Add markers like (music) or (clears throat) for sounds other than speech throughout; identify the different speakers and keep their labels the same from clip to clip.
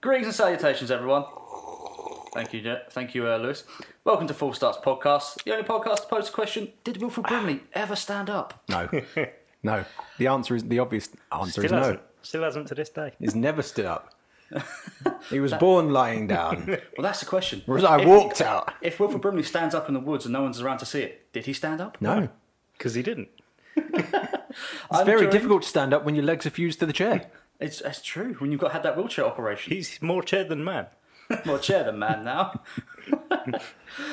Speaker 1: Greetings and salutations, everyone. Thank you, Je- thank you, uh, Lewis. Welcome to Full Starts Podcast, the only podcast to pose the question: Did Wilfred Brimley ever stand up?
Speaker 2: No. no. The answer is the obvious answer is no.
Speaker 3: Still hasn't. Still hasn't to this day.
Speaker 2: He's never stood up. he was born lying down.
Speaker 1: Well, that's the question.
Speaker 2: Whereas I
Speaker 1: If-
Speaker 2: walked out.
Speaker 1: If Wilfred Brimley stands up in the woods and no one's around to see it, did he stand up?
Speaker 2: No.
Speaker 3: Because he didn't.
Speaker 2: It's very
Speaker 1: during-
Speaker 2: difficult to stand up when your legs are fused to the chair.
Speaker 1: It's, it's true. When you've got had that wheelchair operation,
Speaker 3: He's more chair than man.
Speaker 1: more chair than man
Speaker 2: (laughs)
Speaker 1: now.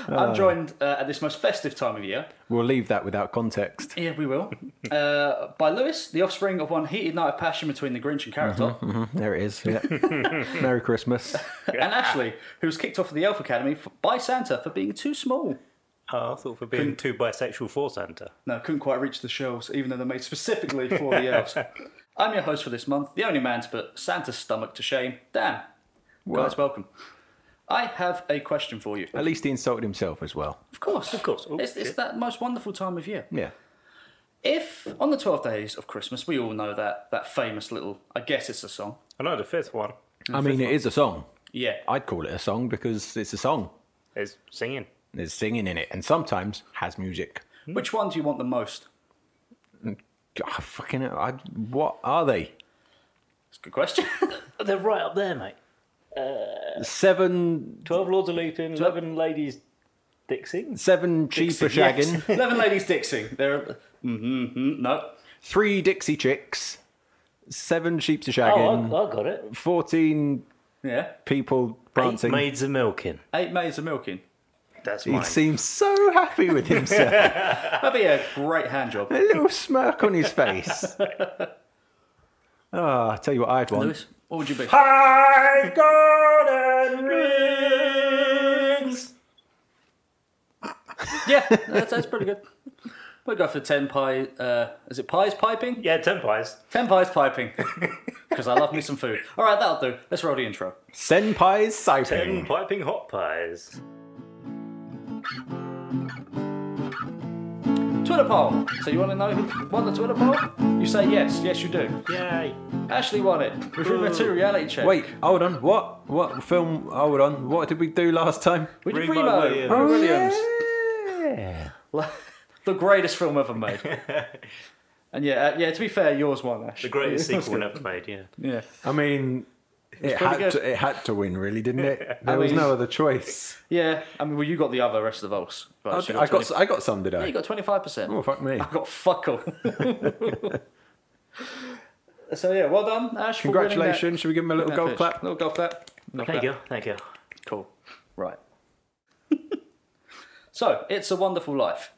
Speaker 1: I'm joined uh, at this most festive time of year.
Speaker 2: We'll leave that without context.
Speaker 1: Yeah, we
Speaker 2: (laughs)
Speaker 1: will. Uh, by Lewis, the offspring of one heated night of passion between the Grinch and Carrot
Speaker 2: Mm-hmm.
Speaker 1: Top,
Speaker 2: There it is. Yeah. Merry Christmas.
Speaker 1: (laughs) and Ashley, who was kicked off of the Elf Academy for, by Santa for being too small.
Speaker 3: Oh, I thought for being too bisexual for Santa.
Speaker 1: No, couldn't quite reach the shelves, even though they're made specifically for
Speaker 3: (laughs)
Speaker 1: the elves. I'm your host for this month, the only man to put Santa's stomach to shame, Dan. Guys, welcome. I have a question for you.
Speaker 2: At least he insulted himself as well.
Speaker 1: Of course,
Speaker 3: Of course. Oh,
Speaker 1: It's, it's
Speaker 3: shit.
Speaker 1: that most wonderful time of year.
Speaker 2: Yeah.
Speaker 1: If on the 12 days of Christmas, we all know that, that famous little, I guess it's a song.
Speaker 3: I know the fifth one
Speaker 2: I mean, it is a song.
Speaker 1: Yeah.
Speaker 2: I'd call it a song because it's a song.
Speaker 3: is singing.
Speaker 2: There's singing in it and sometimes has music.
Speaker 3: Mm-hmm.
Speaker 1: Which one do you want the most?
Speaker 2: God, fucking, I, what are they?
Speaker 1: It's a good question. (laughs)
Speaker 3: They're right up there, mate.
Speaker 2: Seven,
Speaker 3: Twelve Lords of Lupin, eleven ladies Dixing.
Speaker 2: seven cheaper shagging,
Speaker 1: Yes. 11 ladies dixing. They're. Mm-hmm, no.
Speaker 2: three Dixie chicks, seven sheeps a
Speaker 4: Oh,
Speaker 2: shagging,
Speaker 4: I, I got it.
Speaker 2: 14
Speaker 1: Yeah.
Speaker 2: people prancing.
Speaker 3: Maids of Milking.
Speaker 1: Eight maids are milking.
Speaker 3: That's
Speaker 2: he
Speaker 3: mine.
Speaker 2: seems so happy with himself.
Speaker 1: That'd be a great hand job.
Speaker 2: a little smirk on his
Speaker 1: (laughs)
Speaker 2: face. Ah, I tell you what I'd want.
Speaker 1: Lewis, what would you be?
Speaker 3: Five golden rings.
Speaker 1: Yeah, that's, that's pretty good. We'll go for 10 pie. Uh, is it pies piping?
Speaker 3: Yeah, ten pies.
Speaker 1: 10 pies (laughs) piping. Because I love me some food. All right, that'll do. Let's roll the intro.
Speaker 2: Senpai's
Speaker 3: Ten
Speaker 2: siping.
Speaker 3: piping hot pies.
Speaker 1: Twitter poll. So you want to know who won the Twitter poll? You say yes. Yes, you do.
Speaker 3: Yay.
Speaker 1: Ashley won it. We've written a two reality check.
Speaker 2: Wait, hold on. What? What film? Hold on. What did we do last time? Oh,
Speaker 1: we did
Speaker 3: Remo
Speaker 1: Remo.
Speaker 3: Williams.
Speaker 1: Remo Williams. Oh,
Speaker 2: Yeah.
Speaker 1: (laughs) the greatest film ever (laughs) made. and yeah, uh, yeah. To be fair, yours won, Ash.
Speaker 3: The greatest sequel never made. Yeah.
Speaker 1: Yeah.
Speaker 2: I mean, it
Speaker 1: pretty
Speaker 2: had,
Speaker 1: good.
Speaker 2: to, it had to win, really, didn't it? There was
Speaker 1: mean-
Speaker 2: no other choice.
Speaker 1: Yeah. I mean, well, you got the other rest of the votes. But
Speaker 2: I,
Speaker 1: she
Speaker 2: I got,
Speaker 1: 20
Speaker 2: I got some, did
Speaker 1: Yeah,
Speaker 2: I?
Speaker 1: you got twenty five percent.
Speaker 2: Oh, fuck me.
Speaker 1: I (laughs) got fuck all. (laughs) so yeah, well done, Ash. for winning that-
Speaker 2: Congratulations. Should we give him a little
Speaker 1: that
Speaker 2: golf
Speaker 1: pitch.
Speaker 2: clap?
Speaker 1: Little golf clap. Knock
Speaker 3: Thank
Speaker 1: that.
Speaker 3: you. Thank you.
Speaker 1: Cool. Right. (laughs) so it's a Wonderful Life.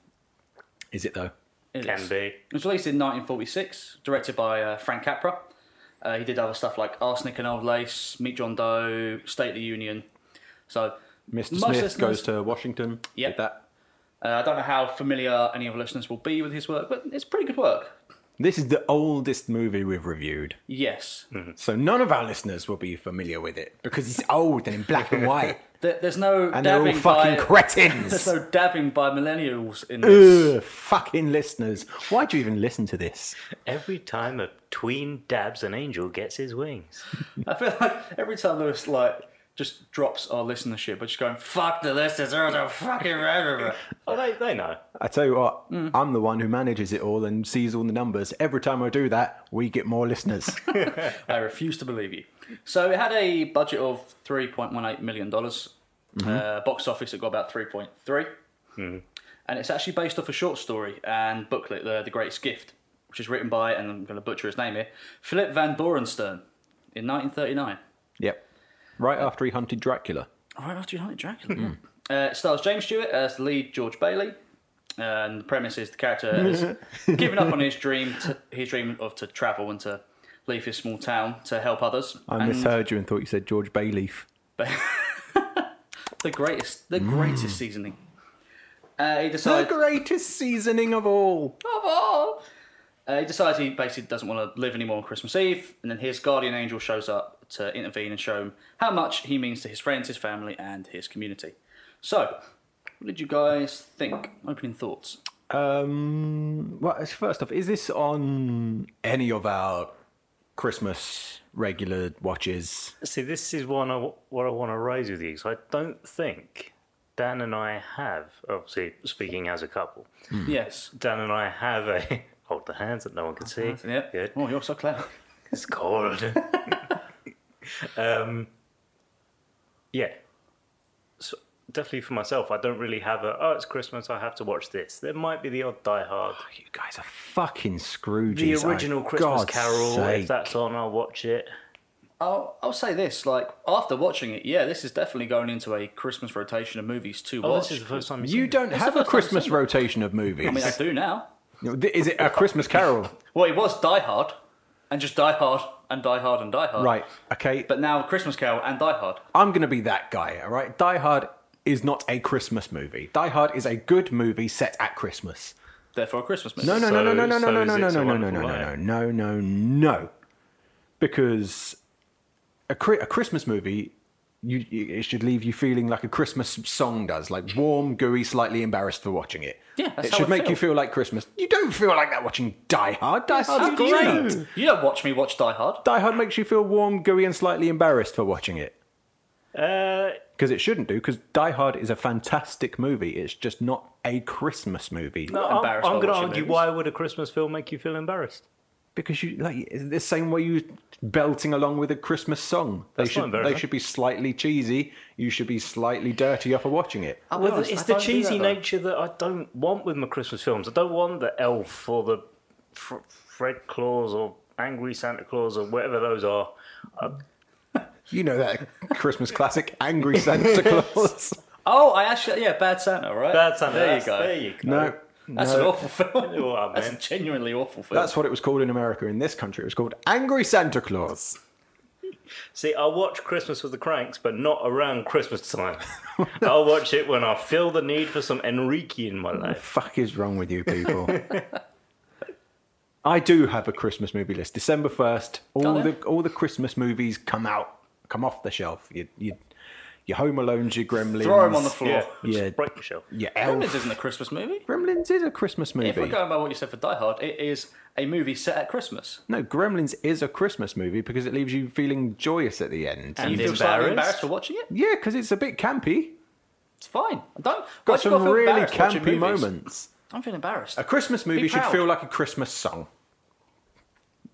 Speaker 2: Is it though?
Speaker 1: It
Speaker 3: Can
Speaker 1: is.
Speaker 3: be.
Speaker 1: It was released in 1946, directed by uh, Frank Capra. Uh, he did other stuff like Arsenic and Old Lace, Meet John Doe, State of the Union. So
Speaker 2: Mr.
Speaker 1: Most
Speaker 2: Smith
Speaker 1: listeners-
Speaker 2: goes to Washington.
Speaker 1: Yep.
Speaker 2: did that.
Speaker 1: uh, I don't know how familiar any of the listeners will be with his work, but it's pretty good work.
Speaker 2: This is the oldest movie we've reviewed,
Speaker 1: Yes.
Speaker 2: so none of our listeners will be familiar with it because it's old and in black and (laughs) white,
Speaker 1: There, there's no
Speaker 2: and they're all
Speaker 1: dabbing
Speaker 2: fucking
Speaker 1: by, (laughs) There's
Speaker 2: cretins.
Speaker 1: no dabbing by millennials in this.
Speaker 2: Ugh, fucking listeners, why do you even listen to this?
Speaker 3: Every time a tween dabs, an angel gets his wings.
Speaker 1: I feel like every time Lewis like just drops our listenership, we're just going fuck the listeners. They're all fucking
Speaker 2: (laughs)
Speaker 1: right.
Speaker 3: Oh, they, they know.
Speaker 2: I tell you what,
Speaker 1: Hmm.
Speaker 2: I'm the one who manages it all and sees all the numbers. Every time I do that, we get
Speaker 1: (laughs)
Speaker 2: more listeners.
Speaker 1: I refuse to believe you. So it had a budget of three point one eight million dollars.
Speaker 2: Mm-hmm.
Speaker 1: Uh, box office it got about three point three,
Speaker 2: Hmm.
Speaker 1: and it's actually based off a short story and booklet, The, the Greatest Gift, which is written by and I'm going to butcher his name here, Philip Van Borenstern, in 1939.
Speaker 2: yep. Right after he hunted Dracula.
Speaker 1: Right after you hunted Dracula. yeah. Uh, it stars James Stewart as the lead George Bailey. And the premise is the character has given up on his dream, to, his dream of to travel and to leave his small town to help others.
Speaker 2: I
Speaker 1: and
Speaker 2: misheard you and thought you said George Bayleaf.
Speaker 1: the greatest, the greatest seasoning. Uh, he
Speaker 2: The
Speaker 1: decides.
Speaker 2: greatest seasoning of all.
Speaker 1: Uh, he decides he basically doesn't want to live anymore on Christmas Eve, and then his guardian angel shows up to intervene and show him how much he means to his friends, his family, and his community. So, what did you guys think? Opening thoughts.
Speaker 2: Um, well, first off, is this on any of our Christmas regular watches.
Speaker 3: See, this is one I, what I want to raise with you because I don't think Dan and I have, obviously speaking as a couple,
Speaker 1: Yes.
Speaker 3: Dan and I have a (laughs) hold the hands that no one can see.
Speaker 1: Yeah.
Speaker 3: Good.
Speaker 1: Oh, you're so clever.
Speaker 3: It's cold. um, yeah. So definitely for myself, I don't really have a. Oh, it's Christmas. I have to watch this. There might be the odd Die Hard,
Speaker 2: You guys are fucking Scrooge.
Speaker 3: the original Christmas Carol. If that's on, I'll watch it.
Speaker 1: I'll, I'll say this: like after watching it, yeah, this is definitely going into a Christmas rotation of movies to
Speaker 3: Oh,
Speaker 1: watch.
Speaker 3: this is the first time you've seen
Speaker 2: you
Speaker 3: it.
Speaker 2: don't have
Speaker 1: the first time
Speaker 2: a
Speaker 1: I've
Speaker 2: Christmas
Speaker 1: seen it.
Speaker 2: rotation of movies.
Speaker 1: I mean, I do now.
Speaker 2: Is it a Christmas
Speaker 1: (laughs)
Speaker 2: Carol?
Speaker 1: Well, it was Die Hard, and just Die Hard, and Die Hard, and Die Hard.
Speaker 2: right. Okay.
Speaker 1: But now Christmas Carol and Die Hard.
Speaker 2: I'm going to be that guy, all right? Die Hard is not a Christmas movie. Die Hard is a good movie set at Christmas.
Speaker 1: Therefore, a Christmas movie.
Speaker 2: No, no, no, no, no, no, no,
Speaker 3: So- so
Speaker 2: no,
Speaker 3: is
Speaker 2: no,
Speaker 3: It's
Speaker 2: no,
Speaker 3: a
Speaker 2: no, no, no,
Speaker 3: Wonderful
Speaker 2: no, no,
Speaker 3: Life.
Speaker 2: no, no, no. Because a, Chri- a Christmas movie, you, you- it should leave you feeling like a Christmas song does, like warm, gooey, slightly embarrassed for watching it.
Speaker 1: Yeah, that's
Speaker 2: it
Speaker 1: how
Speaker 2: should
Speaker 1: I
Speaker 2: make
Speaker 1: feel.
Speaker 2: you feel like Christmas. You don't feel like that watching Die Hard. Die
Speaker 1: How
Speaker 2: Hard's
Speaker 1: do you
Speaker 2: great.
Speaker 1: know? You don't watch me watch Die Hard.
Speaker 2: Die Hard makes you feel warm, gooey, and slightly embarrassed for watching it.
Speaker 3: Uh,
Speaker 2: because it shouldn't do. Because Die Hard is a fantastic movie. It's just not a Christmas movie.
Speaker 3: no,
Speaker 1: not
Speaker 3: I'm,
Speaker 1: embarrassed
Speaker 3: I'm
Speaker 1: by
Speaker 3: going to
Speaker 1: watching
Speaker 3: argue.
Speaker 1: movies.
Speaker 3: Why would a Christmas film make you feel embarrassed?
Speaker 2: Because you like the same way you belting along with a Christmas song. They
Speaker 3: That's not
Speaker 2: should they
Speaker 3: embarrassing.
Speaker 2: should be slightly cheesy. You should be slightly dirty after watching it.
Speaker 1: I'll be
Speaker 3: Well,
Speaker 1: honest,
Speaker 3: it's
Speaker 1: I
Speaker 3: the
Speaker 1: don't do
Speaker 3: cheesy
Speaker 1: that, though.
Speaker 3: nature that I don't want with my Christmas films. I don't want the Elf or the Fr- Fred Claus or Angry Santa Claus or whatever those are.
Speaker 2: You know that Christmas classic, Angry (laughs) Santa Claus.
Speaker 1: Oh, I actually yeah, Bad Santa, right?
Speaker 3: Bad Santa.
Speaker 1: There you
Speaker 3: that's-
Speaker 1: go.
Speaker 3: There you go.
Speaker 2: No,
Speaker 1: That's
Speaker 2: no.
Speaker 1: an awful film.
Speaker 3: (laughs) You know what I
Speaker 1: That's
Speaker 3: meant.
Speaker 1: a genuinely awful film.
Speaker 2: That's what it was called in America. In this country, it was called Angry Santa Claus.
Speaker 3: See, I'll watch Christmas with the Cranks, but not around Christmas time. (laughs) I'll watch it when I feel the need for some Enrique in my life.
Speaker 2: fuck is wrong with
Speaker 1: (laughs)
Speaker 2: you people? I do have a Christmas movie list. December first, all
Speaker 1: Oh, yeah?
Speaker 2: the all the Christmas movies come out, come off the shelf. You, you, your Home Alone's, your Gremlins.
Speaker 1: Throw him on the floor.
Speaker 3: Yeah,
Speaker 2: Yeah.
Speaker 3: just break the shelf.
Speaker 2: Your
Speaker 1: Gremlins
Speaker 2: Elf.
Speaker 1: isn't a Christmas movie.
Speaker 2: Gremlins is a Christmas
Speaker 1: If we're
Speaker 2: movie.
Speaker 1: going by what you said for Die Hard, it is a movie set at Christmas.
Speaker 2: No, Gremlins is a Christmas movie because it leaves you feeling joyous at the end.
Speaker 1: And
Speaker 3: And
Speaker 1: you feel slightly
Speaker 3: embarrassed?
Speaker 1: embarrassed for watching it?
Speaker 2: yeah, because it's a bit campy.
Speaker 1: It's fine. I don't. why
Speaker 2: Got
Speaker 1: do you gotta
Speaker 2: some
Speaker 1: feel
Speaker 2: really
Speaker 1: embarrassed watching
Speaker 2: campy
Speaker 1: movies?
Speaker 2: moments.
Speaker 1: I'm feeling embarrassed.
Speaker 2: A Christmas movie
Speaker 1: Be
Speaker 2: should
Speaker 1: proud.
Speaker 2: feel like a Christmas song.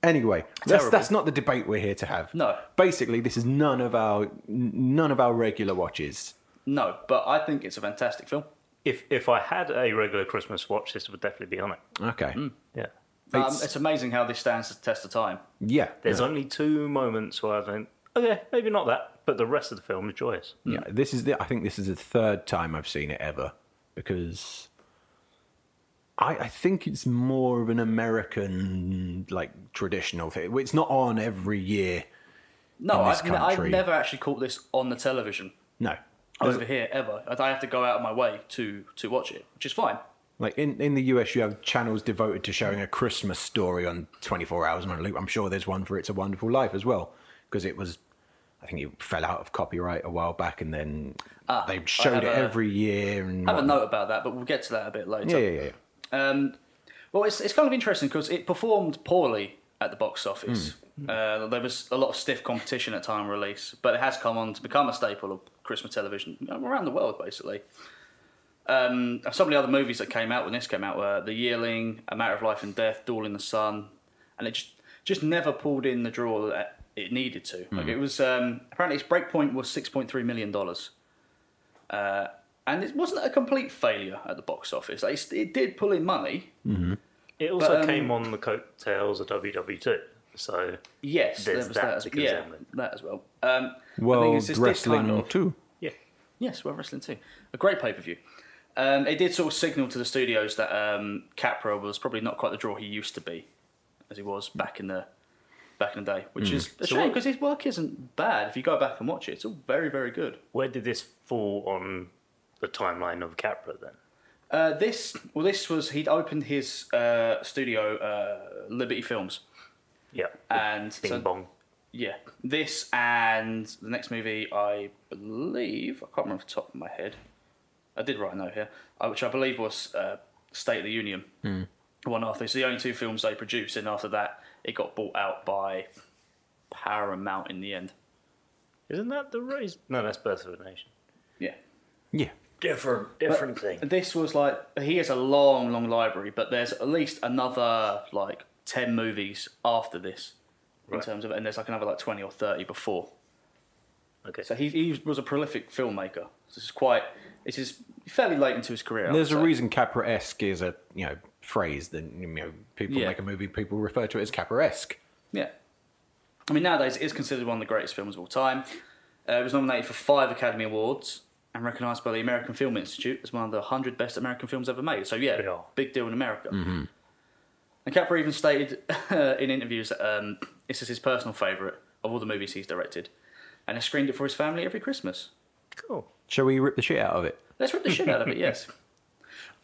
Speaker 2: Anyway, that's,
Speaker 1: Terrible.
Speaker 2: that's not the debate we're here to have.
Speaker 1: No.
Speaker 2: Basically, this is none of our n- none of our regular watches.
Speaker 1: No, but I think it's a fantastic film.
Speaker 3: If if I had a regular Christmas watch, this would definitely be on it.
Speaker 2: Okay.
Speaker 1: Hmm.
Speaker 3: Yeah.
Speaker 1: Um,
Speaker 2: It's-
Speaker 1: it's, amazing how this stands the test of time.
Speaker 2: Yeah.
Speaker 3: There's
Speaker 2: no.
Speaker 3: only two moments where I think, okay, maybe not that, but the rest of the film is joyous.
Speaker 2: yeah. This is the I think this is the third time I've seen it ever because I, I think it's more of an American like traditional thing. It's not on every year.
Speaker 1: No,
Speaker 2: In this
Speaker 1: I've, ne- I've
Speaker 2: country.
Speaker 1: never actually caught this on the television
Speaker 2: No.
Speaker 1: over here ever. I I have to go out of my way to to watch it, which is fine.
Speaker 2: Like in, in the US, you have channels devoted to showing a Christmas story on 24 hours on a loop. I'm sure there's one for It's a Wonderful Life as well, because it was, I think it fell out of copyright a while back, and then they showed
Speaker 1: Ah, have
Speaker 2: it
Speaker 1: a-
Speaker 2: every year. And
Speaker 1: I have a
Speaker 2: whatnot.
Speaker 1: note about that, but we'll get to that a bit later.
Speaker 2: Yeah, yeah, yeah.
Speaker 1: Um, well, it's, it's kind of interesting because it performed poorly at the box office. Uh, there was a lot of stiff competition at time of release, but it has come on to become a staple of Christmas television you know, around the world, basically. Um, some of the other movies that came out when this came out were The Yearling, A Matter of Life and Death, Dawn in the Sun, and it just just never pulled in the draw that it needed to. Like it was um, apparently its breakpoint was six point three million dollars and it wasn't a complete failure at the box office. Like, it's- it did pull in money,
Speaker 3: It also
Speaker 1: But, um,
Speaker 3: came on the coattails of WW2. So
Speaker 1: yes.
Speaker 3: There's
Speaker 1: there was
Speaker 3: that
Speaker 1: that, as,
Speaker 3: to
Speaker 1: yeah,
Speaker 3: consider.
Speaker 1: that as well. Um, I think it's
Speaker 2: World
Speaker 1: just this
Speaker 2: Wrestling
Speaker 1: kind of-
Speaker 2: too.
Speaker 3: yeah,
Speaker 1: yes, World Wrestling too. A great pay per view. Um, it did sort of signal to the studios that um, Capra was probably not quite the draw he used to be, as he was back in the back in the day, which is a
Speaker 3: So
Speaker 1: shame
Speaker 3: what-
Speaker 1: because his work isn't bad. If you go back and watch it, it's all very very good.
Speaker 3: where did this fall on the timeline of Capra then?
Speaker 1: Uh, this well, this was he'd opened his uh, studio uh, Liberty Films,
Speaker 3: Yeah.
Speaker 1: and
Speaker 3: Bing
Speaker 1: Uh, so
Speaker 3: bong.
Speaker 1: Yeah, this and the next movie, I believe, I can't remember off the top of my head. I did write a note here, uh, which I believe was uh, State of the Union. One after. It's the only two films they produced, and after that, it got bought out by paramount in the end.
Speaker 3: Isn't that the race? No, that's Birth of a Nation.
Speaker 1: Yeah.
Speaker 2: Yeah.
Speaker 4: Different,
Speaker 1: But
Speaker 4: different thing.
Speaker 1: This was like he has a long, long library, but there's at least another like ten movies after this in terms of, and there's like another like twenty or thirty before.
Speaker 3: Okay.
Speaker 1: So he, he was a prolific filmmaker. So this is quite. This is fairly late into his career. I
Speaker 2: And there's
Speaker 1: would
Speaker 2: a
Speaker 1: say.
Speaker 2: reason Capra-esque is a you know phrase that you know people
Speaker 1: Yeah.
Speaker 2: make a movie, people refer to it as Capra-esque.
Speaker 1: Yeah. I mean, nowadays it is considered one of the greatest films of all time. Uh, it was nominated for five Academy Awards and recognised by the American Film Institute as one of the 100 best American films ever made. So, yeah,
Speaker 3: Yeah.
Speaker 1: big deal in America.
Speaker 2: Mm-hmm.
Speaker 1: And Capra even stated (laughs) in interviews that um, this is his personal favourite of all the movies he's directed. And has screened it for his family every Christmas.
Speaker 3: Cool.
Speaker 2: Shall we rip the shit out of it?
Speaker 1: Let's rip the shit out
Speaker 2: (laughs)
Speaker 1: of it, yes.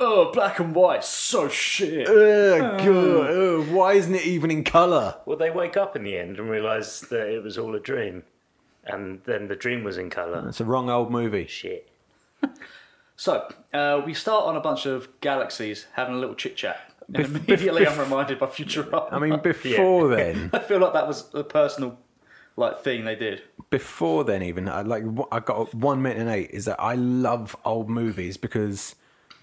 Speaker 1: Oh, black and white, so shit.
Speaker 2: Ugh, God, ugh, why isn't it even in colour?
Speaker 3: Well, they wake up in the end and realise that it was all a dream, and then the dream was in
Speaker 1: Mm.
Speaker 3: colour.
Speaker 2: It's a wrong old movie.
Speaker 3: Shit.
Speaker 1: So, uh, we start on a bunch of galaxies having a little chit chat. And
Speaker 2: Bef- bef-
Speaker 1: immediately
Speaker 2: bef-
Speaker 1: I'm reminded by Futurama.
Speaker 2: I mean, before then,
Speaker 1: (laughs) I feel like that was a personal like thing they did.
Speaker 2: before then, even I like wh- I got one minute and eight is that I love old movies because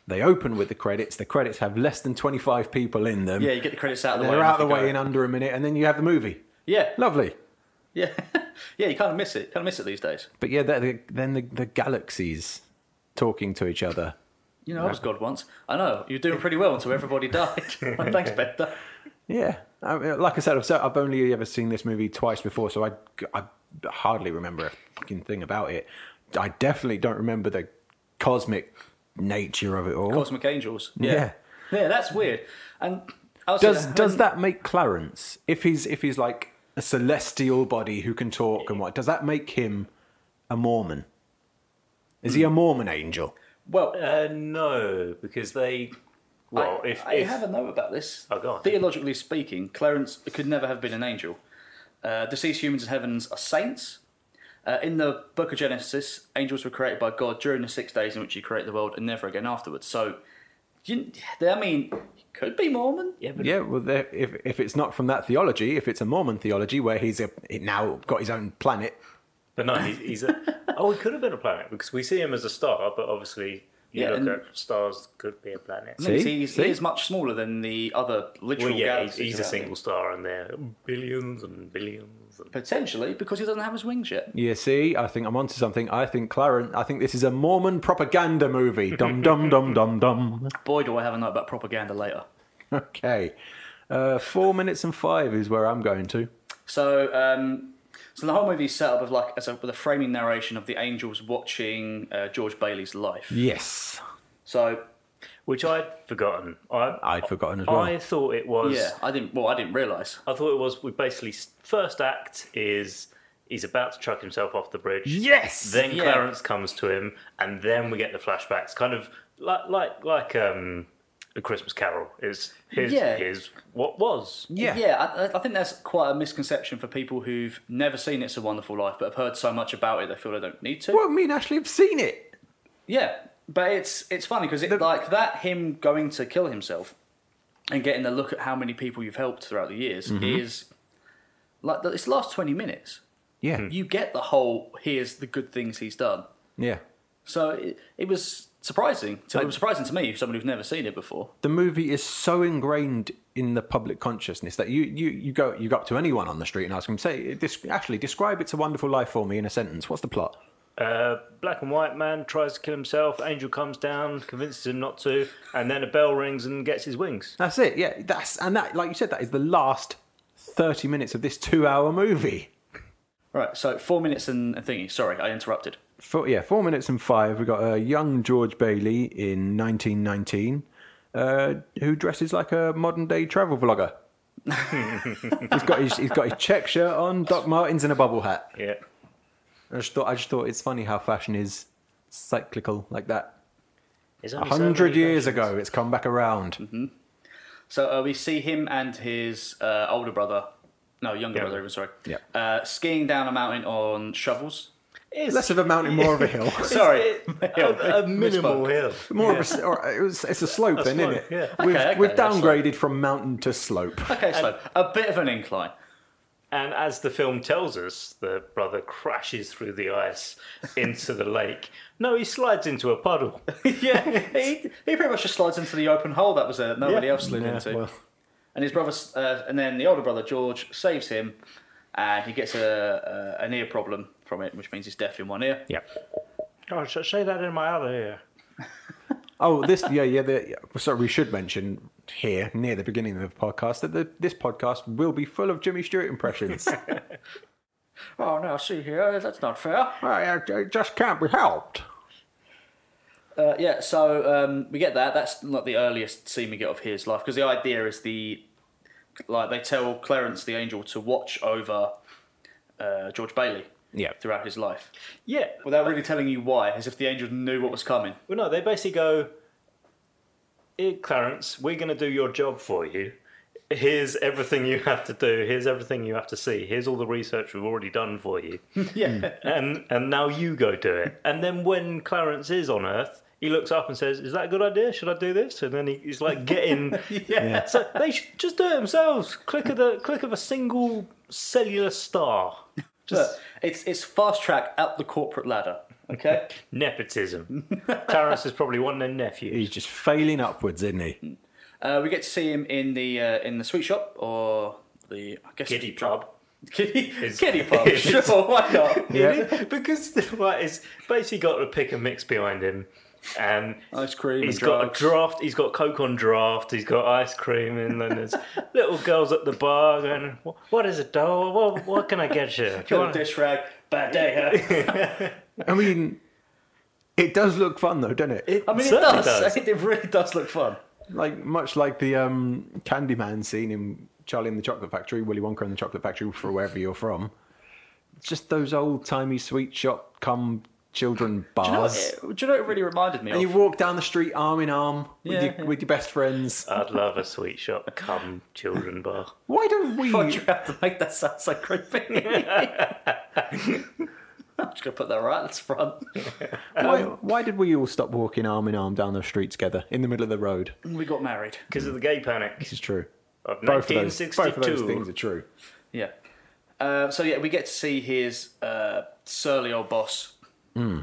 Speaker 2: they open with the credits. The credits have less than twenty five people in them.
Speaker 1: Yeah, you get the credits out of the way.
Speaker 2: They're
Speaker 1: and
Speaker 2: out
Speaker 1: off
Speaker 2: the
Speaker 1: you
Speaker 2: way
Speaker 1: go.
Speaker 2: in under a minute, and then you have the movie.
Speaker 1: Yeah,
Speaker 2: Lovely.
Speaker 1: yeah, (laughs) yeah. You kind of miss it. Kind of miss it these days.
Speaker 2: But yeah, that, the, then the, the galaxies talking to each other.
Speaker 1: You know, I was God once. I know you're doing pretty well until everybody died. (laughs) Thanks, Bender.
Speaker 2: Yeah, I mean, like I said, I've, se- I've only ever seen this movie twice before, so I, I hardly remember a fucking thing about it. I definitely don't remember the cosmic nature of it all.
Speaker 1: Cosmic Angels. Yeah. yeah,
Speaker 2: Yeah.
Speaker 1: That's weird. And I was
Speaker 2: does
Speaker 1: saying,
Speaker 2: does
Speaker 1: when-
Speaker 2: that make Clarence if he's if he's like a celestial body who can talk and what does that make him a Mormon? Is he a Mormon angel?
Speaker 1: Well,
Speaker 3: Uh, no, because they. Well,
Speaker 1: I,
Speaker 3: if,
Speaker 1: I
Speaker 3: if
Speaker 1: have a note about this.
Speaker 3: Oh, go on.
Speaker 1: Theologically speaking, Clarence could never have been an angel. Uh, deceased humans in heavens are saints. Uh, in the book of Genesis, angels were created by God during the six days in which He created the world, and never again afterwards. So, you, I mean, he could be Mormon.
Speaker 3: yeah, but
Speaker 2: Yeah, well, there- if if it's not from that theology, if it's a Mormon theology where he's a, he now got his own planet,
Speaker 3: But no, he's, he's a. oh, he could have been a planet because we see him as a star, but obviously, you
Speaker 1: Yeah, and-
Speaker 3: look at stars could be a planet.
Speaker 1: I mean,
Speaker 2: See?
Speaker 1: he's,
Speaker 2: See?
Speaker 1: He is much smaller than the other literal
Speaker 3: Well, yeah,
Speaker 1: galaxies.
Speaker 3: he's, he's a
Speaker 1: around him.
Speaker 3: single star, and there are billions and billions. And...
Speaker 1: Potentially, because he doesn't have his wings yet.
Speaker 2: you see, I think I'm onto something. I think Clarence, I think this is a Mormon propaganda movie. Dum dum (laughs) dum dum dum.
Speaker 1: Boy, do I have a note about propaganda later.
Speaker 2: Okay, uh, four minutes and five is where I'm going to.
Speaker 1: So, um, so the whole movie is set up of like as a, with a framing narration of the angels watching uh, George Bailey's life.
Speaker 2: Yes,
Speaker 1: So,
Speaker 3: Which I'd forgotten. I,
Speaker 2: I'd forgotten as well.
Speaker 3: I thought it was.
Speaker 1: yeah, I didn't. Well, I didn't realise.
Speaker 3: I thought it was. We basically first act is he's about to chuck himself off the bridge.
Speaker 2: Yes!
Speaker 3: Then
Speaker 1: Yeah.
Speaker 3: Clarence comes to him, and then we get the flashbacks, kind of like like like um, a Christmas Carol. Is here's,
Speaker 1: Yeah.
Speaker 3: here's what was.
Speaker 2: Yeah.
Speaker 1: yeah. I, I think that's quite a misconception for people who've never seen It's a Wonderful Life, but have heard so much about it they feel they don't need to.
Speaker 2: Well, me and Ashley have seen it.
Speaker 1: Yeah, but it's it's funny because it, like that him going to kill himself and getting a look at how many people you've helped throughout the years
Speaker 2: Mm-hmm.
Speaker 1: is like it's the last twenty minutes.
Speaker 2: Yeah,
Speaker 1: You get the whole here's the good things he's done.
Speaker 2: yeah.
Speaker 1: So it, it was surprising. To, it was surprising to me, someone who's never seen it before.
Speaker 2: The movie is so ingrained in the public consciousness that you you you go you go up to anyone on the street and ask them, say, this, Ashley, describe "It's a Wonderful Life" for me in a sentence. What's the plot?
Speaker 3: Uh, black and white man tries to kill himself. Angel comes down, convinces him not to, and then a bell rings and gets his wings.
Speaker 2: That's it. Yeah, that's and that, like you said, that is the last thirty minutes of this two-hour movie.
Speaker 1: Right. So four minutes and, and thingy. Sorry, I interrupted.
Speaker 2: Four, yeah, four minutes and five. We got a uh, young George Bailey in 1919, uh, who dresses like a modern-day travel vlogger. (laughs) he's got his he's got his check shirt on, Doc Martens, and a bubble hat.
Speaker 3: Yeah,
Speaker 2: I just thought I just thought it's funny how fashion is cyclical like that.
Speaker 3: There's
Speaker 2: A
Speaker 3: only so
Speaker 2: hundred
Speaker 3: many Mm-hmm.
Speaker 2: years
Speaker 3: versions.
Speaker 2: ago, it's come back around.
Speaker 1: So uh, we see him and his uh, older brother, no, younger brother, even sorry,
Speaker 2: Yeah.
Speaker 1: uh, skiing down a mountain on shovels.
Speaker 3: It's-
Speaker 2: Less of a mountain, more of a
Speaker 3: (laughs)
Speaker 2: hill.
Speaker 1: Sorry, (laughs)
Speaker 3: it- a, a minimal hill.
Speaker 2: More of a, s- or it was, it's a slope, then,
Speaker 3: slope,
Speaker 2: isn't it?
Speaker 3: yeah.
Speaker 2: We've,
Speaker 1: Okay, okay,
Speaker 2: we've
Speaker 1: that's
Speaker 2: downgraded from mountain to slope.
Speaker 1: Okay, so a bit of an incline.
Speaker 3: And as the film tells us, the brother crashes through the ice into the lake. No, he slides into a puddle.
Speaker 1: (laughs) yeah, he, he pretty much just slides into the open hole that was there that nobody
Speaker 3: Yeah.
Speaker 1: else slid into.
Speaker 2: well,
Speaker 1: And his brother, uh, and then the older brother George saves him, and he gets a, a an ear problem from it, which means he's deaf in one ear.
Speaker 2: yeah.
Speaker 3: (laughs) Oh, sh- say that in my other ear.
Speaker 2: Oh, this yeah yeah. The, yeah. Sorry, we should mention here near the beginning of the podcast that the, this podcast will be full of Jimmy
Speaker 1: (laughs)
Speaker 2: Stewart impressions.
Speaker 1: Oh no, see here, that's not fair.
Speaker 2: I, I uh, just can't be helped.
Speaker 1: Uh, yeah, so um, we get that. That's not the earliest scene we get of his life because the idea is the like they tell Clarence the angel to watch over uh, George Bailey
Speaker 2: Yeah.
Speaker 1: throughout his life
Speaker 3: Yeah.
Speaker 1: without really telling you why, as if the angel knew what was coming.
Speaker 3: Well, no, they basically go, Here, Clarence, we're going to do your job for you. Here's everything you have to do. Here's everything you have to see. Here's all the research we've already done
Speaker 1: (laughs)
Speaker 3: for you.
Speaker 1: (laughs) yeah,
Speaker 3: and and now you go do it. And then when Clarence is on Earth, he looks up and says, "Is that a good idea? Should I do this?" And then he, he's like getting.
Speaker 1: (laughs) yeah,
Speaker 3: So they should just do it themselves. Click of the click of a single
Speaker 1: (laughs)
Speaker 3: cellular star.
Speaker 1: Look, it's it's fast track up the corporate ladder.
Speaker 3: (laughs)
Speaker 1: Okay.
Speaker 3: Nepotism. Clarence is probably one of their nephews.
Speaker 2: He's just failing upwards, isn't he?
Speaker 1: Uh, we get to see him in the uh, in the sweet shop or the I guess
Speaker 3: Giddy pub.
Speaker 1: Kiddie,
Speaker 3: Is- (laughs)
Speaker 1: kiddie pub.
Speaker 3: is-
Speaker 1: sure, why not?
Speaker 2: Yeah.
Speaker 3: (laughs) because like, it's basically got to pick a mix behind him, and
Speaker 1: Ice cream.
Speaker 3: He's
Speaker 1: and
Speaker 3: got
Speaker 1: drugs.
Speaker 3: a draft. He's got coke on draft. He's got ice cream, and then
Speaker 1: (laughs)
Speaker 3: there's little girls at the bar going, "Wha- "What is it, doll? What, what can I get you? Do you
Speaker 1: Little
Speaker 3: want
Speaker 1: dish rag. Bad
Speaker 3: (laughs)
Speaker 1: day, huh?
Speaker 2: I mean, it does look fun though, doesn't it?
Speaker 1: I mean, it
Speaker 3: Certainly
Speaker 1: does. (laughs)
Speaker 3: does.
Speaker 1: It really does look fun.
Speaker 2: Like much like the um, Candyman scene in Charlie and the Chocolate Factory, Willy Wonka and the Chocolate Factory, for wherever you're from. It's just those old timey sweet shop come children bars.
Speaker 1: Do you know, what- eh, do you know what it really reminded me
Speaker 2: and you
Speaker 1: of?
Speaker 2: walk down the street arm in arm
Speaker 1: Yeah,
Speaker 2: with, your,
Speaker 1: yeah.
Speaker 2: with your best friends.
Speaker 3: (laughs) I'd love a sweet shop, come children bar.
Speaker 2: Why don't we?
Speaker 1: Why'd you have to make that sound so creepy?
Speaker 3: (laughs)
Speaker 1: (laughs) I'm just gonna put that right at the front.
Speaker 3: (laughs)
Speaker 2: Why, why did we all stop walking arm in arm down the street together in the middle of the road?
Speaker 1: We got married.
Speaker 3: Because of the gay
Speaker 1: (laughs)
Speaker 3: panic
Speaker 2: This is true.
Speaker 3: of
Speaker 2: Both of, those, both of those things
Speaker 3: 1962.
Speaker 2: are true.
Speaker 1: Yeah. Uh, so yeah, we get to see his uh, surly old boss,
Speaker 2: Hmm.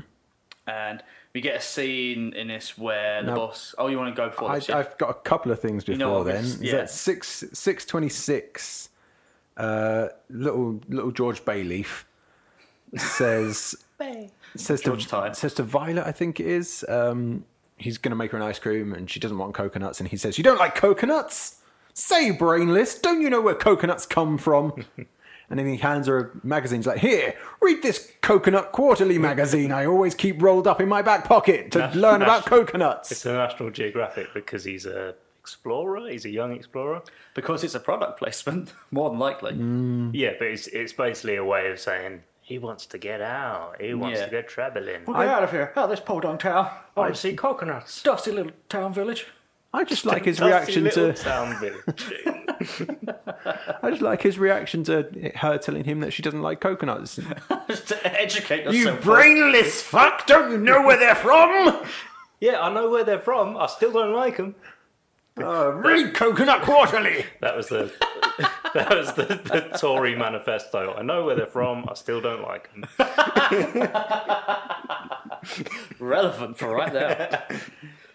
Speaker 1: and we get a scene in this where the
Speaker 2: Now-
Speaker 1: boss. Oh, you want to go for
Speaker 2: I,
Speaker 1: this? yeah?
Speaker 2: I've got a couple of things before
Speaker 1: know what
Speaker 2: then.
Speaker 1: this-
Speaker 2: Is
Speaker 1: yeah.
Speaker 2: that six six twenty six? Uh, little little George Bayleaf says says
Speaker 1: George
Speaker 2: to
Speaker 1: Tyne.
Speaker 2: says to Violet, I think it is. Um, he's going to make her an ice cream, and she doesn't want coconuts, and he says, "You don't like coconuts? Say brainless, don't you know where coconuts
Speaker 1: (laughs)
Speaker 2: come from?" And then he hands her a magazine. He's like, "Here, read this Coconut Quarterly magazine. I always keep rolled up in my back pocket to
Speaker 3: Nash-
Speaker 2: learn about
Speaker 3: Nash-
Speaker 1: (laughs)
Speaker 2: coconuts."
Speaker 3: It's the National Geographic because he's a explorer. He's a young explorer.
Speaker 1: Because it's a product placement, (laughs) more than likely.
Speaker 2: Hmm.
Speaker 3: Yeah, but it's it's basically a way of saying he wants to get out. He wants
Speaker 1: Yeah.
Speaker 3: to get traveling.
Speaker 1: Get out of here! Out of this podunk town,
Speaker 3: I want to see coconuts.
Speaker 1: dusty little town village. (laughs)
Speaker 2: I just like his
Speaker 3: Dusty
Speaker 2: reaction
Speaker 3: little
Speaker 2: to.
Speaker 3: town village.
Speaker 2: I just like his reaction to her telling him that she doesn't like coconuts.
Speaker 1: Just to educate yourself.
Speaker 2: you brainless fuck! Don't you know where they're from?
Speaker 3: yeah, I know where they're from. I still don't like them.
Speaker 2: (laughs) Uh, read Coconut Quarterly.
Speaker 3: (laughs) That was the (laughs) that was the, the Tory manifesto. I know where they're from. I still don't like them.
Speaker 1: relevant for right now.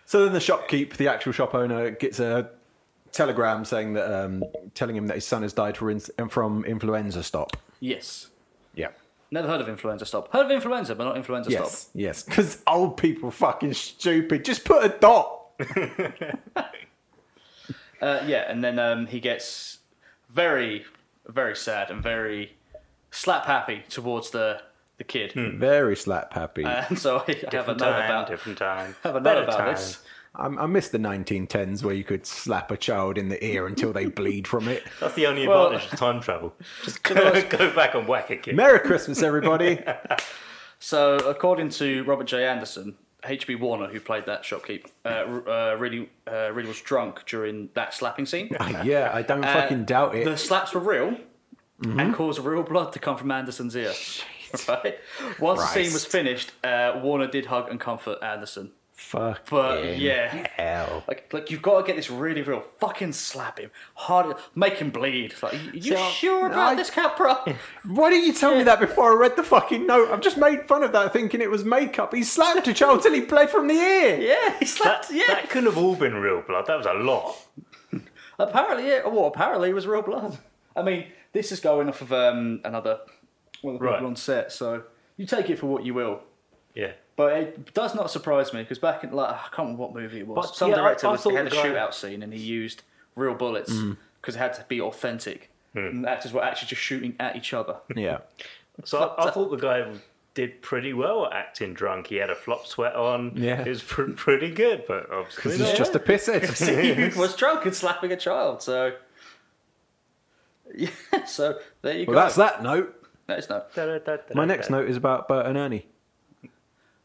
Speaker 2: So then the shopkeep, the actual shop owner, gets a telegram saying that, um, telling him that his son has died for in- from influenza. Stop.
Speaker 1: (laughs) yes.
Speaker 2: Yeah.
Speaker 1: Never heard of influenza stop. Heard of influenza, but not influenza
Speaker 2: Yes.
Speaker 1: stop.
Speaker 2: Yes. Because old people fucking stupid. Just put a dot.
Speaker 1: Uh, yeah, and then um, he gets very, very sad and very slap happy towards the the kid.
Speaker 2: Hmm. Very slap
Speaker 1: (laughs)
Speaker 2: happy.
Speaker 1: And so I have a
Speaker 3: Different
Speaker 1: note
Speaker 3: time,
Speaker 1: about
Speaker 3: different time.
Speaker 1: have a note
Speaker 3: Better
Speaker 1: about
Speaker 3: time.
Speaker 1: this.
Speaker 2: I, I miss the 1910s where you could slap a child in the ear until they bleed from it.
Speaker 3: That's the only
Speaker 1: Well-
Speaker 3: advantage of time travel. Just go, go back and whack a kid.
Speaker 2: Merry Christmas, (laughs) everybody.
Speaker 1: So according to Robert J. Anderson, H.B. Warner, who played that shopkeep, uh, r- uh, really, uh, really was drunk during that slapping
Speaker 3: (laughs)
Speaker 1: scene.
Speaker 2: Ah, yeah, I don't fucking doubt it.
Speaker 1: The slaps were real
Speaker 3: Mm-hmm.
Speaker 1: and caused real blood to come from Anderson's ear. (laughs) Right? Once the scene was
Speaker 2: Christ.
Speaker 1: finished, uh, Warner did hug and comfort Anderson.
Speaker 2: Fuck.
Speaker 1: But yeah.
Speaker 2: Hell.
Speaker 1: Like, like you've got to get this really real. Fucking slap him hard, make him bleed. It's like, "You- you
Speaker 2: See, I-
Speaker 1: sure about
Speaker 2: I-
Speaker 1: this, Capra?
Speaker 3: (laughs)
Speaker 2: Why didn't you tell me that before I read the fucking note? I've just made fun of that thinking it was makeup. He slapped a child till he bled from the ear.
Speaker 1: yeah, he slapped.
Speaker 3: That,
Speaker 1: yeah,
Speaker 3: that couldn't have all been real blood. That was a lot.
Speaker 1: apparently, yeah. Well, apparently, it was real blood. I mean, this is going off of um, another one of the
Speaker 3: Right.
Speaker 1: people on set, so you take it for what you will.
Speaker 3: Yeah.
Speaker 1: But it does not surprise me because back in like I can't remember what movie it was.
Speaker 3: But,
Speaker 1: Some
Speaker 3: yeah, I-
Speaker 1: director
Speaker 3: I
Speaker 1: was they
Speaker 3: thought
Speaker 1: had a
Speaker 3: the guy- Mm.
Speaker 1: shootout scene and he used real bullets because it had to be authentic. And the actors were actually just shooting at each other.
Speaker 3: (laughs)
Speaker 1: (laughs)
Speaker 2: Yeah.
Speaker 3: So I, I thought the guy did pretty well acting drunk. He had a flop sweat on.
Speaker 2: Yeah.
Speaker 3: It was pr- pretty good, but obviously.
Speaker 2: Because
Speaker 3: not.
Speaker 2: he's just a (laughs) pisshead.
Speaker 1: he was drunk and slapping a child. So, (laughs) yeah. So there you
Speaker 2: well,
Speaker 1: go.
Speaker 2: that's that note.
Speaker 1: No, it's not.
Speaker 3: Da-da-da-da-da.
Speaker 2: My next note is about Bert and Ernie.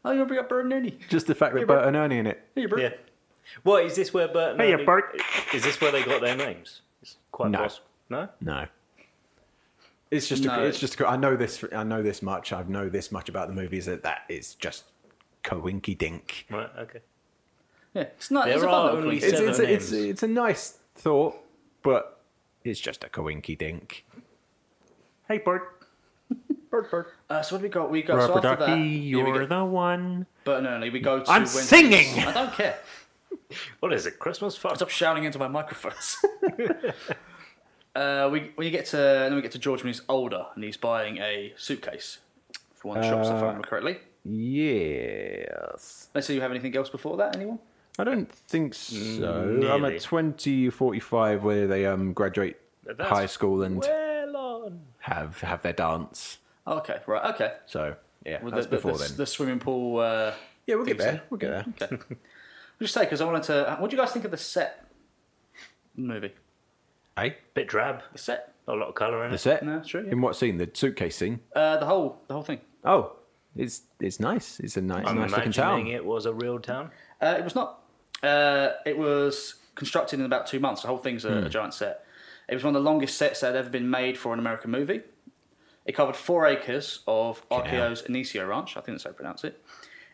Speaker 1: Oh, you want to bring up Bert and Ernie?
Speaker 2: Just the fact that Bert and Ernie in it.
Speaker 1: Hey, Bert.
Speaker 3: Yeah. Well, is this where Bert? and
Speaker 2: Hey,
Speaker 3: Ernie-
Speaker 2: Bert.
Speaker 3: Is this where they got their names? It's quite
Speaker 2: No.
Speaker 3: possible. No.
Speaker 2: No. It's just.
Speaker 1: No.
Speaker 2: A, it's just. A, I know this. I know this much. I know this much about the movies that that is just coinky dink.
Speaker 3: Right. Okay.
Speaker 1: Yeah, It's not.
Speaker 3: There
Speaker 1: it's a
Speaker 3: are
Speaker 1: fun little
Speaker 3: only
Speaker 1: quiz.
Speaker 2: It's
Speaker 3: Seven
Speaker 2: it's, it's
Speaker 3: names.
Speaker 2: it's a nice thought, but it's just a coinky dink.
Speaker 4: Hey, Bert.
Speaker 3: (laughs)
Speaker 4: Bert, Bert.
Speaker 1: Uh, so what do we got? We got so after that. yeah, we
Speaker 4: you're
Speaker 1: get
Speaker 4: the one.
Speaker 1: Bert and Ernie. We go to.
Speaker 4: I'm
Speaker 1: Wednesdays.
Speaker 4: singing!
Speaker 1: I don't care.
Speaker 3: What is it? Christmas fuck.
Speaker 1: Stop shouting into my
Speaker 4: (laughs)
Speaker 1: microphones. uh, we we get to then we get to George when he's older and he's buying a suitcase. For one shops, if I
Speaker 4: Uh,
Speaker 1: remember correctly.
Speaker 2: Yes.
Speaker 1: Let's see. You have anything else before that? Anyone?
Speaker 2: I don't think so. I'm
Speaker 3: nearly.
Speaker 2: at 20, 45 where they um, graduate
Speaker 3: That's
Speaker 2: high school and
Speaker 3: Well on.
Speaker 2: have, have their dance.
Speaker 1: Oh, Okay. Right. Okay.
Speaker 2: So, yeah,
Speaker 1: Well,
Speaker 2: that's
Speaker 1: the, the-
Speaker 2: before
Speaker 1: the,
Speaker 2: then. Mm-hmm.
Speaker 1: the swimming pool. Uh,
Speaker 2: yeah, we'll get
Speaker 1: things
Speaker 2: there. We'll get there.
Speaker 1: Okay. I'll just say because I wanted to. What do you guys think of the set movie?
Speaker 2: Hey,
Speaker 3: Bit drab.
Speaker 1: The set?
Speaker 3: Not a lot of colour in
Speaker 2: the
Speaker 3: it.
Speaker 2: set?
Speaker 1: No, it's true, yeah.
Speaker 2: In what scene? The suitcase scene?
Speaker 1: Uh, the whole, the whole thing.
Speaker 2: Oh, it's it's nice. It's a nice,
Speaker 3: I'm
Speaker 2: nice looking
Speaker 3: imagining
Speaker 2: town.
Speaker 3: it was a real town.
Speaker 1: Uh, it was not. Uh, it was constructed in about two months. The whole thing's a, a giant set. It was one of the longest sets that had ever been made for an American movie. It covered four acres of RKO's Inicio Ranch. I think that's how you pronounce it.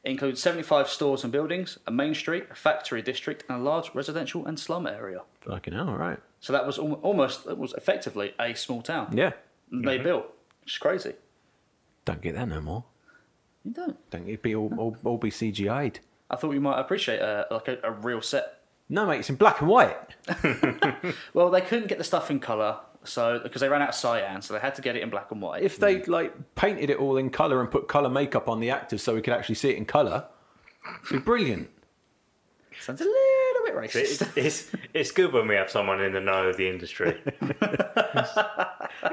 Speaker 1: It includes 75 stores and buildings, a main street, a factory district, and a large residential and slum area.
Speaker 2: Fucking hell, right.
Speaker 1: So that was al- almost, it was effectively a small town.
Speaker 2: Yeah.
Speaker 1: they built. Which is crazy.
Speaker 2: Don't get that no more.
Speaker 1: You don't.
Speaker 2: Don't it be all, all, all be CGI'd.
Speaker 1: I thought you might appreciate a, like a, a real set.
Speaker 2: No, mate, it's in black and white.
Speaker 1: Well, they couldn't get the stuff in color, so because they ran out of cyan, so they had to get it in black and white.
Speaker 2: If they like painted it all in color and put color makeup on the actors so we could actually see it in color, it'd be brilliant.
Speaker 1: Sounds a little bit
Speaker 3: It's,
Speaker 1: racist.
Speaker 3: it's, it's good when we have someone in the know of the
Speaker 2: (laughs)
Speaker 3: industry.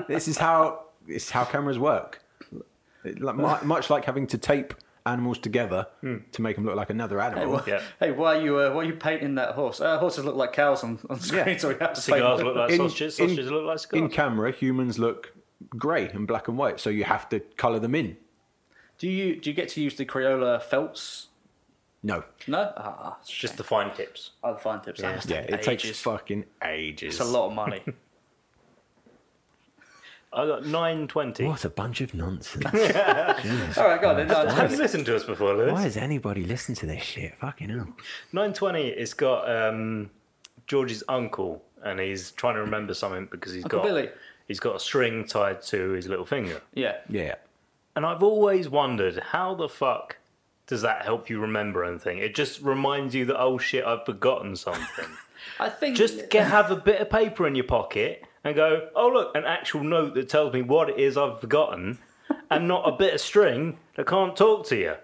Speaker 2: this is how this is how cameras work. It- Like, mu- much like having to tape animals together to make them look like another animal.
Speaker 3: Yeah.
Speaker 1: Hmm. (laughs) Hey, why are you uh, why are you painting that horse? Uh, horses look like cows on, on screen,
Speaker 2: Yeah.
Speaker 1: so we have to
Speaker 3: Cigars
Speaker 1: paint.
Speaker 3: look like
Speaker 2: In-
Speaker 3: sausages.
Speaker 2: in-
Speaker 3: Sausages look like
Speaker 2: In
Speaker 3: cigars.
Speaker 2: camera, humans look grey and black and white, so you have to color them in.
Speaker 1: Do you do you get to use the Crayola felts?
Speaker 2: No,
Speaker 1: No, ah, it's
Speaker 3: Just the fine tips.
Speaker 1: other fine tips. That must
Speaker 2: yeah,
Speaker 1: take
Speaker 2: it takes
Speaker 1: ages.
Speaker 2: fucking ages.
Speaker 1: It's a lot of
Speaker 3: (laughs)
Speaker 1: money.
Speaker 3: I got nine twenty.
Speaker 4: What a bunch of nonsense.
Speaker 1: All right, go on. Then. No,
Speaker 3: Have you listened to us before, Lewis?
Speaker 4: Why does anybody listen to this shit? Fucking hell.
Speaker 3: 920, it's got um, George's uncle, and he's trying to remember something because he's
Speaker 1: Uncle
Speaker 3: got
Speaker 1: Billy.
Speaker 3: he's got a string tied to his little finger.
Speaker 1: yeah,
Speaker 2: Yeah,
Speaker 3: And I've always wondered how the fuck does that help you remember anything? It just reminds you that oh shit, I've forgotten
Speaker 1: (laughs)
Speaker 3: something.
Speaker 1: I think (laughs)
Speaker 3: just get, have a bit of paper in your pocket and go, oh look, an actual note that tells me what it is I've forgotten, and not a bit of string that can't talk to
Speaker 1: (laughs)
Speaker 3: you.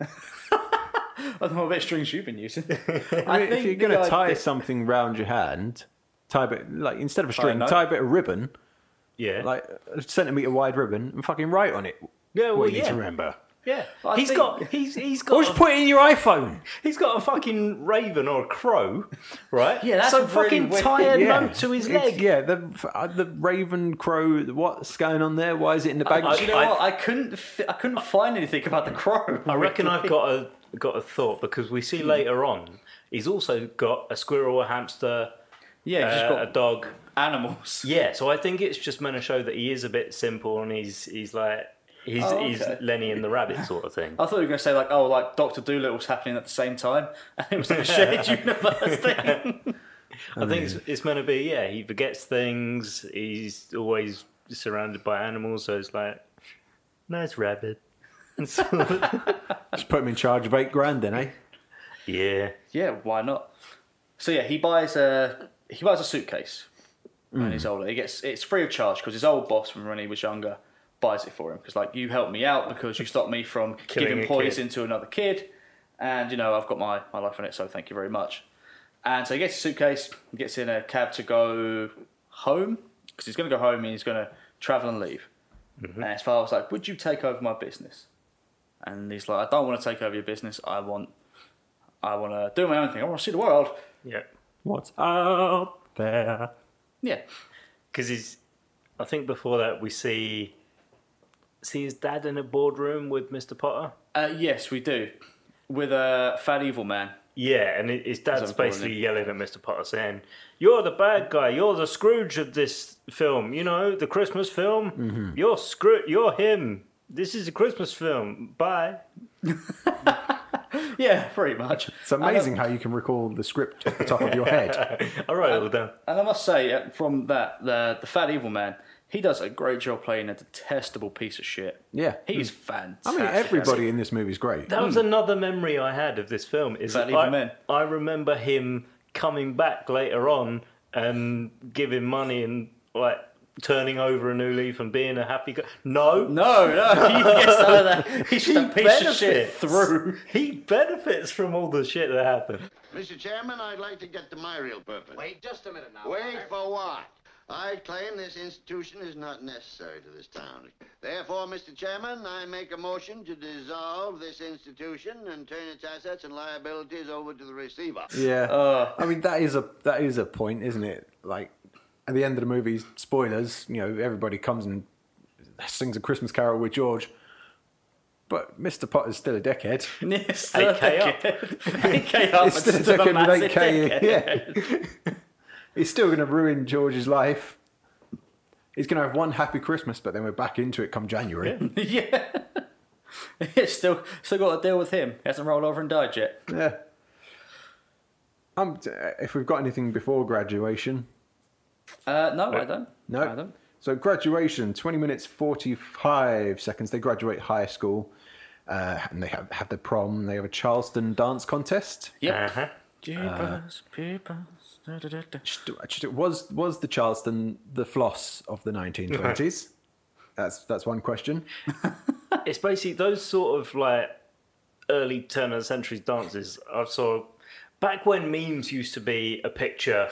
Speaker 1: I don't know what bit of strings you've been
Speaker 3: (laughs)
Speaker 1: using.
Speaker 2: I
Speaker 1: I
Speaker 2: mean, if
Speaker 1: think
Speaker 2: you're going
Speaker 1: the
Speaker 2: to tie
Speaker 1: idea-
Speaker 2: something round your hand, tie a bit like instead of
Speaker 3: Oh,
Speaker 2: a string,
Speaker 1: note?
Speaker 2: tie a bit of ribbon,
Speaker 3: Yeah,
Speaker 2: like a centimeter wide ribbon, and fucking write on it.
Speaker 3: yeah, well,
Speaker 2: what you
Speaker 3: yeah.
Speaker 2: need to remember.
Speaker 3: Yeah,
Speaker 1: I
Speaker 3: he's
Speaker 1: think- (laughs)
Speaker 3: got he's he's got.
Speaker 4: Or
Speaker 3: a-
Speaker 4: just put it in your iPhone.
Speaker 3: He's got a fucking raven or a crow, right?
Speaker 1: Yeah, that's
Speaker 3: so
Speaker 1: really
Speaker 3: fucking
Speaker 1: weird.
Speaker 3: tie a
Speaker 2: Yeah.
Speaker 3: note to his
Speaker 2: It's-
Speaker 3: leg.
Speaker 2: yeah, the uh, the Raven Crow. What's going on there? Why is it in the bag?
Speaker 1: Do you know
Speaker 3: I-
Speaker 1: what? I couldn't. Fi- I couldn't find anything about the crow.
Speaker 3: I reckon I've got a got a thought because we
Speaker 1: Hmm.
Speaker 3: see later on he's also got a squirrel, a hamster,
Speaker 1: (laughs) Yeah, he's
Speaker 3: uh,
Speaker 1: got
Speaker 3: a dog.
Speaker 1: animals.
Speaker 3: Yeah, so I think it's just meant to show that he is a bit simple and he's he's like He's,
Speaker 1: Oh,
Speaker 3: he's
Speaker 1: okay.
Speaker 3: Lenny and the Rabbit sort of thing.
Speaker 1: I thought you were going to say like, oh, like Doctor Doolittle's happening at the same time, (laughs) and it was like a shared universe thing.
Speaker 3: I think it's, it's meant to be, yeah, he forgets things, he's always surrounded by animals, so it's like, nice rabbit. (laughs) And so-
Speaker 2: Just put him in charge of eight grand, then, eh?
Speaker 3: yeah.
Speaker 1: yeah, why not? So yeah, he buys a he buys a suitcase when
Speaker 3: Mm.
Speaker 1: he's older. He gets it's free of charge because his old boss from when he was younger buys it for him because like you helped me out because you stopped me from
Speaker 3: (laughs) Killing a
Speaker 1: giving
Speaker 3: kid.
Speaker 1: poison to another kid, and you know I've got my my life on it, so thank you very much. And so he gets a suitcase, he gets in a cab to go home because he's going to go home and he's going to travel and leave.
Speaker 3: Mm-hmm.
Speaker 1: And his father was like, "Would you take over my business?" And he's like, "I don't want to take over your business. I want, I want to do my own thing. I want to see the world."
Speaker 3: Yeah.
Speaker 4: What's out there?
Speaker 1: Yeah,
Speaker 3: because he's. I think before that we see see his dad in a boardroom with Mr. Potter.
Speaker 1: uh, yes, we do. With a fat evil man.
Speaker 3: Yeah, and it- his dad's
Speaker 1: a boardroom.
Speaker 3: basically yelling at Mr. Potter, saying, "You're the bad guy. You're the Scrooge of this film. You know the Christmas film. You're Scroo. You're him. This is a Christmas film. Bye."
Speaker 1: Yeah, pretty much.
Speaker 2: It's amazing how you can recall the script at the top of your
Speaker 3: (laughs)
Speaker 2: head.
Speaker 3: All right, all done.
Speaker 1: And I must say, uh, from that, the the fat evil man, he does a great job playing a detestable piece of shit.
Speaker 2: Yeah.
Speaker 1: He is fantastic.
Speaker 2: I mean, everybody in this movie is great.
Speaker 3: That was another memory I had of this film. Is
Speaker 1: Fat
Speaker 3: that
Speaker 1: Evil
Speaker 3: I,
Speaker 1: Men.
Speaker 3: I remember him coming back later on and giving money and like turning over a new leaf and being a happy guy.
Speaker 1: (laughs)
Speaker 3: No,
Speaker 1: No, (laughs) no, he gets out of that. He's just a piece of shit
Speaker 3: benefits.
Speaker 1: through. (laughs)
Speaker 3: He benefits from all the shit that happened.
Speaker 5: Mr. Chairman, I'd like to get to my real purpose.
Speaker 6: Wait just a minute now.
Speaker 5: Wait
Speaker 6: Walter.
Speaker 5: for what? I claim this institution is not necessary to this town. Therefore, Mr. Chairman, I make a motion to dissolve this institution and turn its assets and liabilities over to the receiver.
Speaker 2: Yeah. I mean, that is a that is a point, isn't it? Like at the end of the movie, spoilers. You know, everybody comes and sings a Christmas carol with George, but Mister Potter's still a (laughs) dickhead.
Speaker 1: Yes,
Speaker 3: 8K
Speaker 1: (laughs)
Speaker 3: up.
Speaker 1: 8K
Speaker 2: (laughs)
Speaker 1: up.
Speaker 2: He's
Speaker 1: and
Speaker 2: still a
Speaker 1: just a
Speaker 2: dickhead
Speaker 1: massive
Speaker 2: with 8K.
Speaker 1: dickhead.
Speaker 2: Yeah. (laughs) He's still going to ruin George's life. He's going to have one happy Christmas, but then we're back into it come January.
Speaker 1: (laughs) Yeah. (laughs) It's still still got to deal with him. He hasn't rolled over and died yet.
Speaker 2: (laughs) Yeah. Um, t- if we've got anything before graduation,
Speaker 1: Uh, no, I don't.
Speaker 2: no.
Speaker 1: I don't.
Speaker 2: So graduation, twenty minutes forty-five seconds. They graduate high school, uh, and they have, have their prom. They have a Charleston dance contest.
Speaker 1: Yep.
Speaker 3: Uh-huh.
Speaker 1: Jeepers, peepers, da, da, da, da.
Speaker 2: Just- just- Was was the Charleston the floss of the nineteen
Speaker 3: (laughs)
Speaker 2: twenties? That's that's one question.
Speaker 3: It's basically those sort of like early turn of the century dances I saw back when memes used to be a picture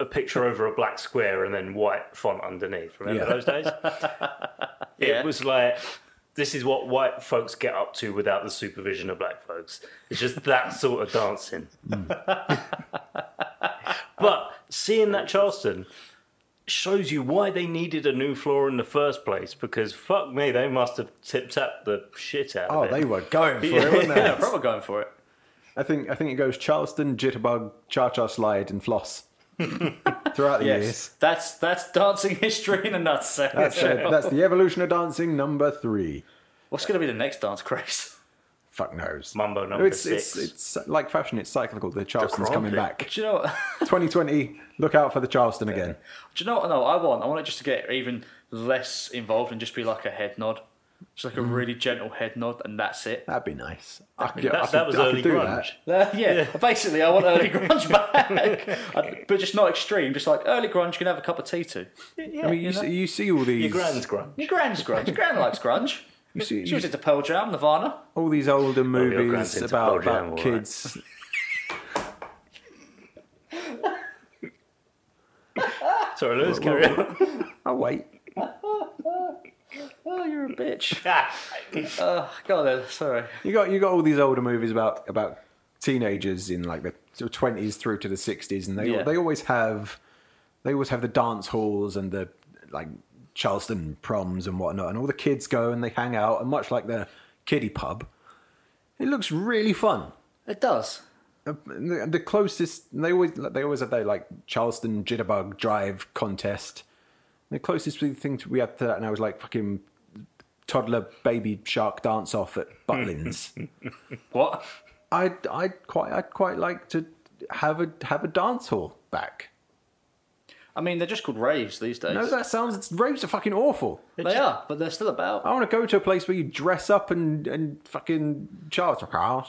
Speaker 3: a picture over a black square and then white font underneath. Remember
Speaker 2: Yeah. (laughs)
Speaker 3: those days?
Speaker 1: Yeah.
Speaker 3: It was like this is what white folks get up to without the supervision of black folks. It's just that sort of dancing. but seeing that Charleston shows you why they needed a new floor in the first place because fuck me, they must have tip tapped the shit out
Speaker 2: Oh,
Speaker 3: of it.
Speaker 2: they were going for it, weren't
Speaker 1: Yeah,
Speaker 2: they?
Speaker 1: probably going for it.
Speaker 2: I think I think it goes Charleston, Jitterbug, Cha Cha Slide, and
Speaker 3: (laughs)
Speaker 2: Floss throughout the
Speaker 1: Yes,
Speaker 2: years.
Speaker 1: that's that's dancing history in a nutshell.
Speaker 2: That's,
Speaker 3: (laughs)
Speaker 2: uh, that's the evolution of dancing number three.
Speaker 1: (laughs) What's going to be the next dance craze?
Speaker 2: Fuck knows.
Speaker 3: Mambo number
Speaker 2: it's,
Speaker 3: six.
Speaker 2: It's, it's like fashion, it's cyclical. The Charleston's
Speaker 3: Crompton.
Speaker 2: coming back.
Speaker 1: Do you know? What, (laughs)
Speaker 2: 2020, look out for the Charleston again.
Speaker 1: do you know what? No, I want. I want it just to get even less involved and just be like a head nod, just like a really gentle head nod, and that's it.
Speaker 2: That'd be nice. I could, I
Speaker 3: that,
Speaker 2: could-
Speaker 3: that was
Speaker 2: I could
Speaker 3: early
Speaker 2: do
Speaker 3: grunge.
Speaker 1: Uh, (laughs) yeah, basically, I want early grunge back, (laughs) I- but just not extreme. Just like early grunge, you can have a cup of tea too.
Speaker 2: that. I mean, you, see, you see all these
Speaker 3: Your grand's grunge.
Speaker 1: Your grand's grunge. Your grand likes grunge.
Speaker 2: you see,
Speaker 1: She
Speaker 2: you
Speaker 1: was into Pearl Jam, Nirvana.
Speaker 2: all these older
Speaker 3: your grand's
Speaker 2: movies
Speaker 3: into
Speaker 2: about,
Speaker 3: Pearl Jam,
Speaker 2: about
Speaker 3: all right.
Speaker 2: kids.
Speaker 3: Sorry, Lewis, carry on.
Speaker 2: I'll wait.
Speaker 1: Oh, you're a bitch.
Speaker 2: (laughs) Ah,
Speaker 1: uh, go on then. Sorry.
Speaker 2: You got you got all these older movies about about teenagers in like the twenties through to the sixties, and they
Speaker 1: Yeah.
Speaker 2: they always have they always have the dance halls and the like Charleston proms and whatnot, and all the kids go and they hang out, and much like the kiddie pub, it looks really fun.
Speaker 1: It does.
Speaker 2: And The, the closest they always they always have their like Charleston jitterbug drive contest. The closest thing to- we had to that now is like fucking toddler baby shark dance off at Butlins.
Speaker 1: What?
Speaker 2: I'd I'd quite I'd quite like to have a have a dance hall back.
Speaker 1: I mean, they're just called raves these days.
Speaker 2: No, that sounds it's, raves are fucking awful.
Speaker 1: they are, but they're still about.
Speaker 2: I want to go to a place where you dress up and and fucking Charles.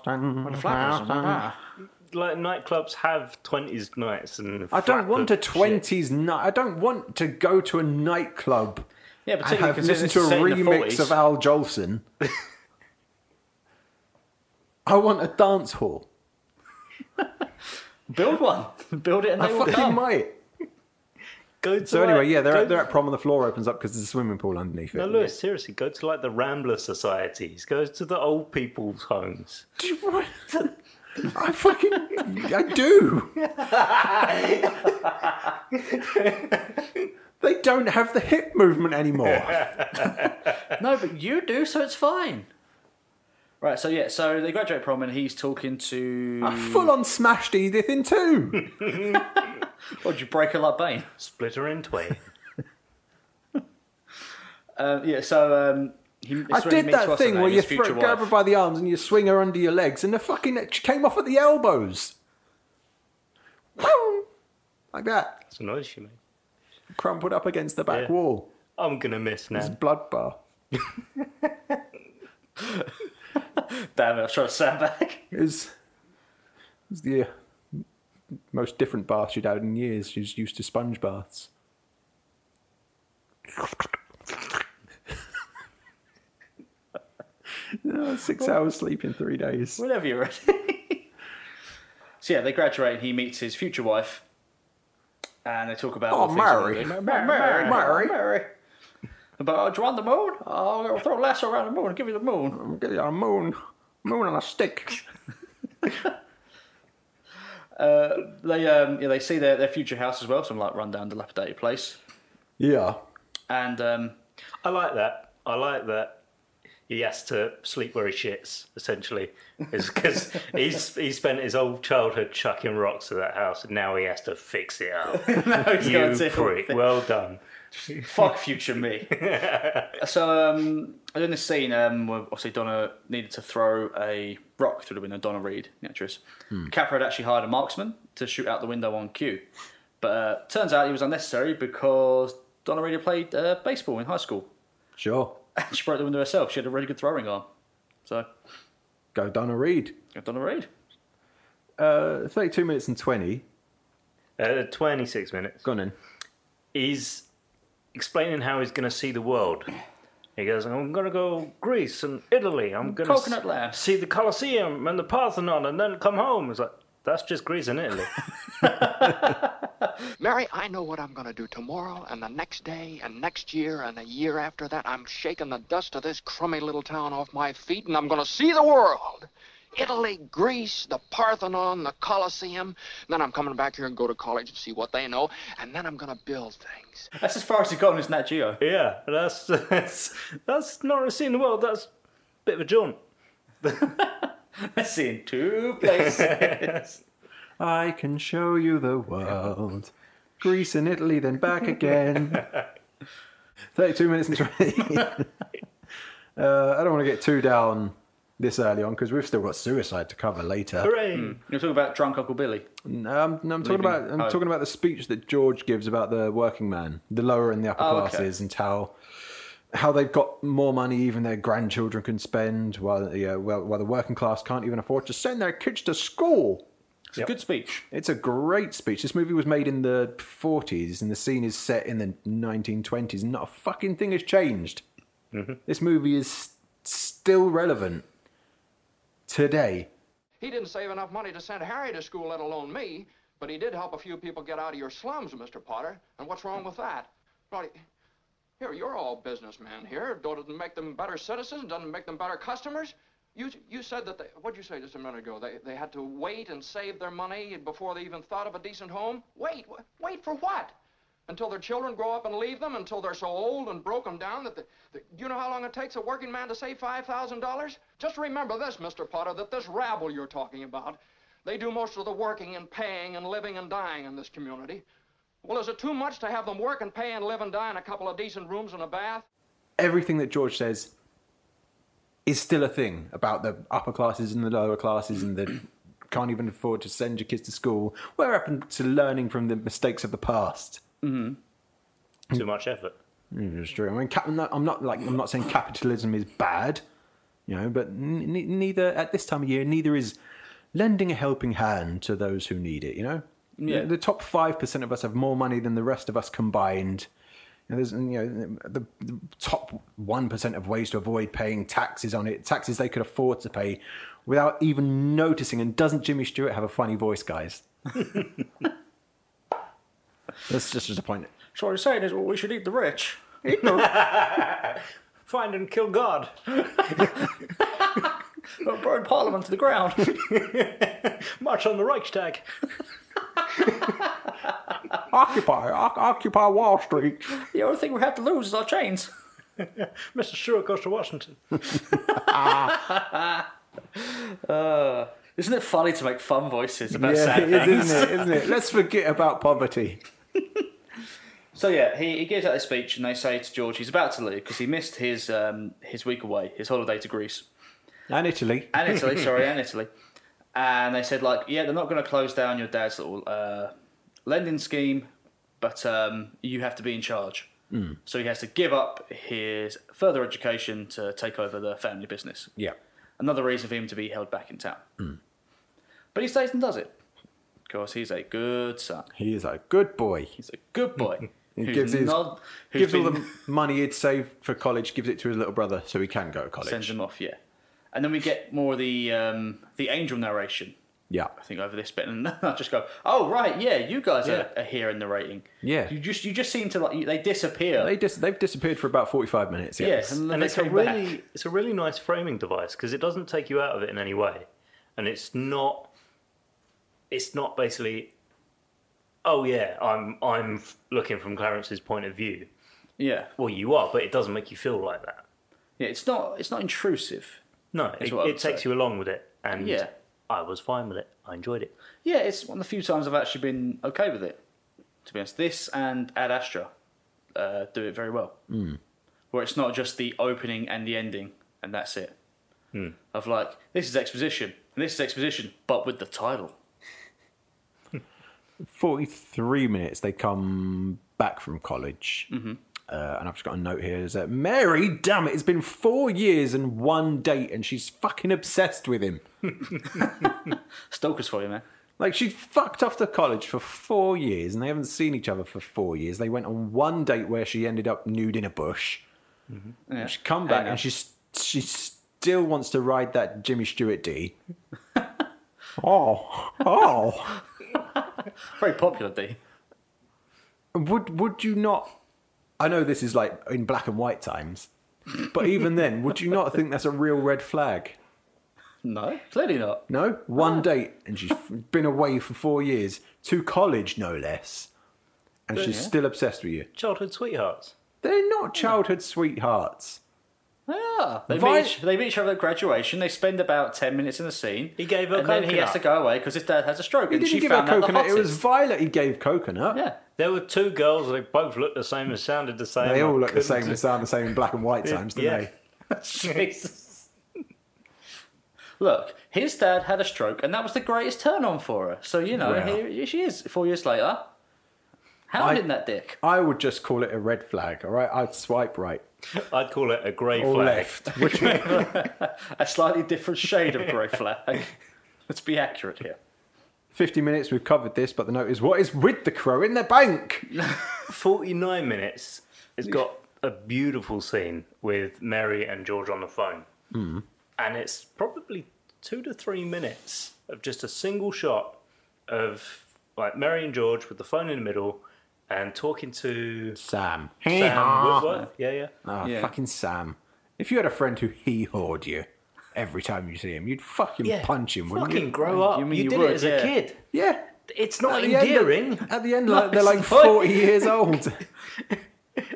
Speaker 2: I
Speaker 3: (laughs) Like nightclubs have twenties nights, and
Speaker 2: don't want a
Speaker 3: flapper shit.
Speaker 2: twenties night. I don't want to go to a nightclub
Speaker 1: Yeah,
Speaker 2: and
Speaker 1: particularly
Speaker 2: have
Speaker 1: considering
Speaker 2: listened to a
Speaker 1: it's set in the
Speaker 2: remix
Speaker 1: 40s.
Speaker 2: of Al Jolson. (laughs) I want a dance hall.
Speaker 1: Build
Speaker 2: (laughs)
Speaker 1: one. Build it and
Speaker 2: I
Speaker 1: they will
Speaker 2: fucking
Speaker 1: come.
Speaker 2: might.
Speaker 3: Go to
Speaker 2: So anyway,
Speaker 3: like-
Speaker 2: yeah, they're
Speaker 3: go
Speaker 2: at, they're at prom and the floor opens up because there's a swimming pool underneath it.
Speaker 3: No, Lewis, seriously, go to like the Rambler societies. Go to the old people's homes.
Speaker 2: Do you- what? (laughs) I fucking I do. they don't have the hip movement anymore.
Speaker 1: No, but you do, so it's fine. Right, so yeah, so they graduate prom and he's talking to.
Speaker 2: I full on smashed Edith in two.
Speaker 1: Or did you break her like Bane?
Speaker 3: Split her in
Speaker 2: (laughs)
Speaker 3: twain.
Speaker 1: Um, yeah, so um, he.
Speaker 2: I did that thing where you throw, grab her by the arms and you swing her under your legs, and the fucking she came off at the elbows. Whoong! like that,
Speaker 3: That's a noise she made.
Speaker 2: crumpled up against the back
Speaker 3: Yeah.
Speaker 2: wall.
Speaker 3: I'm gonna miss
Speaker 2: It's
Speaker 3: now.
Speaker 2: blood bar.
Speaker 1: Damn it! I was trying to (laughs) sandbag.
Speaker 2: It was, it was the uh, most different bath she'd had in years. She was used to sponge baths. (laughs) No, six hours sleep in three days.
Speaker 1: Whenever you're ready. (laughs) so yeah, they graduate and he meets his future wife, and they talk about. all
Speaker 2: Oh,
Speaker 1: the things
Speaker 2: Mary.
Speaker 1: they do.
Speaker 2: Mary. Mary.
Speaker 1: Mary. But oh, do you want the moon? Oh, I'll throw a lasso around the moon and give you the moon.
Speaker 2: I'll give you a moon. Moon on a stick.
Speaker 1: They um, yeah, they see their, their future house as well, some like rundown, dilapidated place,
Speaker 2: Yeah.
Speaker 1: and um, (laughs)
Speaker 3: I like that. I like that. He has to sleep where he shits. Essentially, is
Speaker 2: (laughs)
Speaker 3: because he's he spent his whole childhood chucking rocks at that house, and now he has to fix
Speaker 2: (laughs)
Speaker 3: it up.
Speaker 1: (laughs) he's
Speaker 3: (laughs) you
Speaker 1: going to-
Speaker 3: prick. Well done.
Speaker 1: Fuck future me. so um, in this scene, um, where obviously Donna needed to throw a rock through the window. Donna Reed, the actress, Capra had actually hired a marksman to shoot out the window on cue, but uh, turns out it was unnecessary because Donna Reed had played uh, baseball in high school. (laughs)
Speaker 2: Sure.
Speaker 1: she broke the window herself. She had a really good throwing arm. So
Speaker 2: Go down a read.
Speaker 1: go Donna Reed.
Speaker 2: Uh, 32 minutes and 20.
Speaker 3: Uh, Twenty-six minutes.
Speaker 2: Gone in.
Speaker 3: he's explaining how he's going to see the world. He goes, I'm going to go Greece and Italy. I'm going
Speaker 1: Coconut
Speaker 3: to
Speaker 1: Land.
Speaker 3: see the Colosseum and the Parthenon and then come home. It's like, that's just Greece and Italy.
Speaker 6: Mary, I know what I'm going to do tomorrow and the next day and next year and a year after that. I'm shaking the dust of this crummy little town off my feet and I'm going to see the world. Italy, Greece, the Parthenon, the Colosseum. Then I'm coming back here and go to college and see what they know. And then I'm going to build things.
Speaker 1: That's as far as he's gotten as Nat Geo. (laughs)
Speaker 3: yeah, that's, that's, that's not really seeing the world. That's a bit of a jaunt.
Speaker 1: That's in two places.
Speaker 2: I can show you the world. Greece and Italy, then back again. 32 minutes and 20. uh, I don't want to get too down this early on because we've still got suicide to cover later.
Speaker 3: Hooray!
Speaker 1: You're talking about drunk Uncle Billy.
Speaker 2: No, I'm, Um, no, I'm talking
Speaker 1: Leaving
Speaker 2: about I'm
Speaker 1: home.
Speaker 2: talking about the speech that George gives about the working man, the lower and the upper
Speaker 1: Oh, okay.
Speaker 2: classes, and how how they've got more money even their grandchildren can spend, while the uh, well, while the working class can't even afford to send their kids to school.
Speaker 1: It's a good speech.
Speaker 2: It's a great speech. This movie was made in the 40s and the scene is set in the 1920s and not a fucking thing has changed.
Speaker 1: Mm-hmm.
Speaker 2: This movie is s- still relevant today.
Speaker 6: He didn't save enough money to send Harry to school, let alone me. But he did help a few people get out of your slums, Mr. Potter. And what's wrong with that? Bloody. Here, you're all businessmen here. Doesn't make them better citizens, doesn't make them better customers. You, you said that they, what'd you say just a minute ago? They, they had to wait and save their money before they even thought of a decent home? Wait, wh- wait for what? Until their children grow up and leave them, until they're so old and broken down that the, the you know how long it takes a working man to save $5,000? Just remember this, Mr. Potter, that this rabble you're talking about, they do most of the working and paying and living and dying in this community. Well, is it too much to have them work and pay and live and die in a couple of decent rooms and a bath?
Speaker 2: Everything that George says is still a thing about the upper classes and the lower classes and the (clears throat) can't even afford to send your kids to school. What happened to learning from the mistakes of the past?
Speaker 3: Too much effort.
Speaker 2: Mm, It's true. I mean, cap- no, I'm not like I'm not saying capitalism is bad, you know, but n- n- neither at this time of year, neither is lending a helping hand to those who need it. You know,
Speaker 1: Yeah.
Speaker 2: The top five percent of us have more money than the rest of us combined. You know, there's you know the, the top one percent of ways to avoid paying taxes on it, taxes they could afford to pay, without even noticing. And doesn't Jimmy Stewart have a funny voice, guys? That's just just a point.
Speaker 1: So what you're saying is, well, we should eat the rich.
Speaker 3: Find and kill God.
Speaker 1: Don't burn Parliament to the ground. (laughs)
Speaker 3: March on the Reichstag. (laughs)
Speaker 2: Occupy, oc- occupy Wall Street.
Speaker 1: the only thing we have to lose is our chains.
Speaker 3: Mr. Stewart goes to Washington.
Speaker 1: Isn't it funny to make fun voices about
Speaker 2: Yeah,
Speaker 1: sad
Speaker 2: it is,
Speaker 1: things?
Speaker 2: isn't it? Isn't it? Let's forget about poverty.
Speaker 1: So yeah, he, he gives out a speech, and they say to George he's about to leave because he missed his um, his week away, his holiday to Greece
Speaker 2: And Italy.
Speaker 1: and
Speaker 2: (laughs)
Speaker 1: Italy. sorry, and Italy. And they said like, yeah, they're not going to close down your dad's little uh, lending scheme, but um, you have to be in charge.
Speaker 2: Hmm.
Speaker 1: Mm. So he has to give up his further education to take over the family business.
Speaker 2: Yeah.
Speaker 1: Another reason for him to be held back in town.
Speaker 2: Hmm.
Speaker 1: But he stays and does it. Of course, he's a good son.
Speaker 2: He is a good boy.
Speaker 1: He's a good
Speaker 2: (laughs)
Speaker 1: boy.
Speaker 2: He
Speaker 1: who's
Speaker 2: gives his-
Speaker 1: not- who's
Speaker 2: gives all
Speaker 1: been-
Speaker 2: the money he'd saved for college, gives it to his little brother so he can go to college.
Speaker 1: sends them off. Yeah, and then we get more of the um, the angel narration.
Speaker 2: Yeah.
Speaker 1: I think over this bit, (laughs) and I just go, "Oh right, yeah, you guys Are,
Speaker 2: Yeah.
Speaker 1: are here in the rating."
Speaker 2: Yeah.
Speaker 1: you just you just seem to like you, they disappear.
Speaker 2: They dis- they've disappeared for about 45 minutes. Yeah.
Speaker 1: yes, and, then
Speaker 3: and
Speaker 1: they
Speaker 3: it's a
Speaker 1: come
Speaker 3: really
Speaker 1: back.
Speaker 3: it's a really nice framing device because it doesn't take you out of it in any way and it's not it's not basically oh yeah i'm i'm f- looking from clarence's point of view
Speaker 1: yeah,
Speaker 3: well you are but it doesn't make you feel like that
Speaker 1: yeah. It's not it's not intrusive.
Speaker 3: no it,
Speaker 1: Is what I
Speaker 3: it
Speaker 1: would
Speaker 3: takes
Speaker 1: say.
Speaker 3: you along with it and
Speaker 1: Yeah.
Speaker 3: i was fine with it i enjoyed it
Speaker 1: Yeah, it's one of the few times I've actually been okay with it. To be honest, this and Ad Astra uh, do it very well. Mm. Where it's not just the opening and the ending, and that's it.
Speaker 3: Hmm.
Speaker 1: Of like, this is exposition, and this is exposition, but with the title.
Speaker 2: 43 minutes they come back from college. Mm-hmm. Uh, and I've just got a note here is that Mary, damn it, it's been four years and one date and she's fucking obsessed with him.
Speaker 1: Stalkers for you, man.
Speaker 2: Like she fucked off to college for four years, and they haven't seen each other for four years. They went on one date where she ended up nude in a bush.
Speaker 1: Yeah.
Speaker 2: She come
Speaker 1: I
Speaker 2: back
Speaker 1: know.
Speaker 2: and she's she still wants to ride that Jimmy Stewart D. oh, oh!
Speaker 1: Very popular, D.
Speaker 2: Would would you not? I know this is like in black and white times, but even then, would you not think that's a real red flag?
Speaker 1: (laughs) No, clearly not.
Speaker 2: No, one date, and she's been away for four years to college, no less, and she's
Speaker 1: yeah.
Speaker 2: still obsessed with you.
Speaker 3: childhood sweethearts
Speaker 2: They're not childhood sweethearts.
Speaker 1: Yeah, they
Speaker 2: Vi-
Speaker 1: meet, each, they meet each other at graduation. They spend about ten minutes in the scene.
Speaker 3: He gave her
Speaker 1: and then he
Speaker 3: coconut.
Speaker 1: has to go away because his dad has a stroke,
Speaker 2: He
Speaker 1: and
Speaker 2: didn't
Speaker 1: she
Speaker 2: give her
Speaker 1: found out
Speaker 2: coconut.
Speaker 1: the
Speaker 2: It was
Speaker 1: hottest.
Speaker 2: Violet he gave coconut.
Speaker 1: yeah,
Speaker 3: there were two girls they both looked the same and sounded the same
Speaker 2: They
Speaker 3: I
Speaker 2: all look the
Speaker 3: couldn't
Speaker 2: same. They sound the same in black and white times, don't
Speaker 3: yeah.
Speaker 2: they?
Speaker 3: Jesus.
Speaker 1: Look, his dad had a stroke, and that was the greatest turn on for her. So, you know,
Speaker 2: Well.
Speaker 1: here she is, four years later, hounding that dick.
Speaker 2: I would just call it a red flag. All right, I'd swipe right
Speaker 3: (laughs) I'd call it a grey
Speaker 2: or
Speaker 3: flag.
Speaker 2: left. Which
Speaker 1: A slightly different shade of grey flag. Let's be accurate here.
Speaker 2: (laughs) fifty minutes we've covered this, but the note is what is with the crow in the bank?
Speaker 3: 49 minutes it's got a beautiful scene with mary and george on the phone and it's probably two to three minutes of just a single shot of like mary and george with the phone in the middle and talking to
Speaker 2: Sam.
Speaker 3: sam whitworth yeah yeah
Speaker 2: Ah,
Speaker 1: Yeah.
Speaker 2: fucking Sam. If you had a friend who he hawed you every time you see him, you'd fucking
Speaker 3: yeah
Speaker 2: punch him, wouldn't
Speaker 3: fucking
Speaker 2: you?
Speaker 3: grow up
Speaker 1: You
Speaker 3: you,
Speaker 1: mean you
Speaker 3: did
Speaker 1: would,
Speaker 3: it as a
Speaker 1: yeah.
Speaker 3: kid
Speaker 2: Yeah.
Speaker 3: it's not
Speaker 2: the end of-
Speaker 3: endearing
Speaker 2: (laughs) At the end,
Speaker 1: No,
Speaker 2: like, they're
Speaker 1: it's
Speaker 2: like
Speaker 1: not.
Speaker 2: forty years old.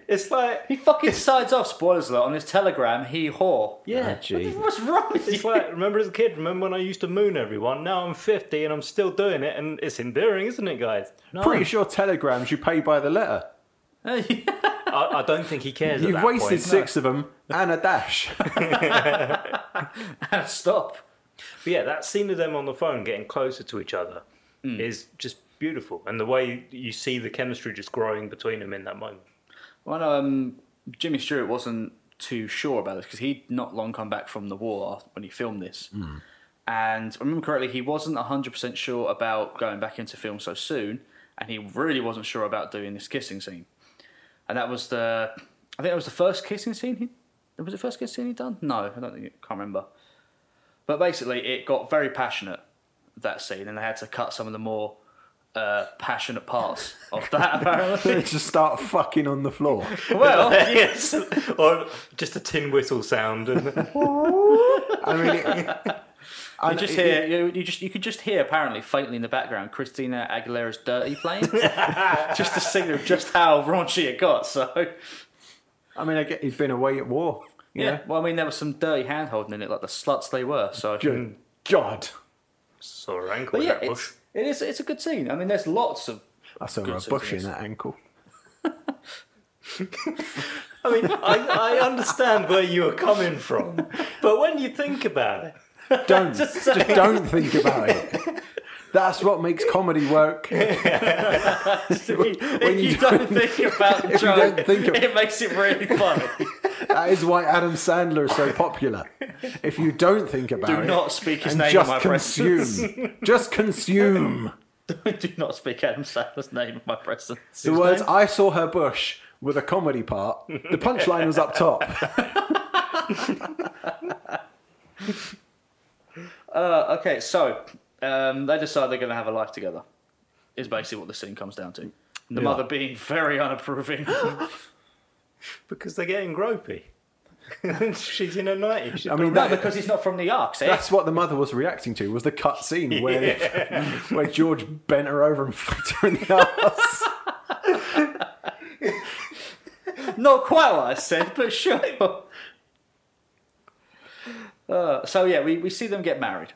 Speaker 3: it's like
Speaker 1: He fucking sides off, spoilers alert, on his telegram, he whore.
Speaker 3: yeah
Speaker 2: Gee.
Speaker 1: What's wrong with
Speaker 3: It's
Speaker 1: you?
Speaker 3: like, remember as a kid, remember when I used to moon everyone? Now I'm 50 and I'm still doing it,
Speaker 1: Oh.
Speaker 3: and it's endearing, isn't it, guys? No.
Speaker 2: Pretty sure telegrams you pay by the letter.
Speaker 3: I, I don't think he cares. at
Speaker 2: You've
Speaker 3: that
Speaker 2: wasted
Speaker 3: point.
Speaker 2: six of them and
Speaker 1: (laughs)
Speaker 2: a dash.
Speaker 1: (laughs)
Speaker 2: (laughs)
Speaker 1: Stop.
Speaker 3: But yeah, that scene of them on the phone getting closer to each other
Speaker 1: Mm.
Speaker 3: is just beautiful, and the way you see the chemistry just growing between them in that
Speaker 1: (laughs)
Speaker 3: moment.
Speaker 1: Well, um, Jimmy Stewart wasn't too sure about this because he'd not long come back from the war after- when he filmed this. And if I remember correctly, he wasn't 100% sure about going back into film so soon, and he really wasn't sure about doing this kissing scene. And that was the, I think that was the first kissing scene he, was it the first kissing scene he'd done? No, I don't think, can't remember. But basically, it got very passionate, that scene, and they had to cut some of the more uh, passionate parts of that, (laughs) apparently.
Speaker 2: (laughs) They just start fucking on the floor.
Speaker 1: well,
Speaker 3: yes, or just a tin whistle sound. And, (laughs)
Speaker 2: I mean, it, I
Speaker 1: You just hear Uh, you, you just you could just hear apparently faintly in the background Christina Aguilera's "Dirty"
Speaker 2: (laughs)
Speaker 1: playing, just a signal of just how raunchy it got. So
Speaker 2: I mean, I get he's been away at war. You
Speaker 1: yeah,
Speaker 2: know?
Speaker 1: well, I mean there was some dirty hand holding in it, like the sluts they were. So
Speaker 2: Good God.
Speaker 3: Sore ankle
Speaker 1: but
Speaker 3: in
Speaker 1: yeah,
Speaker 3: that bush.
Speaker 1: it's, it is it's a good scene. I mean, there's lots
Speaker 2: (laughs)
Speaker 1: of (laughs)
Speaker 2: I saw
Speaker 1: Good
Speaker 2: a
Speaker 1: sense of
Speaker 2: bush in
Speaker 1: this. (laughs)
Speaker 2: that ankle.
Speaker 3: I mean, I, I understand where you are coming from, but when you think about it,
Speaker 2: Don't just don't think about it. That's what makes comedy
Speaker 1: (laughs)
Speaker 2: work.
Speaker 1: if you,
Speaker 2: (laughs) you
Speaker 1: don't think about the
Speaker 2: if you don't
Speaker 1: joke,
Speaker 2: think of-
Speaker 1: it makes it
Speaker 2: (laughs)
Speaker 1: really funny.
Speaker 2: That is why Adam Sandler is so popular. If you don't think about
Speaker 1: Do
Speaker 2: it,
Speaker 1: not speak his
Speaker 2: and
Speaker 1: name, in my
Speaker 2: just
Speaker 1: presence.
Speaker 2: consume, just consume.
Speaker 1: (laughs) Do not speak Adam Sandler's name in my presence.
Speaker 2: The words "I saw her bush" with a comedy part. The punchline was up top.
Speaker 1: Uh, okay, so um, they decide they're going to have a life together. Is basically what the scene comes down to. The mother being very unapproving. (gasps)
Speaker 3: because they're getting gropey. (laughs) She's in her 90s. She's
Speaker 2: I mean,
Speaker 1: no,
Speaker 2: that,
Speaker 1: because he's not from the eh? arc. See?
Speaker 2: that's what the mother was reacting to was the cut scene where where George bent her over and fucked her in the ass.
Speaker 1: not quite what I said, but sure. Uh, so yeah, we, we see them get married,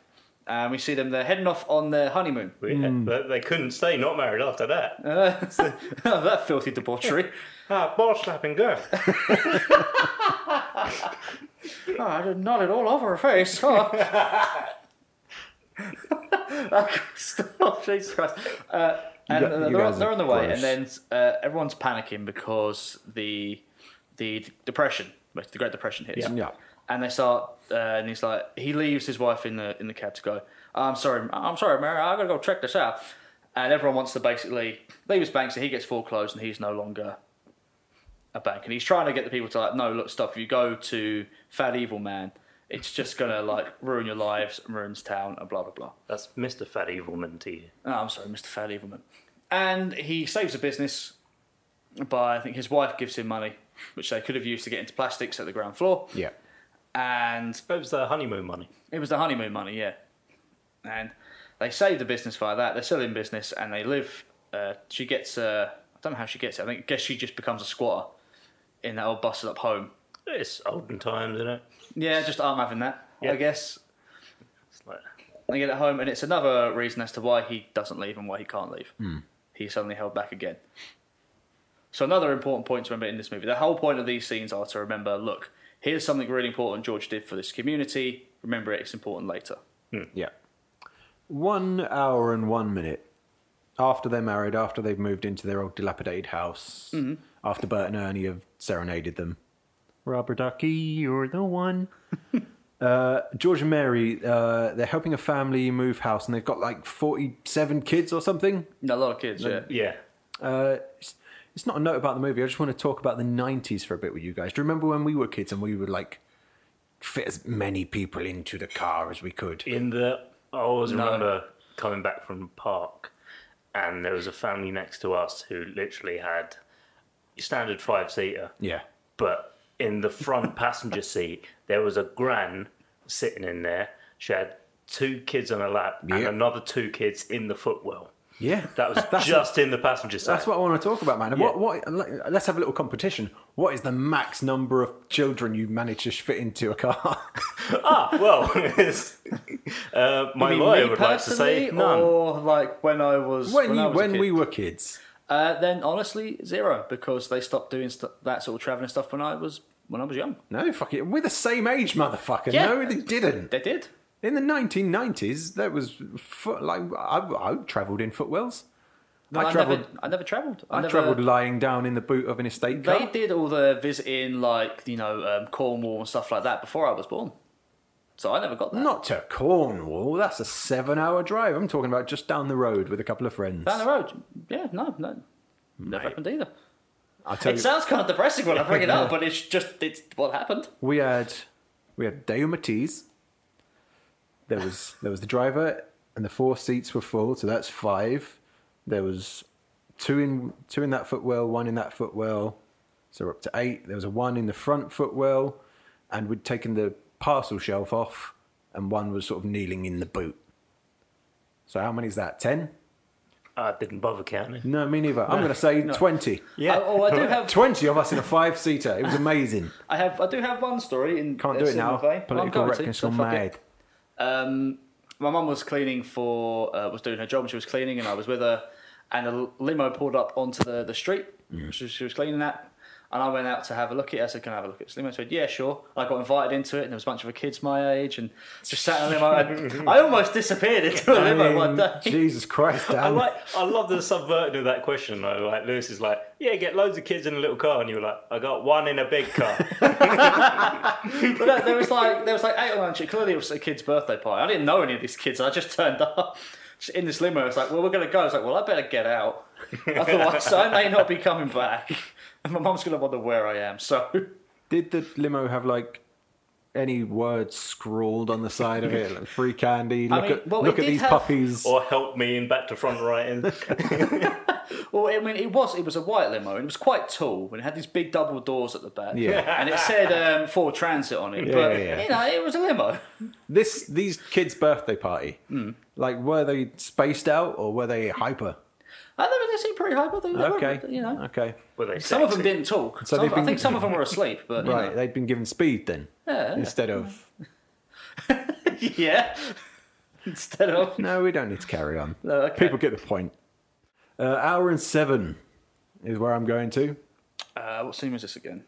Speaker 1: and we see them they're heading off on their honeymoon. (laughs)
Speaker 3: Yeah,
Speaker 2: mm.
Speaker 3: they, they couldn't stay not married after that.
Speaker 1: Uh. that filthy debauchery.
Speaker 3: ah, ball slapping girl.
Speaker 1: (laughs) Oh, I did not at all over her (laughs) face. Oh. Stop, Jesus Christ. Uh, and
Speaker 2: You got-
Speaker 1: uh, they're,
Speaker 2: you guys
Speaker 1: they're
Speaker 2: are
Speaker 1: on the way,
Speaker 2: gross.
Speaker 1: and then uh, everyone's panicking because the the depression, like the Great Depression hits.
Speaker 2: Yeah.
Speaker 1: And they start, uh, and he's like, he leaves his wife in the in the cab to go. I'm sorry, I'm sorry, Mary. I gotta go check this out. And everyone wants to basically leave his bank, so he gets foreclosed, and he's no longer a bank, and he's trying to get the people to like, no, look, stop. If you go to Fat Evil Man, it's just gonna like ruin your lives, and ruins town, and blah blah blah.
Speaker 3: That's Mr. Fat Evilman to you.
Speaker 1: Oh, I'm sorry, Mr. Fat Evilman. And he saves the business by I think his wife gives him money, which they could have used to get into plastics at the ground floor.
Speaker 2: Yeah.
Speaker 1: And
Speaker 3: It was their honeymoon money.
Speaker 1: it was the honeymoon money, yeah. And they save the business via that. They're still in business, and they live. Uh, she gets. Uh, I don't know how she gets it. I think guess she just becomes a squatter in that old busted up home.
Speaker 3: It's olden times, isn't it?
Speaker 1: Yeah, just I'm having that. I
Speaker 3: Yeah.
Speaker 1: guess
Speaker 3: It's like,
Speaker 1: they get it home, and it's another reason as to why he doesn't leave and why he can't leave. He's suddenly held back again. So another important point to remember in this movie: the whole point of these scenes are to remember. Look, here's something really important George did for this community. Remember it; it's important later.
Speaker 2: Yeah. One hour and one minute after they're married, after they've moved into their old dilapidated house, after Bert and Ernie have serenaded them. Rubber ducky, you're the one. (laughs) uh, George and Mary, uh, they're helping a family move house, and they've got like 47 kids or something.
Speaker 1: A lot of kids, yeah.
Speaker 3: yeah.
Speaker 2: Uh, it's, it's not a note about the movie. I just want to talk about the 90s for a bit with you guys. Do you remember when we were kids and we would like fit as many people into the car as we could?
Speaker 3: In the, I always remember coming back from park, and there was a family next to us who literally had standard five seater,
Speaker 2: Yeah.
Speaker 3: but in the front passenger seat there was a gran sitting in there. She had two kids on her lap and
Speaker 2: Yeah.
Speaker 3: another two kids in the footwell.
Speaker 2: Yeah.
Speaker 3: That was just in the passenger side.
Speaker 2: That's what I want to talk about, man. And What, what, le- let's have a little competition. What is the max number of children you manage to fit into
Speaker 1: (laughs)
Speaker 2: a car?
Speaker 3: Ah, well, (laughs) it's- uh, my
Speaker 1: I mean,
Speaker 3: lawyer
Speaker 1: me
Speaker 3: would like to say
Speaker 1: personally,
Speaker 3: none.
Speaker 1: or like when I was
Speaker 2: when
Speaker 1: I
Speaker 2: you,
Speaker 1: was a
Speaker 2: when
Speaker 1: kid?
Speaker 2: we were kids,
Speaker 1: Uh, then honestly, zero because they stopped doing st- that sort of traveling stuff when I was when I was young.
Speaker 2: No, fuck it. We're the same age, motherfucker.
Speaker 1: Yeah.
Speaker 2: No, they didn't.
Speaker 1: They did.
Speaker 2: In the 1990s, that was foot, like I, I travelled in footwells.
Speaker 1: I,
Speaker 2: I travelled.
Speaker 1: never, I never travelled.
Speaker 2: I,
Speaker 1: never-
Speaker 2: travelled lying down in the boot of an estate car.
Speaker 1: They did all the visiting, like you know, um, Cornwall and stuff like that before I was born. So I never got that.
Speaker 2: Not to Cornwall. That's a seven-hour drive. I'm talking about just down the road with a couple of friends.
Speaker 1: down the road. Yeah, no, no, never happened either.
Speaker 2: I tell
Speaker 1: it
Speaker 2: you,
Speaker 1: sounds kind of depressing when I bring it
Speaker 2: (laughs)
Speaker 1: up, but it's just it's what happened.
Speaker 2: we had we had Daumatees. There was there was the driver, and the four seats were full, so that's five. There was two in two in that footwell, one in that footwell, so we're up to eight. There was a one in the front footwell, and we'd taken the parcel shelf off, and one was sort of kneeling in the boot. So how many is that? Ten?
Speaker 3: I didn't bother counting.
Speaker 2: No, me neither. I'm going to say twenty.
Speaker 3: Yeah.
Speaker 1: Oh, oh, I do have.
Speaker 2: Twenty of us in a five-seater. It was amazing.
Speaker 1: I have. I do have one story. In
Speaker 2: Can't
Speaker 1: a
Speaker 2: do it
Speaker 1: similar
Speaker 2: now.
Speaker 1: vein. Well, I'm
Speaker 2: Political
Speaker 1: going to,
Speaker 2: records
Speaker 1: so
Speaker 2: are
Speaker 1: fuck it.
Speaker 2: mad.
Speaker 1: Um, my mum was cleaning for uh, was doing her job and she was cleaning and I was with her and a limo pulled up onto the, the street. She, she was cleaning that and I went out to have a look at it. I said, "Can I have a look at this limo?" She said, "Yeah, sure." I got invited into it and there was a bunch of kids my age and just sat in a limo. and I almost disappeared into a limo one day. (laughs)
Speaker 2: Jesus Christ,
Speaker 3: I
Speaker 2: Dan.
Speaker 3: like. I love the subverting of that question though. Like Lewis is like, yeah, get loads of kids in a little car, and you were like, I got one in a big car.
Speaker 1: But no, there was like there was like eight or nine chicks. Clearly, it was a kid's birthday party. I didn't know any of these kids. I just turned up Just in this limo. I was like, "Well, we're gonna go." I was like, "Well, I better get out, otherwise I may not be coming back, and my mum's gonna wonder where I am." So
Speaker 2: Did the limo have like any words scrawled on the side
Speaker 1: (laughs)
Speaker 2: of it? Like free candy. Look
Speaker 1: mean,
Speaker 2: at
Speaker 1: well,
Speaker 2: look
Speaker 1: it
Speaker 2: at
Speaker 1: did
Speaker 2: these
Speaker 1: have-
Speaker 2: puppies.
Speaker 3: or help me in back to front writing.
Speaker 1: Well, I mean, it was it was a white limo, and it was quite tall, and it had these big double doors at the back.
Speaker 2: Yeah.
Speaker 1: and it said um, Ford Transit on it,
Speaker 2: Yeah,
Speaker 1: but
Speaker 2: yeah, yeah.
Speaker 1: you know, it was a limo.
Speaker 2: This these kids' birthday party.
Speaker 1: Hmm.
Speaker 2: Like, were they spaced out or were they hyper?
Speaker 1: I thought they seemed pretty high, but they, they
Speaker 2: Okay,
Speaker 1: were, you know.
Speaker 2: okay,
Speaker 3: Were they
Speaker 1: Some of them
Speaker 3: sexy?
Speaker 1: didn't talk.
Speaker 2: So
Speaker 1: some,
Speaker 2: they've
Speaker 1: I
Speaker 2: been-
Speaker 1: think some of them were asleep, but you
Speaker 2: right. They'd been given speed then
Speaker 1: Yeah.
Speaker 2: instead of.
Speaker 1: know. (laughs) yeah. Instead of
Speaker 2: No, we don't need to carry on.
Speaker 1: No, (laughs) okay.
Speaker 2: People get the point. Uh, hour and seven is where I'm going to.
Speaker 1: Uh, what scene was this again?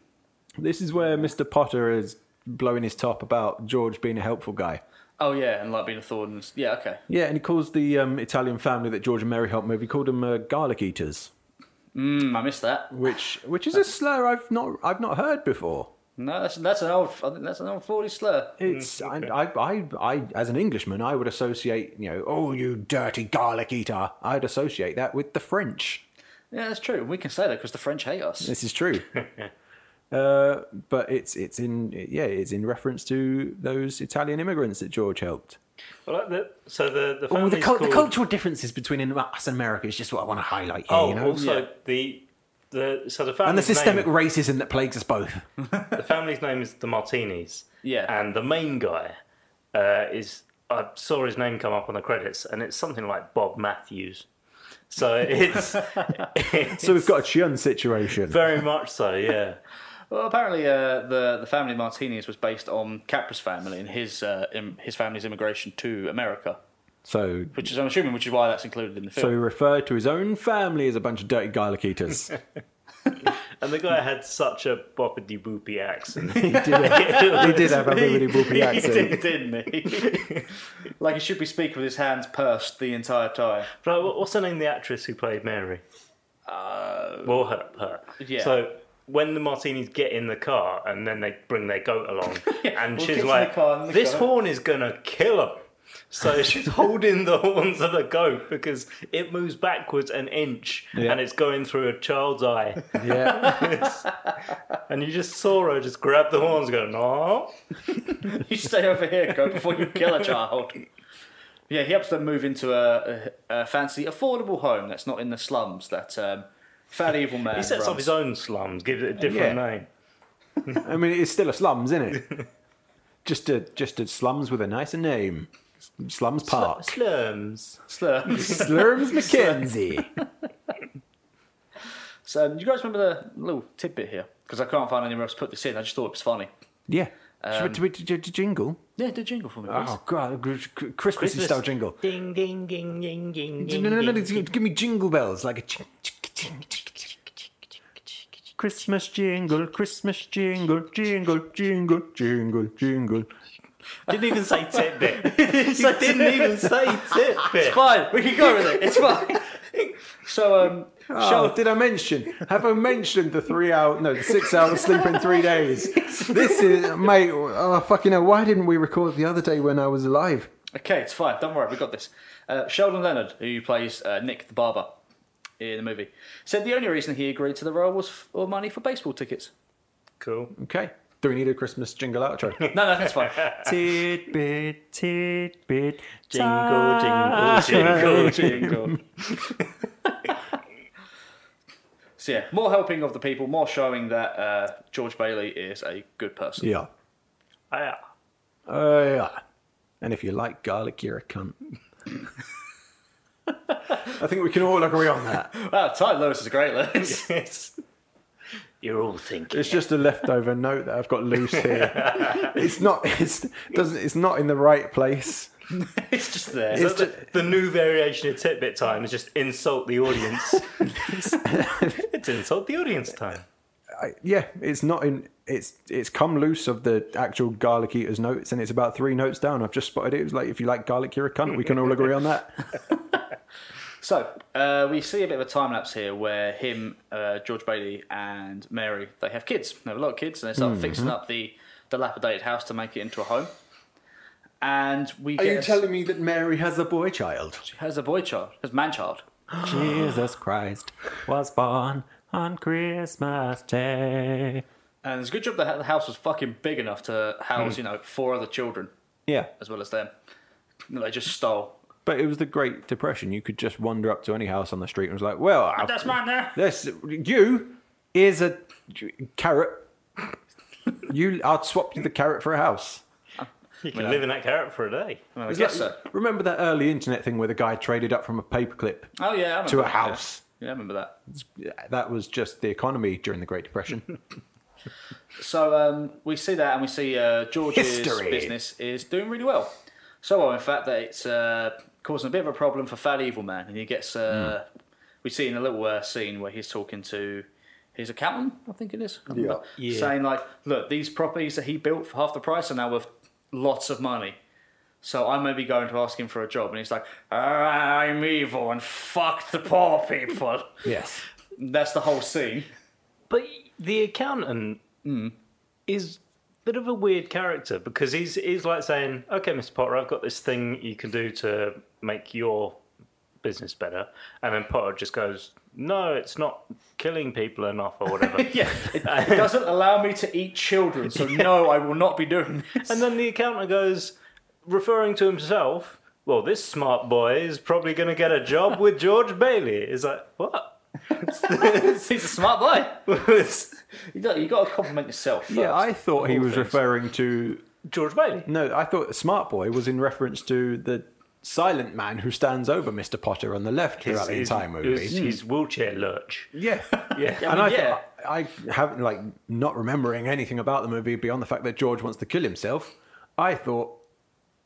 Speaker 2: This is where Mr. Potter is blowing his top about George being a helpful guy.
Speaker 1: Oh yeah, and like being a thorn. and- Yeah, okay.
Speaker 2: Yeah, and he calls the um, Italian family that George and Mary helped move. He called them uh, garlic eaters,
Speaker 1: Mm, I missed that.
Speaker 2: which which is a slur I've not I've not heard before.
Speaker 1: No, that's that's an old. I think that's an old forty slur.
Speaker 2: It's
Speaker 3: Mm,
Speaker 2: I, I, I I as an Englishman I would associate you know oh you dirty garlic eater. I'd associate that with the French.
Speaker 1: Yeah, that's true. We can say that because the French hate us.
Speaker 2: This is
Speaker 3: (laughs)
Speaker 2: true. Uh, but it's it's in yeah it's in reference to those Italian immigrants that George helped.
Speaker 3: Well, like the, so the the,
Speaker 2: Well, the,
Speaker 3: family's
Speaker 2: cul- the
Speaker 3: called-
Speaker 2: cultural differences between in- us and America is just what I want to highlight here.
Speaker 3: Oh,
Speaker 2: you know?
Speaker 3: also
Speaker 1: Yeah.
Speaker 3: the the so the family's
Speaker 2: and the systemic
Speaker 3: name,
Speaker 2: racism that plagues us both.
Speaker 3: the family's name is the Martinis.
Speaker 1: Yeah.
Speaker 3: and the main guy uh, is I saw his name come up on the credits, and it's something like Bob Matthews. So it's, it's
Speaker 2: So we've got a Chun situation.
Speaker 3: very much so, yeah.
Speaker 1: Well, apparently, uh, the the family Martinez was based on Capra's family and his uh, Im- his family's immigration to America,
Speaker 2: So,
Speaker 1: which is I'm assuming, which is why that's included in the
Speaker 2: so he
Speaker 1: (laughs) film.
Speaker 2: referred to his own family as a bunch of dirty garlic eaters.
Speaker 3: And the guy had such a boppity boopy accent. (laughs)
Speaker 2: he, did have, he did have a really whoopy
Speaker 1: he did,
Speaker 2: accent.
Speaker 1: didn't he? (laughs) like he should be speaking with his hands pursed the entire time.
Speaker 3: But what- what's the name of the actress who played Mary? Uh, well, her, her.
Speaker 1: Yeah.
Speaker 3: So when the Martinis get in the car and then they bring their goat along, and
Speaker 1: Well,
Speaker 3: she's
Speaker 1: kids in the
Speaker 3: like,
Speaker 1: car and the
Speaker 3: "This
Speaker 1: goat."
Speaker 3: horn is gonna kill him." So (laughs) she's holding the horns of the goat because it moves backwards an inch
Speaker 2: Yeah.
Speaker 3: and it's going through a child's eye. (laughs)
Speaker 2: Yeah.
Speaker 3: and you just saw her just grab the horns, and go, "No."
Speaker 1: You stay over here, go before you kill a child. Yeah, he helps them move into a, a, a fancy, affordable home that's not in the slums. That um, fat evil man.
Speaker 3: He sets
Speaker 1: runs.
Speaker 3: up his own slums, gives it a different
Speaker 2: Yeah.
Speaker 3: name.
Speaker 2: I mean, it's still a slums, isn't it? Just a just a slums with a nicer name. Slums Park.
Speaker 3: Slums.
Speaker 1: Slur.
Speaker 2: Slurms Mackenzie.
Speaker 1: (laughs) so, do you guys remember the little tidbit here? Because I can't find anywhere else to put this in. I just thought it was funny.
Speaker 2: Yeah. Should we do a jingle?
Speaker 1: Yeah, do a jingle for me. please.
Speaker 2: Oh god, Christmas style jingle.
Speaker 3: Ding ding ding ding ding.
Speaker 2: No, no, no, no, give me jingle bells like a. chink, chink,
Speaker 4: Christmas jingle, Christmas jingle, jingle, jingle, jingle, jingle.
Speaker 3: Didn't even say tidbit. (laughs) you didn't even say tidbit.
Speaker 1: It's fine. We can go with it. It's fine. (laughs) so, um,
Speaker 2: Oh, did I mention? Have I mentioned the three hour, no, the six hours sleep in three days? This is, mate, oh, fucking hell, why didn't we record the other day when I was alive?
Speaker 1: okay, it's fine. Don't worry. We got this. Uh, Sheldon Leonard, who plays uh, Nick the barber in the movie, said the only reason he agreed to the role was for money for baseball tickets.
Speaker 3: Cool.
Speaker 2: Okay. Do we need a Christmas jingle outro?
Speaker 1: No, no, that's fine.
Speaker 4: Tidbit, tidbit.
Speaker 3: Jingle, jingle, jingle, (laughs) jingle.
Speaker 1: So yeah, more helping of the people, more showing that uh, George Bailey is a good person.
Speaker 2: yeah.
Speaker 3: I,
Speaker 2: Oh, yeah. And if you like garlic, you're a cunt. I think we can all agree on that.
Speaker 1: Wow, Ty Lewis is a great list.
Speaker 3: yes. You're all thinking.
Speaker 2: It's just a leftover note that I've got loose (laughs) here. it's not. It's doesn't. It's not in the right place.
Speaker 1: (laughs) it's just there.
Speaker 2: It's
Speaker 3: the, the new variation of tidbit time is just insult the (laughs) audience. it's insult the audience time.
Speaker 2: I, yeah, it's not in. It's it's come loose of the actual garlic eaters notes, and it's about three notes down. I've just spotted it. It was like if you like garlic, you're a cunt. We can all agree on that.
Speaker 1: So uh, we see a bit of a time lapse here where him, uh, George Bailey, and Mary they have kids. They have a lot of kids, and they start
Speaker 2: Mm-hmm.
Speaker 1: fixing up the dilapidated house to make it into a home. And we get a-
Speaker 2: me that Mary has a boy child?
Speaker 1: she has a boy child, has man child.
Speaker 4: Jesus Christ was born on Christmas Day.
Speaker 1: And it's a good job that the house was fucking big enough to house,
Speaker 2: Mm.
Speaker 1: you know, four other children
Speaker 2: Yeah,
Speaker 1: as well as them. And they just stole.
Speaker 2: but it was the Great Depression. You could just wander up to any house on the street and was like, "Well, I-
Speaker 1: That's mine now.
Speaker 2: This you is a carrot. you, I'd swap you the carrot for a house.
Speaker 3: You can live in that carrot for a day.
Speaker 1: I guess so.
Speaker 2: Remember that early internet thing where the guy traded up from a paperclip
Speaker 1: Oh (laughs) yeah, I remember
Speaker 2: to a
Speaker 1: that,
Speaker 2: house?
Speaker 1: Yeah, yeah I remember that.
Speaker 2: That was just the economy during the Great
Speaker 1: (laughs)
Speaker 2: Depression.
Speaker 1: So um, we see that, and we see uh, George's
Speaker 2: History.
Speaker 1: business is doing really well. So well, in fact, that it's uh, causing a bit of a problem for Fat Evil Man, and he gets. Uh, We see in a little uh, scene where he's talking to his accountant, I think it is, I can't remember,
Speaker 3: Yeah.
Speaker 1: saying like, "Look, these properties that he built for half the price are now worth lots of money." So I may be going to ask him for a job, and he's like, "I'm evil and fuck the poor people." (laughs)
Speaker 2: yes.
Speaker 1: That's the whole scene.
Speaker 3: But the accountant
Speaker 2: Hmm.
Speaker 3: is a bit of a weird character because he's he's like saying, "Okay, Mr. Potter, I've got this thing you can do to make your business better," and then Potter just goes, "No, it's not killing people enough or
Speaker 2: (laughs)
Speaker 3: whatever."
Speaker 1: Yeah, it, it doesn't allow me to eat children, so no, I will not be doing this.
Speaker 3: And then the accountant goes, referring to himself, "Well, this smart boy is probably going to get a
Speaker 2: (laughs)
Speaker 3: job with George Bailey." Is like what? (laughs)
Speaker 1: He's a smart boy. You got, you got to compliment yourself. First.
Speaker 2: Yeah, I thought he
Speaker 1: All
Speaker 2: was
Speaker 1: things.
Speaker 2: referring to.
Speaker 3: George Bailey.
Speaker 2: No, I thought Smart Boy was in reference to the silent man who stands over Mr. Potter on the left throughout the
Speaker 3: His-
Speaker 2: entire
Speaker 3: his-
Speaker 2: movie.
Speaker 3: His, his wheelchair lurch.
Speaker 2: Yeah,
Speaker 3: Yeah.
Speaker 2: and I,
Speaker 1: yeah.
Speaker 2: I haven't like not remembering anything about the movie beyond the fact that George wants to kill himself. I thought,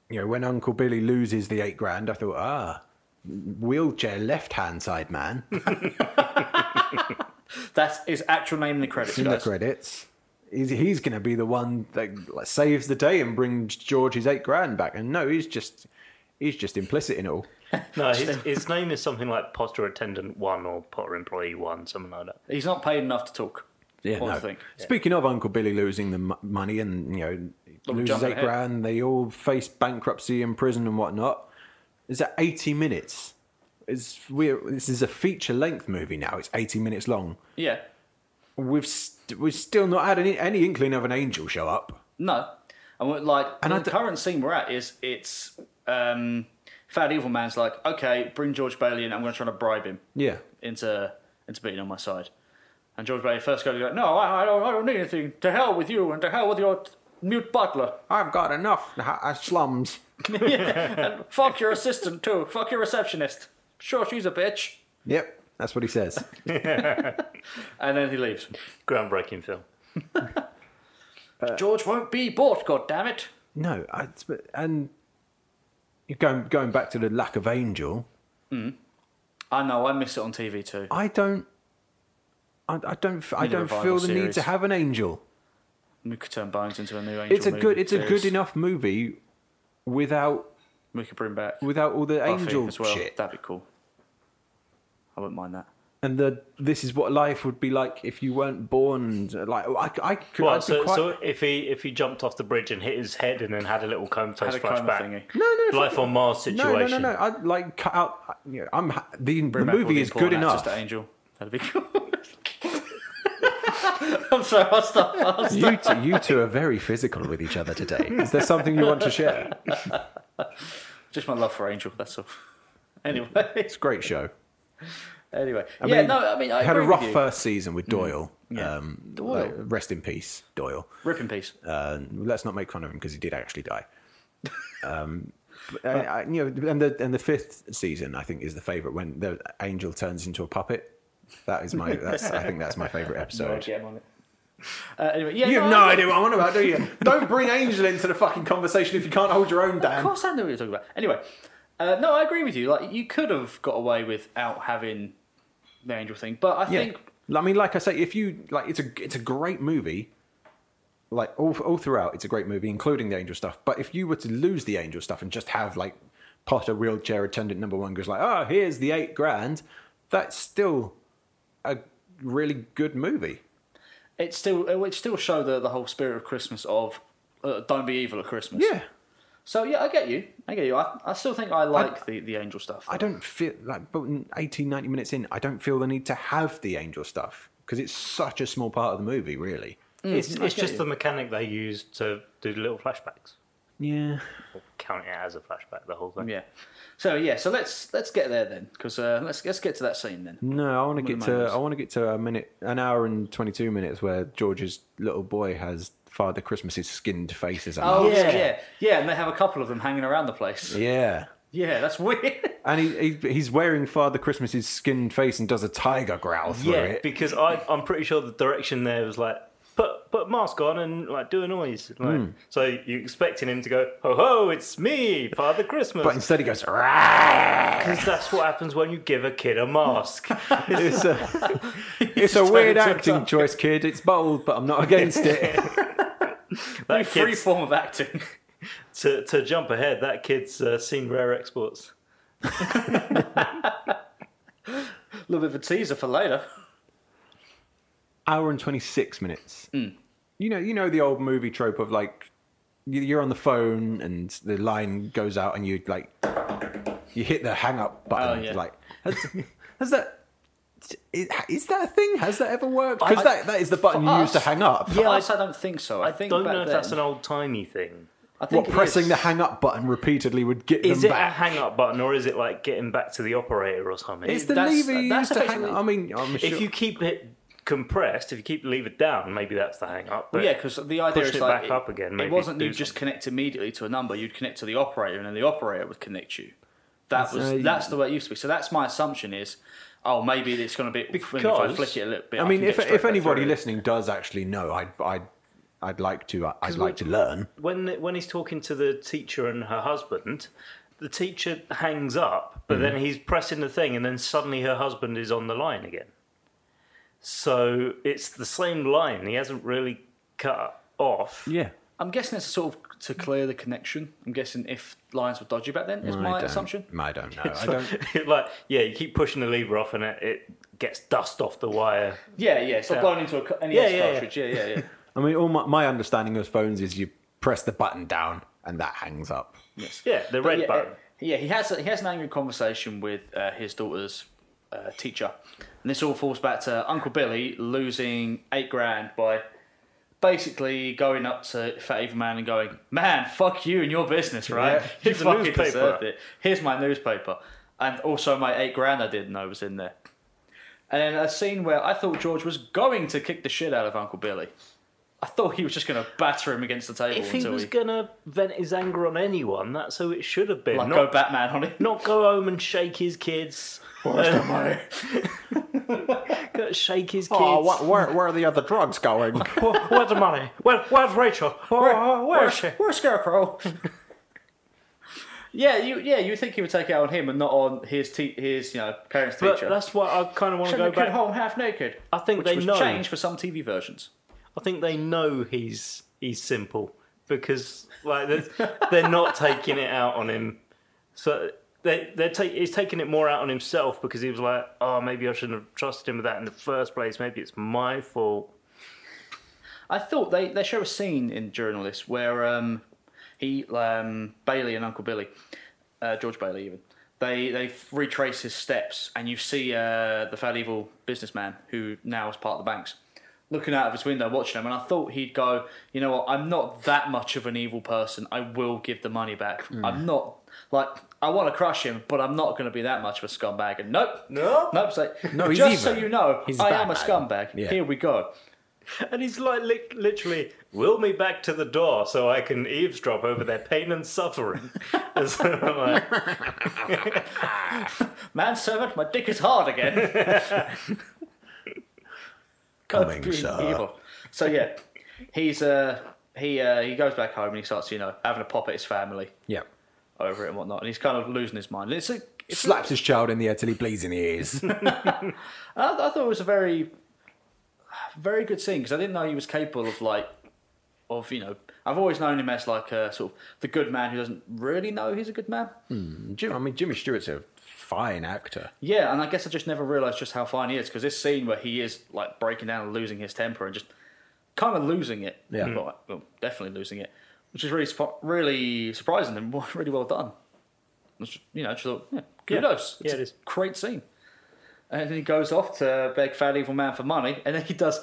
Speaker 2: you know, when Uncle Billy loses the eight grand, I thought, ah, wheelchair left hand side man
Speaker 1: That's his actual name in the credits.
Speaker 2: in the
Speaker 1: guys.
Speaker 2: credits. He's, he's going to be the one that like, saves the day and brings George his eight grand back. And no, he's just he's just implicit in it all.
Speaker 3: No, his, his name is something like Potter Attendant One or Potter Employee One, something like that.
Speaker 1: He's not paid enough to talk.
Speaker 2: Yeah,
Speaker 1: One
Speaker 2: no.
Speaker 1: thing.
Speaker 2: Speaking of Uncle Billy losing the m- money and you know loses
Speaker 1: jumping
Speaker 2: eight
Speaker 1: ahead.
Speaker 2: grand, they all face bankruptcy and prison and whatnot. Is that eighty minutes? It's we This is a feature length movie now. It's eighty minutes long.
Speaker 1: Yeah,
Speaker 2: We've st- we've still not had any, any inkling of an angel show up.
Speaker 1: no. And we're like,
Speaker 2: And I
Speaker 1: the
Speaker 2: d-
Speaker 1: current scene we're at is it's um, Fat Evil Man's like, okay, bring George Bailey in. I'm going to try to bribe him
Speaker 2: Yeah,
Speaker 1: into into being on my side. And George Bailey first goes like, no, I, I don't, I don't need anything. To hell with you, and to hell with your mute butler.
Speaker 2: I've got enough ha- ha- slums.
Speaker 1: Fuck your assistant too. Fuck your receptionist. Sure, she's a bitch.
Speaker 2: Yep, that's what he (laughs) says.
Speaker 1: And then he leaves.
Speaker 3: Groundbreaking film.
Speaker 1: George won't be bought. God damn it.
Speaker 2: No, I, it's- but- and going going back to the lack of angel.
Speaker 1: I know. I miss it on TV too.
Speaker 2: I don't I, I don't. f- I
Speaker 1: Need a
Speaker 2: don't
Speaker 1: revival
Speaker 2: feel the need
Speaker 1: series.
Speaker 2: to have an angel.
Speaker 1: We could turn Bones into a new angel.
Speaker 2: It's a
Speaker 1: movie
Speaker 2: good. It's a
Speaker 1: series.
Speaker 2: good enough movie without
Speaker 1: We could bring back
Speaker 2: without all the
Speaker 1: Buffy
Speaker 2: angel
Speaker 1: as well.
Speaker 2: shit.
Speaker 1: That'd be cool. I wouldn't mind that.
Speaker 2: and the this is what life would be like if you weren't born. Like I, I could.
Speaker 3: Well,
Speaker 2: I'd
Speaker 3: so,
Speaker 2: be quite,
Speaker 3: so if he if he jumped off the bridge and hit his head and then had a little comb
Speaker 1: Had
Speaker 3: toast
Speaker 1: a coma
Speaker 3: flashback,
Speaker 1: thingy.
Speaker 2: no, no,
Speaker 3: life on Mars
Speaker 2: no, no, no,
Speaker 3: situation.
Speaker 2: no. I'd like cut out. You know, I'm ha- the, the
Speaker 1: Bring back all
Speaker 2: movie is good
Speaker 1: important actors
Speaker 2: enough.
Speaker 1: to Angel. That'd be cool. (laughs) I'm sorry. I'll stop. I'll stop.
Speaker 2: You two, you two are very physical with each other today. Is there something you want to share?
Speaker 1: Just my love for Angel. That's all. Anyway,
Speaker 2: It's a great show.
Speaker 1: anyway. yeah, no, I mean, I
Speaker 2: had
Speaker 1: agree
Speaker 2: a rough uh,
Speaker 1: with you. Mm.
Speaker 2: first season with Doyle.
Speaker 1: yeah.
Speaker 2: Um,
Speaker 1: Doyle.
Speaker 2: like, rest in peace, Doyle.
Speaker 1: Rip in peace.
Speaker 2: Uh, let's not make fun of him because he did actually die. Um, but, uh, I- you know, and the and the fifth season I think is the favorite when the angel turns into a puppet. That is my. That's, I think that's my favorite
Speaker 1: I'll
Speaker 2: episode.
Speaker 1: get him on it. Uh, anyway, yeah,
Speaker 2: You
Speaker 1: no,
Speaker 2: have no
Speaker 1: I-
Speaker 2: idea what I'm on about, do you? Don't bring Angel into the fucking conversation if you can't hold your own,
Speaker 1: Of
Speaker 2: Dan.
Speaker 1: course, I know what you're talking about. Anyway, uh, no, I agree with you. Like, you could have got away without having the angel thing, but I
Speaker 2: Yeah.
Speaker 1: think
Speaker 2: I mean, like I say, if you like, it's a it's a great movie. Like all all throughout, it's a great movie, including the angel stuff. But if you were to lose the angel stuff and just have like Potter wheelchair attendant number one goes like, oh, here's the eight grand, that's still a really good movie.
Speaker 1: it still it would still show the the whole spirit of Christmas of uh, don't be evil at Christmas.
Speaker 2: Yeah,
Speaker 1: So yeah, I get you. I get you. I, I still think I like the the angel stuff.
Speaker 2: I don't feel like, but 18, 90 minutes in, I don't feel the need to have the angel stuff because it's such a small part of the movie, really.
Speaker 3: It's,
Speaker 1: get
Speaker 3: it's just
Speaker 1: you.
Speaker 3: the mechanic they use to do the little flashbacks.
Speaker 2: Yeah.
Speaker 3: Count it as a flashback, the whole thing.
Speaker 1: Yeah. So yeah, so let's let's get there then, because uh, let's let's get to that scene then.
Speaker 2: No, I want to get to
Speaker 1: moments.
Speaker 2: I want to get to a minute, an hour and twenty two minutes where George's little boy has Father Christmas's skinned face as a
Speaker 1: Oh
Speaker 2: mask.
Speaker 1: yeah, yeah, yeah, and they have a couple of them hanging around the place.
Speaker 2: yeah,
Speaker 1: Yeah, that's weird.
Speaker 2: and he, he he's wearing Father Christmas's skinned face and does a tiger growl through
Speaker 3: Yeah,
Speaker 2: it.
Speaker 3: because I, I'm pretty sure the direction there was like put put a mask on and like do a noise. Like,
Speaker 2: Hmm.
Speaker 3: So you're expecting him to go, ho ho, it's me, Father Christmas.
Speaker 2: But instead he goes, "Rah!"
Speaker 3: 'Cause that's what happens when you give a kid a
Speaker 1: (laughs)
Speaker 3: mask.
Speaker 2: it's a, it's a weird acting choice, kid. It's bold, but I'm not against it.
Speaker 3: that
Speaker 1: Free
Speaker 3: kid's,
Speaker 1: form of acting. (laughs)
Speaker 3: to, to jump ahead, that kid's uh, seen rare exports.
Speaker 1: A little bit of a teaser for later.
Speaker 2: hour and 26 minutes. You know, you know the old movie trope of like you- you're on the phone and the line goes out and you like you hit the hang up button.
Speaker 1: Oh, yeah.
Speaker 2: Like (laughs) has, has that is, is that a thing? Has that ever worked? Because
Speaker 1: I-
Speaker 2: that, that is the button you
Speaker 1: for
Speaker 2: use to
Speaker 1: us-
Speaker 2: hang up.
Speaker 1: Yeah, (laughs) I, I don't think so. I,
Speaker 3: I
Speaker 1: think
Speaker 3: don't know
Speaker 1: back
Speaker 3: if
Speaker 1: then-
Speaker 3: that's an old timey thing.
Speaker 1: I think
Speaker 2: What
Speaker 1: it
Speaker 2: pressing
Speaker 1: is.
Speaker 2: the hang up button repeatedly would get
Speaker 3: Is
Speaker 2: them
Speaker 3: it a
Speaker 2: back.
Speaker 3: hang up button or is it like getting back to the operator or something?
Speaker 2: it's the
Speaker 1: that's-
Speaker 2: lever you
Speaker 1: that's
Speaker 2: used to hang up.
Speaker 1: effectively-
Speaker 2: I mean, I'm sure.
Speaker 3: if you keep it compressed, if you keep the lever down, maybe that's the hang up.
Speaker 1: Well, yeah, because the idea is
Speaker 3: pushing it
Speaker 1: like
Speaker 3: back up again,
Speaker 1: It
Speaker 3: maybe
Speaker 1: wasn't you
Speaker 3: do
Speaker 1: just
Speaker 3: something.
Speaker 1: connect immediately to a number. You'd connect to the operator, and then the operator would connect you. That was
Speaker 2: So you-
Speaker 1: that's the way it used to be. So that's my assumption is, oh, maybe it's going to be if I
Speaker 3: Because-
Speaker 1: flick it a little bit.
Speaker 2: I mean,
Speaker 1: can
Speaker 2: if
Speaker 1: get straight
Speaker 2: if
Speaker 1: back
Speaker 2: anybody
Speaker 1: through.
Speaker 2: listening does actually know, I'd I'd I'd like to uh, I'd like to learn.
Speaker 3: when when he's talking to the teacher and her husband, the teacher hangs up, but then he's pressing the thing, and then suddenly her husband is on the line again. So it's the same line. He hasn't really cut off.
Speaker 2: Yeah.
Speaker 1: I'm guessing it's sort of to clear the connection. I'm guessing if lines were dodgy back then is my assumption.
Speaker 2: I don't (laughs) know. I don't.
Speaker 3: (laughs) like yeah, you keep pushing the lever off, and it, it gets dust off the wire.
Speaker 1: Yeah, yeah. It's not blown into a co- NES
Speaker 3: Yeah, yeah, yeah.
Speaker 1: cartridge. Yeah, yeah, yeah.
Speaker 2: I mean, all my, my understanding of phones is you press the button down and that hangs up.
Speaker 3: Yeah, the red
Speaker 1: yeah,
Speaker 3: button.
Speaker 1: uh, yeah, he has he has an angry conversation with uh, his daughter's uh, teacher, and this all falls back to Uncle Billy losing eight grand by basically going up to Fat Evil Man and going, "Man, fuck you and your business, right? (laughs)
Speaker 2: Yeah.
Speaker 1: You
Speaker 3: Here's a
Speaker 1: fucking
Speaker 3: newspaper."
Speaker 1: deserved it. Here's my newspaper, and also my eight grand I didn't know was in there." And then a scene where I thought George was going to kick the shit out of Uncle Billy. I thought he was just going to batter him against the table
Speaker 3: If he
Speaker 1: until
Speaker 3: was
Speaker 1: he
Speaker 3: gonna vent his anger on anyone, that's who it should have been.
Speaker 1: like
Speaker 3: not,
Speaker 1: go Batman on him.
Speaker 3: not go home and shake his (laughs) kids. Uh,
Speaker 1: (laughs)
Speaker 3: go shake his kids.
Speaker 2: Oh, wh- where, where are the other drugs (laughs) going?
Speaker 3: Where- Where's the money? Where, where's Rachel? Oh, where is she?
Speaker 1: Where's Scarecrow? (laughs) Yeah, you yeah you think he would take it out on him and not on his te- his you know parents
Speaker 3: But
Speaker 1: teacher.
Speaker 3: that's why I kind of want to
Speaker 1: Send the
Speaker 3: go
Speaker 1: kid
Speaker 3: back.
Speaker 1: home half naked.
Speaker 3: I think
Speaker 1: which
Speaker 3: they
Speaker 1: was
Speaker 3: know.
Speaker 1: changed for some TV versions.
Speaker 3: I think they know he's he's simple because
Speaker 1: (laughs)
Speaker 3: like they're, they're not taking it out on him. So they they're take, he's taking it more out on himself because he was like, oh, maybe I shouldn't have trusted him with that in the first place. Maybe it's my fault.
Speaker 1: I thought they they show a scene in Journalist where um, he um, Bailey and Uncle Billy, uh, George Bailey even they they retrace his steps and you see uh, the fairly evil businessman who now is part of the banks looking out of his window watching him and I thought he'd go you know what I'm not that much of an evil person I will give the money back
Speaker 2: Hmm.
Speaker 1: I'm not like I want to crush him but I'm not going to be that much of a scumbag and nope
Speaker 3: No.
Speaker 1: nope it's like,
Speaker 2: No, he's
Speaker 1: just so
Speaker 2: evil.
Speaker 1: you know
Speaker 2: He's
Speaker 1: I am a
Speaker 2: bad.
Speaker 1: scumbag
Speaker 2: Yeah.
Speaker 1: here we go
Speaker 3: And he's like li- literally, will me back to the door so I can eavesdrop over their pain and suffering. (laughs) And so I'm like,
Speaker 1: Manservant, my dick is hard
Speaker 2: (laughs)
Speaker 1: again.
Speaker 2: Coming,
Speaker 1: Being
Speaker 2: sir.
Speaker 1: evil. So yeah, he's uh he uh he goes back home and he starts you know having a pop at his family
Speaker 2: Yeah.
Speaker 1: over it and whatnot, and he's kind of losing his mind. It's a, it's
Speaker 2: Slaps his child in the air till he bleeds in the ears. (laughs)
Speaker 1: I, I thought it was a very very good scene because I didn't know he was capable of like of you know I've always known him as like a sort of the good man who doesn't really know he's a good man.
Speaker 2: Jim, I mean, Jimmy Stewart's a fine actor.
Speaker 1: Yeah, and I guess I just never realised just how fine he is because this scene where he is like breaking down and losing his temper and just kind of losing it,
Speaker 2: Yeah.
Speaker 1: well, well, definitely losing it, which is really surp- really surprising and (laughs) w- really well done. It's just- you know, just thought, yeah, kudos.
Speaker 3: Yeah, it
Speaker 1: a
Speaker 3: is.
Speaker 1: great scene. And then he goes off to beg Fat Evil Man for money, and then he does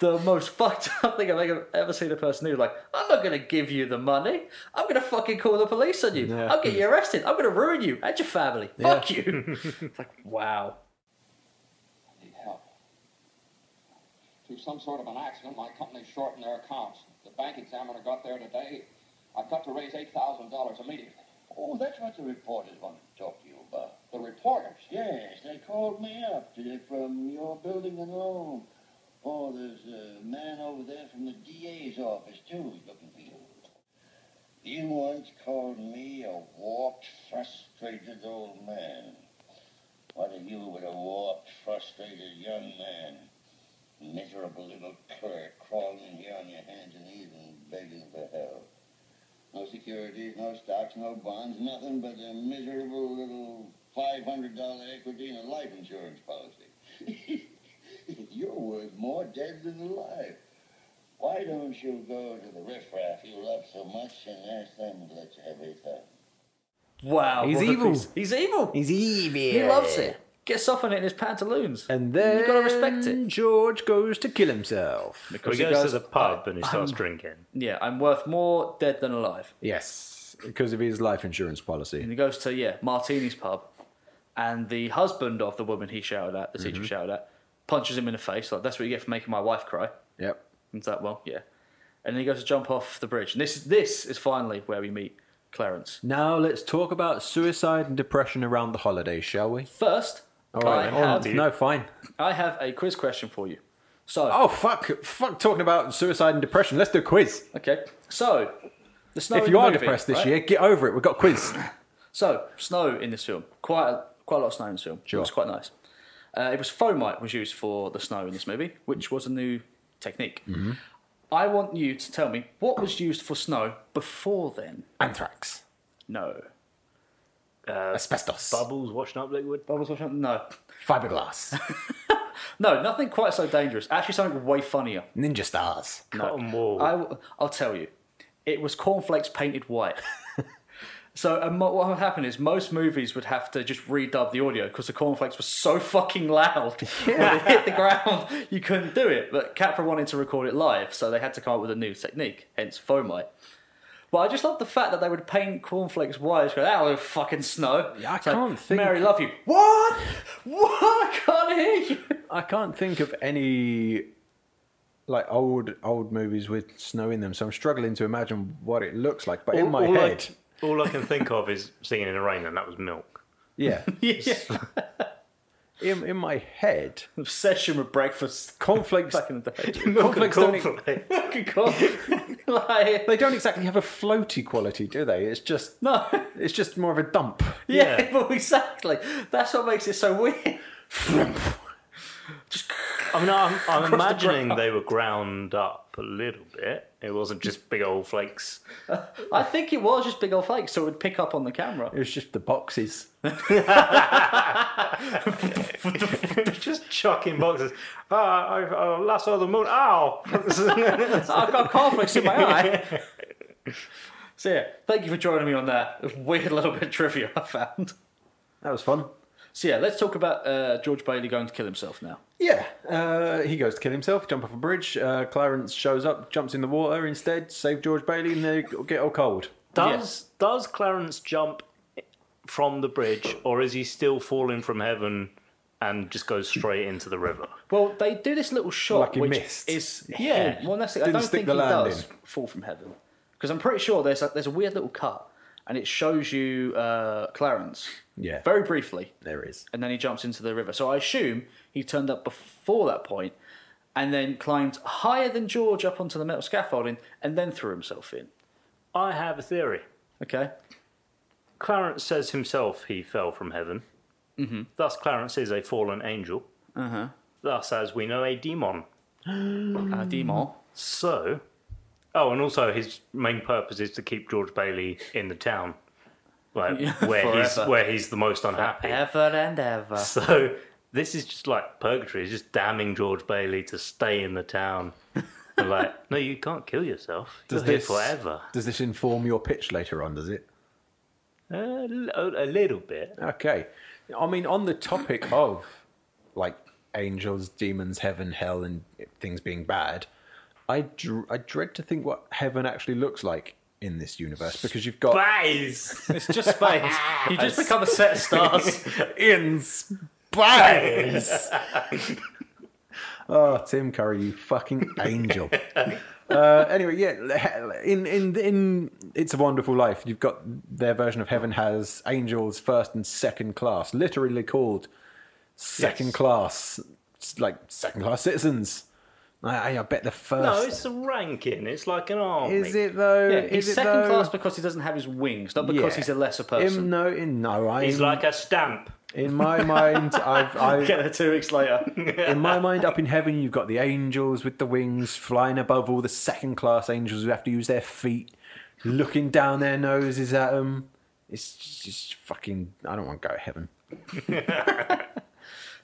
Speaker 1: the most (laughs) fucked up thing I've ever- ever seen a person do. Like, I'm not gonna give you the money. I'm gonna fucking call the police on you.
Speaker 2: Yeah.
Speaker 1: I'll get you arrested. I'm gonna ruin you and your family. Fuck you. (laughs) it's like, wow.
Speaker 6: need help. Through some sort of an accident, my company's shorting their accounts. The bank examiner got there today. I've got to raise $8,000 immediately.
Speaker 5: Oh, that's what the reporters wanted to talk to you about.
Speaker 6: The reporters.
Speaker 5: Yes, they called me up They're from your building alone. Oh, there's a man over there from the DA's office, too, He's looking for you. He once called me a warped, frustrated old man. What are you but a warped, frustrated young man? Miserable little clerk crawling in here on your hands and knees and begging for help. No securities, no stocks, no bonds, nothing but a miserable little $500 equity in a life insurance policy. (laughs) You're worth more dead than alive. Why don't you go to the riffraff you love so much and ask them to let you have everything?
Speaker 1: Wow.
Speaker 2: He's
Speaker 1: Robert
Speaker 2: evil.
Speaker 1: Peace- He's evil.
Speaker 2: He's evil.
Speaker 1: he loves it. Gets off on it in his pantaloons.
Speaker 2: And then
Speaker 1: you gotta respect it.
Speaker 2: George goes to kill himself.
Speaker 3: he
Speaker 1: Because
Speaker 3: goes, to the pub and he starts drinking.
Speaker 1: Yeah, I'm worth more dead than alive.
Speaker 2: Yes, because of his life insurance policy.
Speaker 1: And he goes to, yeah, Martini's pub. And the husband of the woman he shouted at, the
Speaker 2: Mm-hmm.
Speaker 1: teacher shouted at, punches him in the face. Like, that's what you get for making my wife cry.
Speaker 2: Yep.
Speaker 1: And it's like, well, yeah. And then he goes to jump off the bridge. And this, this is finally where we meet Clarence.
Speaker 2: Now let's talk about suicide and depression around the holidays, shall we?
Speaker 1: First,
Speaker 2: All right.
Speaker 1: I,
Speaker 2: oh,
Speaker 1: have,
Speaker 2: no, fine.
Speaker 1: I have a quiz question for you. So,
Speaker 2: Oh fuck! Fuck talking about suicide and depression. Let's do a quiz.
Speaker 1: okay. So, the snow
Speaker 2: if
Speaker 1: in
Speaker 2: you
Speaker 1: the
Speaker 2: are
Speaker 1: movie,
Speaker 2: depressed this
Speaker 1: right?
Speaker 2: year, get over it. We've got a quiz.
Speaker 1: So snow in this film, quite a, quite a lot of snow in this film. It
Speaker 2: Sure.
Speaker 1: was quite nice. Uh, it was foamite was used for the snow in this movie, which was a new technique. I want you to tell me what was used for snow before then.
Speaker 2: (clears throat) Anthrax,
Speaker 1: No,
Speaker 2: asbestos,
Speaker 3: Bubbles washing up liquid.
Speaker 1: bubbles washing up. No,
Speaker 2: fiberglass, (laughs)
Speaker 1: no, nothing quite so dangerous. Actually, something way funnier.
Speaker 2: ninja stars.
Speaker 3: Cotton wool.
Speaker 1: I, will- I'll tell you, it was cornflakes painted
Speaker 2: (laughs)
Speaker 1: white. so um, what would happen is most movies would have to just redub the audio because the cornflakes were so fucking loud (laughs) when they hit the ground, you couldn't do it. But Capra wanted to record it live, so they had to come up with a new technique, hence foamite. But I just love the fact that they would paint cornflakes white. Just go, that will fucking snow.
Speaker 2: Yeah, I
Speaker 1: It's like,
Speaker 2: can't think-
Speaker 1: Mary, love you. (laughs)
Speaker 2: What?
Speaker 1: What? I can't hear you.
Speaker 2: I can't think of any like old old movies with snow in them, so I'm struggling to imagine what it looks like. But in my head, (laughs)
Speaker 3: I, all I can think of is singing in the rain, and that was milk.
Speaker 2: yeah,
Speaker 1: Yeah.
Speaker 2: in, in my head,
Speaker 1: Obsession with breakfast
Speaker 2: conflicts,
Speaker 1: back in the day. (laughs)
Speaker 2: conflicts don't, e-
Speaker 1: Good call. (laughs) like,
Speaker 2: they don't exactly have a floaty quality, do they? It's just
Speaker 1: no. (laughs)
Speaker 2: it's just more of a dump.
Speaker 1: Yeah,
Speaker 3: Yeah.
Speaker 1: well, (laughs) exactly. That's what makes it so weird.
Speaker 3: I mean, I'm, I'm
Speaker 1: the
Speaker 3: imagining
Speaker 1: ground.
Speaker 3: they were ground up a little bit. It wasn't just big old flakes. (laughs)
Speaker 1: I think it was just big old flakes, so it would pick up on the camera.
Speaker 2: It's just the boxes.
Speaker 3: just chucking boxes. Ah, I, I last saw the moon. Ow! (laughs)
Speaker 1: (laughs) I've got cornflakes in
Speaker 2: (laughs)
Speaker 1: my eye. (laughs) So yeah, thank you for joining me on that weird little bit of trivia I found.
Speaker 2: That was fun.
Speaker 1: So yeah, let's talk about uh, George Bailey going to kill himself now.
Speaker 2: Yeah, uh, he goes to kill himself, jump off a bridge. Uh, Clarence shows up, jumps in the water instead, save George Bailey, and they get all cold.
Speaker 3: Does does Clarence jump from the bridge, or is he still falling from heaven and just goes straight into the river?
Speaker 1: Well, they do this little shot,
Speaker 2: Lucky
Speaker 1: which
Speaker 2: missed.
Speaker 1: is yeah. Well, that's it. I
Speaker 2: Didn't
Speaker 1: don't
Speaker 2: stick
Speaker 1: think
Speaker 2: the
Speaker 1: he
Speaker 2: landing.
Speaker 1: does fall from heaven because I'm pretty sure there's a, there's a weird little cut and it shows you uh, Clarence.
Speaker 2: Yeah.
Speaker 1: Very briefly,
Speaker 2: There is.
Speaker 1: and then he jumps into the river. So I assume he turned up before that point and then climbed higher than George up onto the metal scaffolding and then threw himself in.
Speaker 3: I have a theory.
Speaker 1: Okay.
Speaker 3: Clarence says himself he fell from heaven. Mm-hmm. Thus, Clarence is a fallen angel. Thus, as we know, a demon.
Speaker 1: Uh,
Speaker 2: Mm.
Speaker 1: Demon.
Speaker 3: So, oh, and also his main purpose is to keep George Bailey in the town, like
Speaker 1: Yeah,
Speaker 3: where he's
Speaker 1: forever.
Speaker 3: where he's the most unhappy.
Speaker 1: Ever and ever.
Speaker 3: So this is just like purgatory. It's just damning George Bailey to stay in the town. And like, no, you can't kill yourself. You're
Speaker 2: Does
Speaker 3: here
Speaker 2: this-
Speaker 3: forever.
Speaker 2: Does this inform your pitch later on? Does it?
Speaker 3: A, l- a little bit.
Speaker 2: Okay. I mean, on the topic of like angels, demons, heaven, hell, and things being bad, I dr- I dread to think what heaven actually looks like in this universe because you've got
Speaker 3: Guys,
Speaker 1: (laughs) It's just space. you (laughs) just become a set of stars.
Speaker 2: in space. oh, Tim Curry,
Speaker 1: (laughs)
Speaker 2: you fucking angel. uh, anyway, yeah, in in in It's a Wonderful Life, you've got their version of heaven has angels first and second class, literally called second
Speaker 3: Yes.
Speaker 2: class, s- like second class citizens. I, I bet the
Speaker 3: no,
Speaker 2: first
Speaker 3: it's a ranking. It's like an army.
Speaker 2: is it though?
Speaker 1: (laughs) Yeah,
Speaker 2: is
Speaker 1: he's
Speaker 2: it
Speaker 1: second
Speaker 2: though?
Speaker 1: class because he doesn't have his wings, not because
Speaker 2: Yeah.
Speaker 1: he's a lesser
Speaker 2: In,
Speaker 1: person.
Speaker 2: no, in no, I
Speaker 3: He's like a stamp.
Speaker 2: in my mind,
Speaker 1: (laughs)
Speaker 2: I've, I've
Speaker 1: Get there two weeks
Speaker 3: (laughs)
Speaker 1: later.
Speaker 2: in my mind, up in heaven, you've got the angels with the wings flying above all the second class angels who have to use their feet, looking down their noses at them. It's just fucking. I don't want to go to heaven.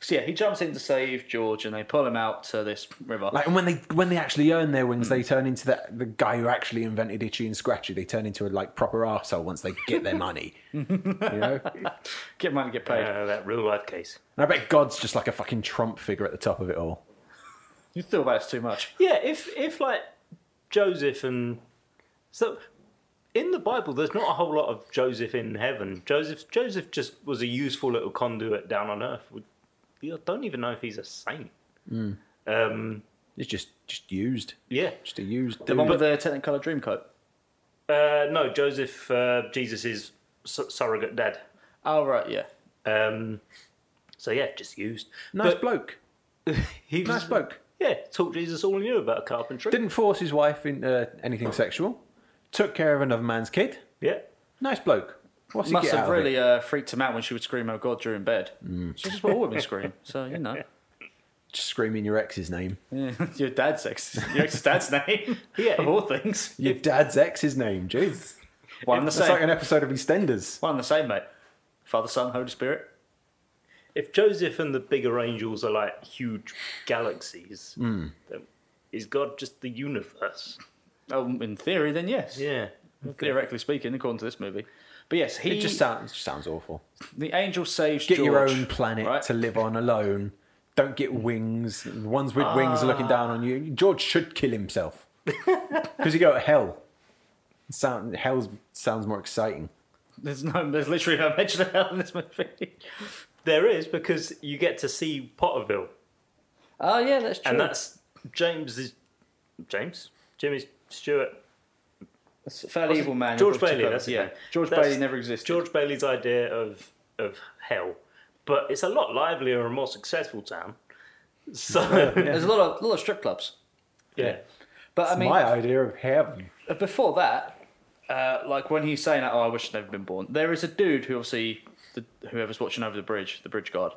Speaker 1: so yeah, he jumps in to save George and they pull him out to this river.
Speaker 2: Like, and when they when they actually earn their wings, they turn into the the guy who actually invented Itchy and Scratchy. They turn into a like proper arsehole once they get their money. you know, and
Speaker 1: get money, get paid.
Speaker 3: Uh, that real life case.
Speaker 2: I bet God's just like a fucking Trump figure at the top of it all.
Speaker 1: You thought about it too much.
Speaker 3: Yeah, if if like Joseph and so in the Bible, there's not a whole lot of Joseph in heaven. Joseph Joseph just was a useful little conduit down on earth. We- I don't even know if he's a saint. Um,
Speaker 2: It's just just used,
Speaker 3: yeah,
Speaker 2: just a used.
Speaker 1: The one
Speaker 2: dude.
Speaker 1: with the Technicolor Dreamcoat.
Speaker 3: uh, no, Joseph uh, Jesus is su- surrogate dad.
Speaker 1: Oh right, yeah.
Speaker 3: Um, so yeah, just used.
Speaker 2: nice
Speaker 3: but-
Speaker 2: bloke,
Speaker 3: He
Speaker 2: nice bloke.
Speaker 3: Yeah, taught Jesus all he knew about carpentry.
Speaker 2: Didn't force his wife into anything sexual. Took care of another man's kid.
Speaker 3: yeah.
Speaker 2: Nice bloke. What's he
Speaker 1: Must
Speaker 2: get out
Speaker 1: have
Speaker 2: of
Speaker 1: really
Speaker 2: it? Mm.
Speaker 1: uh, freaked him out when she would scream, "Oh God!" during bed. It's just what all women scream. So you
Speaker 2: (laughs)
Speaker 1: know, (laughs)
Speaker 2: Just screaming your ex's name.
Speaker 1: your dad's ex, your ex's dad's
Speaker 2: (laughs)
Speaker 1: name.
Speaker 3: Yeah.
Speaker 1: of all things,
Speaker 2: Your dad's ex's name. Jeez.
Speaker 1: one and the
Speaker 2: That's
Speaker 1: same.
Speaker 2: like an episode of EastEnders.
Speaker 1: One and the same, mate. Father, Son, Holy Spirit.
Speaker 3: if Joseph and the bigger angels are like huge galaxies,
Speaker 1: Hmm.
Speaker 3: then is God just the universe?
Speaker 1: Oh, in theory, then yes.
Speaker 3: Yeah.
Speaker 1: Theoretically speaking, according to this movie. But yes, he
Speaker 2: It just sounds just sounds awful.
Speaker 1: the angel saves
Speaker 2: Get your
Speaker 1: George,
Speaker 2: own planet
Speaker 1: right?
Speaker 2: to live on alone. Don't get wings. The ones with wings are looking down on you. George should kill
Speaker 1: (laughs)
Speaker 2: himself because he go to hell. Sound hell sounds more exciting.
Speaker 1: (laughs) There's no, there's literally no (laughs) mention of hell in this
Speaker 2: (laughs)
Speaker 1: movie.
Speaker 3: There is because you get to see Potterville,
Speaker 1: Oh yeah, that's true.
Speaker 3: and that's James's James Jimmy Stewart
Speaker 1: That's a fairly evil man.
Speaker 3: George
Speaker 1: Who took
Speaker 3: Bailey.
Speaker 1: over-
Speaker 3: That's the
Speaker 1: yeah.
Speaker 3: thing.
Speaker 1: George
Speaker 3: That's
Speaker 1: Bailey never existed.
Speaker 3: George Bailey's idea of of hell but it's a lot livelier and more successful town.
Speaker 1: (laughs)
Speaker 3: So
Speaker 1: There's a lot of lot of strip clubs,
Speaker 3: yeah.
Speaker 1: but I mean,
Speaker 2: My idea of heaven.
Speaker 1: before that, uh, like when he's saying that, oh, I wish I'd never been born. There is a dude who obviously, the, whoever's watching over the bridge, the bridge guard,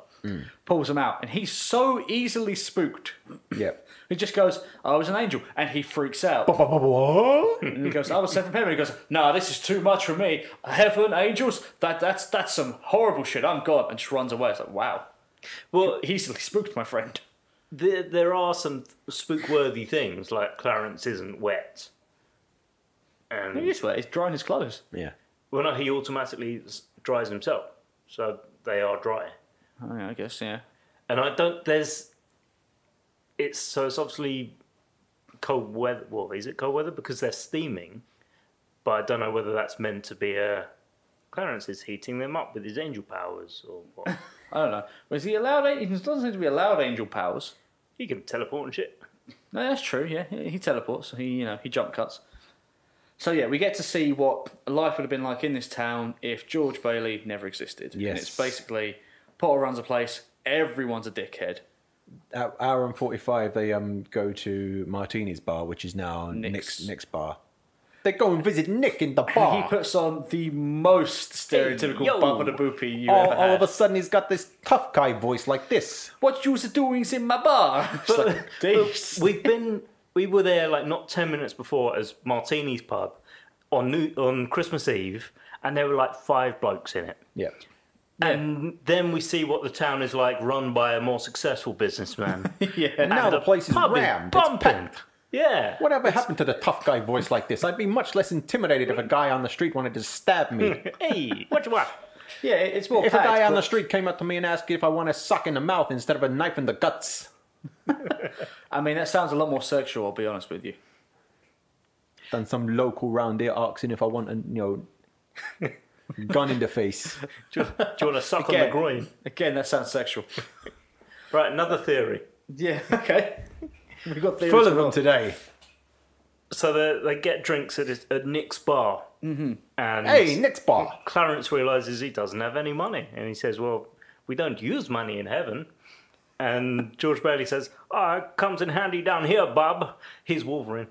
Speaker 1: pulls him out, and he's so easily spooked. (laughs)
Speaker 2: Yep.
Speaker 1: He just goes, I was an angel, and he freaks out. And he goes, I was sent from heaven. He goes, No, this is too much for me. Heaven, angels, that that's that's some horrible shit. I'm God, and just runs away. It's like, wow,
Speaker 3: (laughs) Well,
Speaker 1: easily spooked, my friend.
Speaker 3: there, there are some spook-worthy things like Clarence isn't wet, and
Speaker 1: Maybe this way, he's drying his clothes.
Speaker 2: Yeah.
Speaker 3: well, no, he automatically s- dries himself, so they are dry.
Speaker 1: Oh, yeah, I guess, yeah.
Speaker 3: And I don't. There's. It's so it's obviously cold weather. Well, is it cold weather because they're steaming? But I don't know whether that's meant to be a. Clarence is heating them up with his angel powers or what.
Speaker 1: I don't know. Was he allowed? He doesn't seem to be allowed angel powers.
Speaker 3: he can teleport and shit.
Speaker 1: No, that's true. Yeah, he he teleports. He you know he jump cuts. So yeah, we get to see what life would have been like in this town if George Bailey never existed. And
Speaker 2: Yes.
Speaker 1: it's basically Potter runs a place. Everyone's a dickhead.
Speaker 2: At hour and 45, they um go to Martini's bar, which is now
Speaker 1: Nick's.
Speaker 2: Nick's, Nick's bar. They go and visit Nick in the bar.
Speaker 1: He puts on the most stereotypical
Speaker 3: yo.
Speaker 1: baba da boopy you (laughs)
Speaker 2: all,
Speaker 1: ever had.
Speaker 2: all of a sudden, he's got this tough guy voice like this.
Speaker 1: what you doing in my bar? (laughs) It's like, "Deez."
Speaker 3: We've been we were there like not ten minutes before as Martini's pub on New, on Christmas Eve, and there were like five blokes in it.
Speaker 2: Yeah.
Speaker 3: And then we see what the town is like, run by a more successful
Speaker 2: (laughs)
Speaker 3: businessman.
Speaker 1: (laughs) yeah.
Speaker 3: And
Speaker 2: now the place is
Speaker 3: pub
Speaker 2: rammed. It's
Speaker 3: bumping. yeah.
Speaker 2: Whatever happened to the tough guy voice like this? I'd be much less intimidated if a guy on the street wanted to stab me.
Speaker 3: Hey, what you want?
Speaker 1: yeah, it's more.
Speaker 2: If a
Speaker 1: packed,
Speaker 2: guy on
Speaker 1: but-
Speaker 2: the street came up to me and asked if I want a sock in the mouth instead of a knife in the guts,
Speaker 1: I mean, that sounds a lot more sexual. I'll be honest with you.
Speaker 2: than some local round here asking if I want a you know gun in the face.
Speaker 3: Do you want to suck on
Speaker 1: Again.
Speaker 3: the groin?
Speaker 1: Again, that sounds sexual. (laughs)
Speaker 3: Right, another theory.
Speaker 1: yeah. Okay. (laughs) We've got theories
Speaker 2: Full of
Speaker 1: well.
Speaker 2: them today.
Speaker 3: So they, they get drinks at, his- at Nick's bar, and
Speaker 2: Mm-hmm. Hey, Nick's bar.
Speaker 3: Clarence realizes he doesn't have any money, and he says, "Well, we don't use money in heaven." And George Bailey says, "Ah, it comes in handy down here, Bob. He's
Speaker 2: (laughs)
Speaker 3: Wolverine."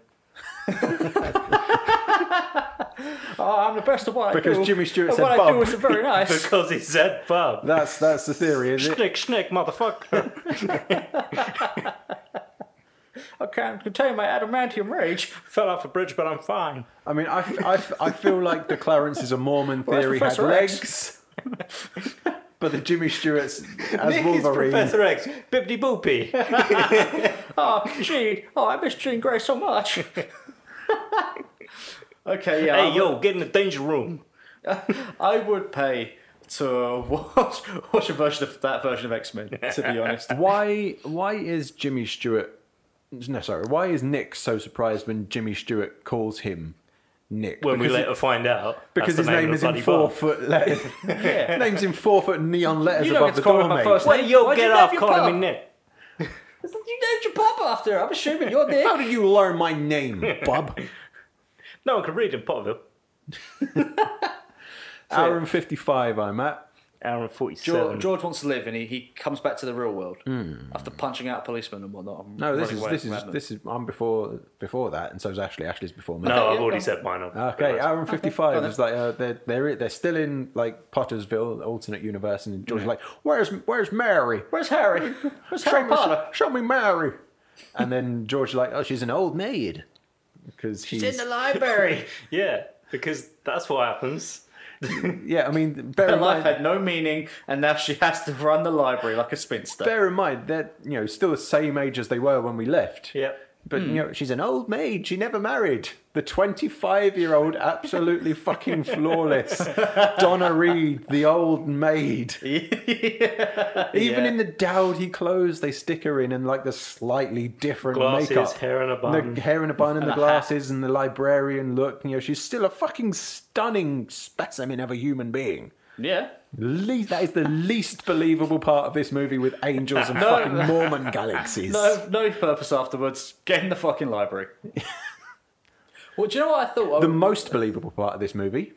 Speaker 1: Oh, I'm the best of what I
Speaker 2: Because
Speaker 1: do.
Speaker 2: Jimmy Stewart
Speaker 1: and
Speaker 2: said
Speaker 1: what I
Speaker 2: Bob.
Speaker 1: do is
Speaker 2: (laughs)
Speaker 1: very nice.
Speaker 3: because he said Bob.
Speaker 2: That's that's the theory, is it?
Speaker 3: Schnick, schnick, motherfucker.
Speaker 1: I can't contain my adamantium rage.
Speaker 3: Fell off a bridge, but I'm
Speaker 2: (laughs)
Speaker 3: fine.
Speaker 2: I mean, I, I, I feel like the Clarence is a Mormon
Speaker 1: Whereas
Speaker 2: theory had
Speaker 1: Professor X-
Speaker 2: legs, but the
Speaker 1: (laughs)
Speaker 2: Jimmy Stewart's as
Speaker 3: Nick is
Speaker 2: Wolverine.
Speaker 3: Professor X. Bibbidi (laughs) boopy.
Speaker 1: Oh, Gene. Oh, I miss Gene Grey so much. (laughs) okay, yeah. I
Speaker 3: hey,
Speaker 1: would-
Speaker 3: yo, get in the danger room.
Speaker 1: I would pay to watch, watch a version of that version of X Men, to be
Speaker 2: (laughs)
Speaker 1: honest.
Speaker 2: Why why is Jimmy Stewart? No, sorry. Why is Nick so surprised when Jimmy Stewart calls him Nick?
Speaker 3: When we
Speaker 2: Because
Speaker 3: later find out. that's
Speaker 2: because
Speaker 3: the
Speaker 2: his name
Speaker 3: of
Speaker 2: is
Speaker 3: the
Speaker 2: in
Speaker 3: bloody
Speaker 2: four
Speaker 3: bar.
Speaker 2: foot
Speaker 3: (laughs)
Speaker 2: letters. Name's in four foot neon letters
Speaker 1: You don't get
Speaker 2: above
Speaker 1: to
Speaker 2: the
Speaker 1: call him
Speaker 2: door,
Speaker 1: my
Speaker 2: mate.
Speaker 1: first
Speaker 3: Well,
Speaker 1: name.
Speaker 3: yo,
Speaker 1: Why'd you
Speaker 3: get
Speaker 1: name
Speaker 3: up,
Speaker 1: your
Speaker 3: calling
Speaker 1: pub?
Speaker 3: me Nick.
Speaker 1: You named your papa after. I'm assuming you're Nick.
Speaker 2: How did you learn my
Speaker 1: (laughs)
Speaker 2: name, Bob?
Speaker 3: No one can read in Potterville.
Speaker 2: Hour and fifty-five. I'm at.
Speaker 3: Hour and 47.
Speaker 1: George, George wants to live, and he, he comes back to the real world after punching out policemen and whatnot. and
Speaker 2: Hmm. No, this
Speaker 1: running
Speaker 2: is
Speaker 1: away
Speaker 2: this
Speaker 1: from
Speaker 2: is
Speaker 1: Batman.
Speaker 2: this is. I'm before before that, and so is Ashley. Ashley's before me.
Speaker 3: No,
Speaker 1: Okay,
Speaker 3: I've
Speaker 1: yeah,
Speaker 3: already
Speaker 1: go.
Speaker 3: said mine. I've
Speaker 2: Okay,
Speaker 3: realised.
Speaker 2: hour and fifty-five is like uh, they're they're they're still in like Pottersville, alternate universe, and George's like, "Where's where's Mary?
Speaker 1: Where's Harry? Where's
Speaker 2: Show
Speaker 1: Harry
Speaker 2: me,
Speaker 1: Potter?
Speaker 2: show me Mary." And then George's like, "Oh, she's an old maid because she's
Speaker 1: (laughs) library.
Speaker 3: Yeah, because that's what happens.
Speaker 2: yeah." I mean, bear
Speaker 1: Her
Speaker 2: in
Speaker 1: life
Speaker 2: mind,
Speaker 1: had no meaning, and now she has to run the library like a spinster.
Speaker 2: bear in mind they're you know still the same age as they were when we left.
Speaker 3: Yep.
Speaker 2: But you know, she's an old maid. She never married. The 25-year-old, absolutely fucking flawless Donna Reed, the old maid. Even
Speaker 1: Yeah.
Speaker 2: in the dowdy clothes they stick her in, and like the slightly different
Speaker 3: Glasses,
Speaker 2: makeup,
Speaker 3: hair in a bun.
Speaker 2: the hair in a bun, and, the glasses, and the librarian look. You know, she's still a fucking stunning specimen of a human being.
Speaker 1: yeah.
Speaker 2: Le- that is the least believable part of this movie with angels and fucking Mormon
Speaker 1: (laughs)
Speaker 2: galaxies.
Speaker 1: No, no purpose afterwards. Get in the fucking library. (laughs) well, do you know what I thought? I
Speaker 2: The
Speaker 1: would-
Speaker 2: most believable part of this movie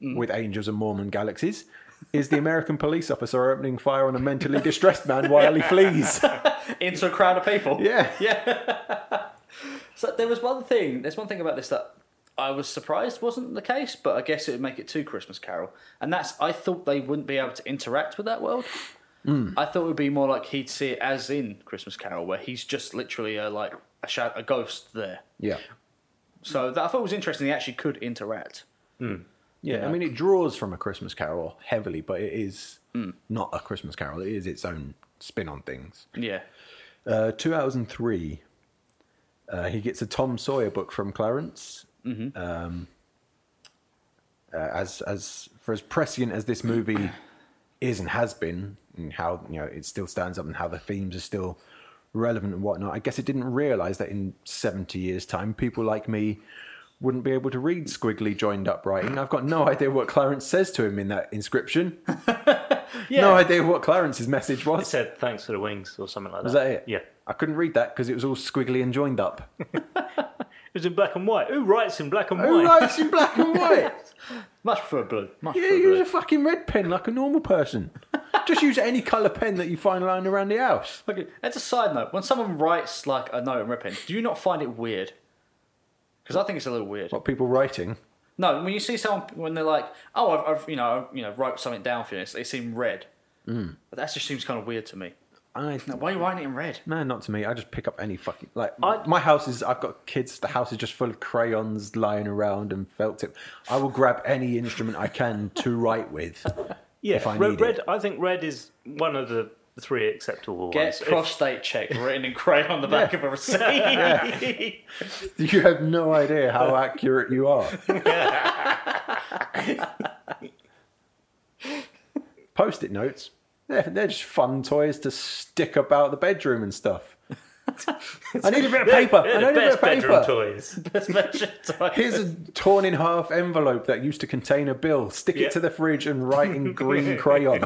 Speaker 2: with angels and Mormon galaxies is the American police officer opening fire on a mentally distressed man while he flees.
Speaker 1: into a crowd of people.
Speaker 2: Yeah.
Speaker 1: So there was one thing. There's one thing about this that I was surprised wasn't the case, but I guess it would make it too Christmas Carol. And that's I thought they wouldn't be able to interact with that world. I thought it would be more like he'd see it as in Christmas Carol, where he's just literally a, like a shadow, a ghost there.
Speaker 2: Yeah.
Speaker 1: So that I thought was interesting. They actually could interact.
Speaker 2: Yeah, I mean, it draws from a Christmas Carol heavily, but it is not a Christmas Carol. It is its own spin on things.
Speaker 1: Yeah.
Speaker 2: Uh, 2003, uh, he gets a Tom Sawyer book from Clarence. Um, uh, as as for as prescient as this movie is and has been, and how you know it still stands up and how the themes are still relevant and whatnot. I guess it didn't realise that in 70 years' time, people like me wouldn't be able to read squiggly joined up writing. I've got no idea what Clarence says to him in that inscription. No idea what Clarence's message
Speaker 3: It
Speaker 2: was.
Speaker 3: said thanks for the wings or something like that.
Speaker 2: Was that it?
Speaker 3: Yeah.
Speaker 2: I couldn't read that because it was all squiggly and joined (laughs) up.
Speaker 3: It was in black and white. Who writes in black and
Speaker 2: Who
Speaker 3: white?
Speaker 2: writes in black and (laughs) white?
Speaker 1: Much prefer blue. Much
Speaker 2: Yeah,
Speaker 1: prefer
Speaker 2: use
Speaker 1: blue.
Speaker 2: a fucking red pen like a normal person. Just use any colour pen that you find lying around the house.
Speaker 1: Okay, that's a side note. When someone writes like a note in red pen, do you not find it weird? Because I think it's a little weird.
Speaker 2: What people writing?
Speaker 1: No, when you see someone when they're like, "Oh, I've, I've you know, I've, you know, wrote something down for you," it's- it seemed red.
Speaker 2: Hmm.
Speaker 1: Mm. But that just seems kind of weird to me.
Speaker 2: I
Speaker 1: Now, why are you writing it in red?
Speaker 2: no, not to me. I just pick up any fucking like. my house is. I've got kids. The house is just full of crayons lying around and felt tip. I will grab any instrument I can to write with.
Speaker 3: Yeah.
Speaker 2: if I
Speaker 3: red,
Speaker 2: need
Speaker 3: red-
Speaker 2: it.
Speaker 3: I think red is one of the three acceptable
Speaker 1: Get
Speaker 3: ones. If-
Speaker 1: prostate check written in crayon on the back of a receipt.
Speaker 2: (laughs) You have no idea how accurate you are. Post-it notes. They're, they're just fun toys to stick about the bedroom and stuff. I need a bit of paper.
Speaker 3: They're
Speaker 2: I
Speaker 3: the
Speaker 2: need a bit
Speaker 3: best
Speaker 2: of
Speaker 3: bedroom
Speaker 2: paper.
Speaker 3: toys.
Speaker 1: That's mentioned twice.
Speaker 2: Here's a torn in half envelope that used to contain a bill. Stick
Speaker 3: Yeah.
Speaker 2: it to the fridge and write in
Speaker 3: (laughs)
Speaker 2: green crayon.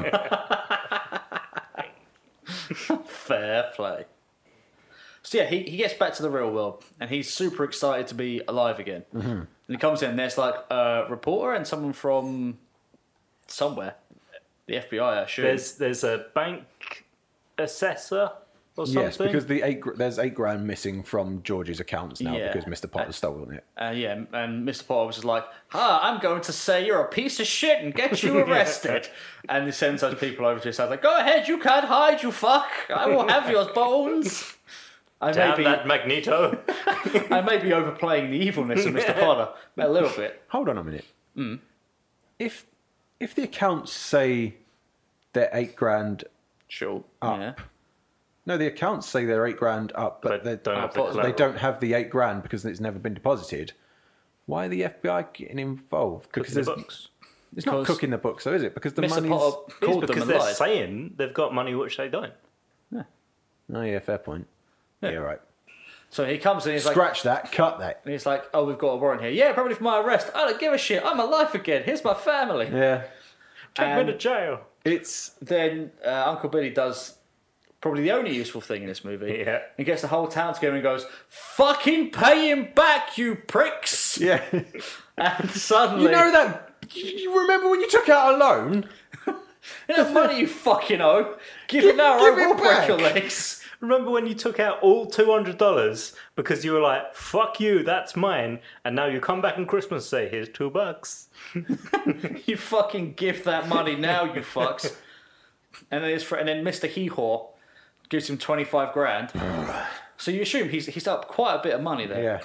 Speaker 1: Fair play. So yeah, he, he gets back to the real world and he's super excited to be alive again. Mm-hmm. And he comes in, there's like a reporter and someone from somewhere, the FBI, I assume.
Speaker 3: (laughs) There's there's a bank assessor or something.
Speaker 2: yes, because the eight gr- there's eight grand missing from George's accounts now
Speaker 1: Yeah.
Speaker 2: because Mr. Potter's stolen it.
Speaker 1: Uh, yeah, and Mr. Potter was just like, "Ah, I'm going to say you're a piece of shit and get
Speaker 3: (laughs)
Speaker 1: you arrested." and he sends those people over to his house, like, "Go ahead, you can't hide, you fuck. I will have your bones." I may,
Speaker 3: Damn
Speaker 1: be,
Speaker 3: that
Speaker 2: (laughs)
Speaker 3: Magneto.
Speaker 1: I may be overplaying the evilness of
Speaker 3: (laughs)
Speaker 1: Mr. Potter a little bit.
Speaker 2: hold on a minute.
Speaker 1: Hmm.
Speaker 2: If if the accounts say they're eight grand,
Speaker 1: Sure.
Speaker 3: Oh.
Speaker 2: Up.
Speaker 1: Yeah.
Speaker 2: no, the accounts say they're eight grand up, but,
Speaker 3: But
Speaker 2: they
Speaker 3: don't have the
Speaker 1: Potter's-
Speaker 2: they
Speaker 3: collateral.
Speaker 2: don't have the eight grand because it's never been deposited. Why are the FBI getting involved? Because
Speaker 3: the
Speaker 2: there's-
Speaker 3: books.
Speaker 2: it's not
Speaker 1: Because
Speaker 2: cooking the books, though, is it? Because the
Speaker 1: Mr.
Speaker 2: money's
Speaker 1: Potter
Speaker 3: It's
Speaker 1: called them
Speaker 3: because
Speaker 1: and
Speaker 3: they're
Speaker 1: lied.
Speaker 3: saying they've got money which they don't.
Speaker 2: oh yeah, fair point. Yeah, right.
Speaker 1: So he comes in, he's like,
Speaker 2: Scratch that, cut that.
Speaker 1: and he's like, "Oh, we've got a warrant here. Yeah, probably for my arrest. I don't give a shit. I'm alive again. Here's my family."
Speaker 2: Yeah,
Speaker 3: Take me
Speaker 1: And-
Speaker 3: to jail.
Speaker 2: it's
Speaker 1: then uh, Uncle Billy does probably the only useful thing in this movie.
Speaker 3: Yeah.
Speaker 1: And gets the whole town together and goes, fucking pay him back, you pricks!
Speaker 2: (laughs) yeah.
Speaker 1: (laughs) And suddenly,
Speaker 2: you know that. You remember when you took out a loan?
Speaker 1: "You know the money you fucking owe, give, it now
Speaker 2: give
Speaker 1: or I
Speaker 2: it
Speaker 1: will break
Speaker 2: back."
Speaker 1: your legs.
Speaker 3: Remember when you took out all two hundred dollars because you were like, "Fuck you, that's mine," and now you come back on Christmas and say, "Here's two bucks."
Speaker 1: (laughs) You fucking give that money now, you fucks. and then his fr- and then Mr. Hee Haw gives him 25 grand. so you assume he's, he's up quite a bit of money there.
Speaker 2: Yeah,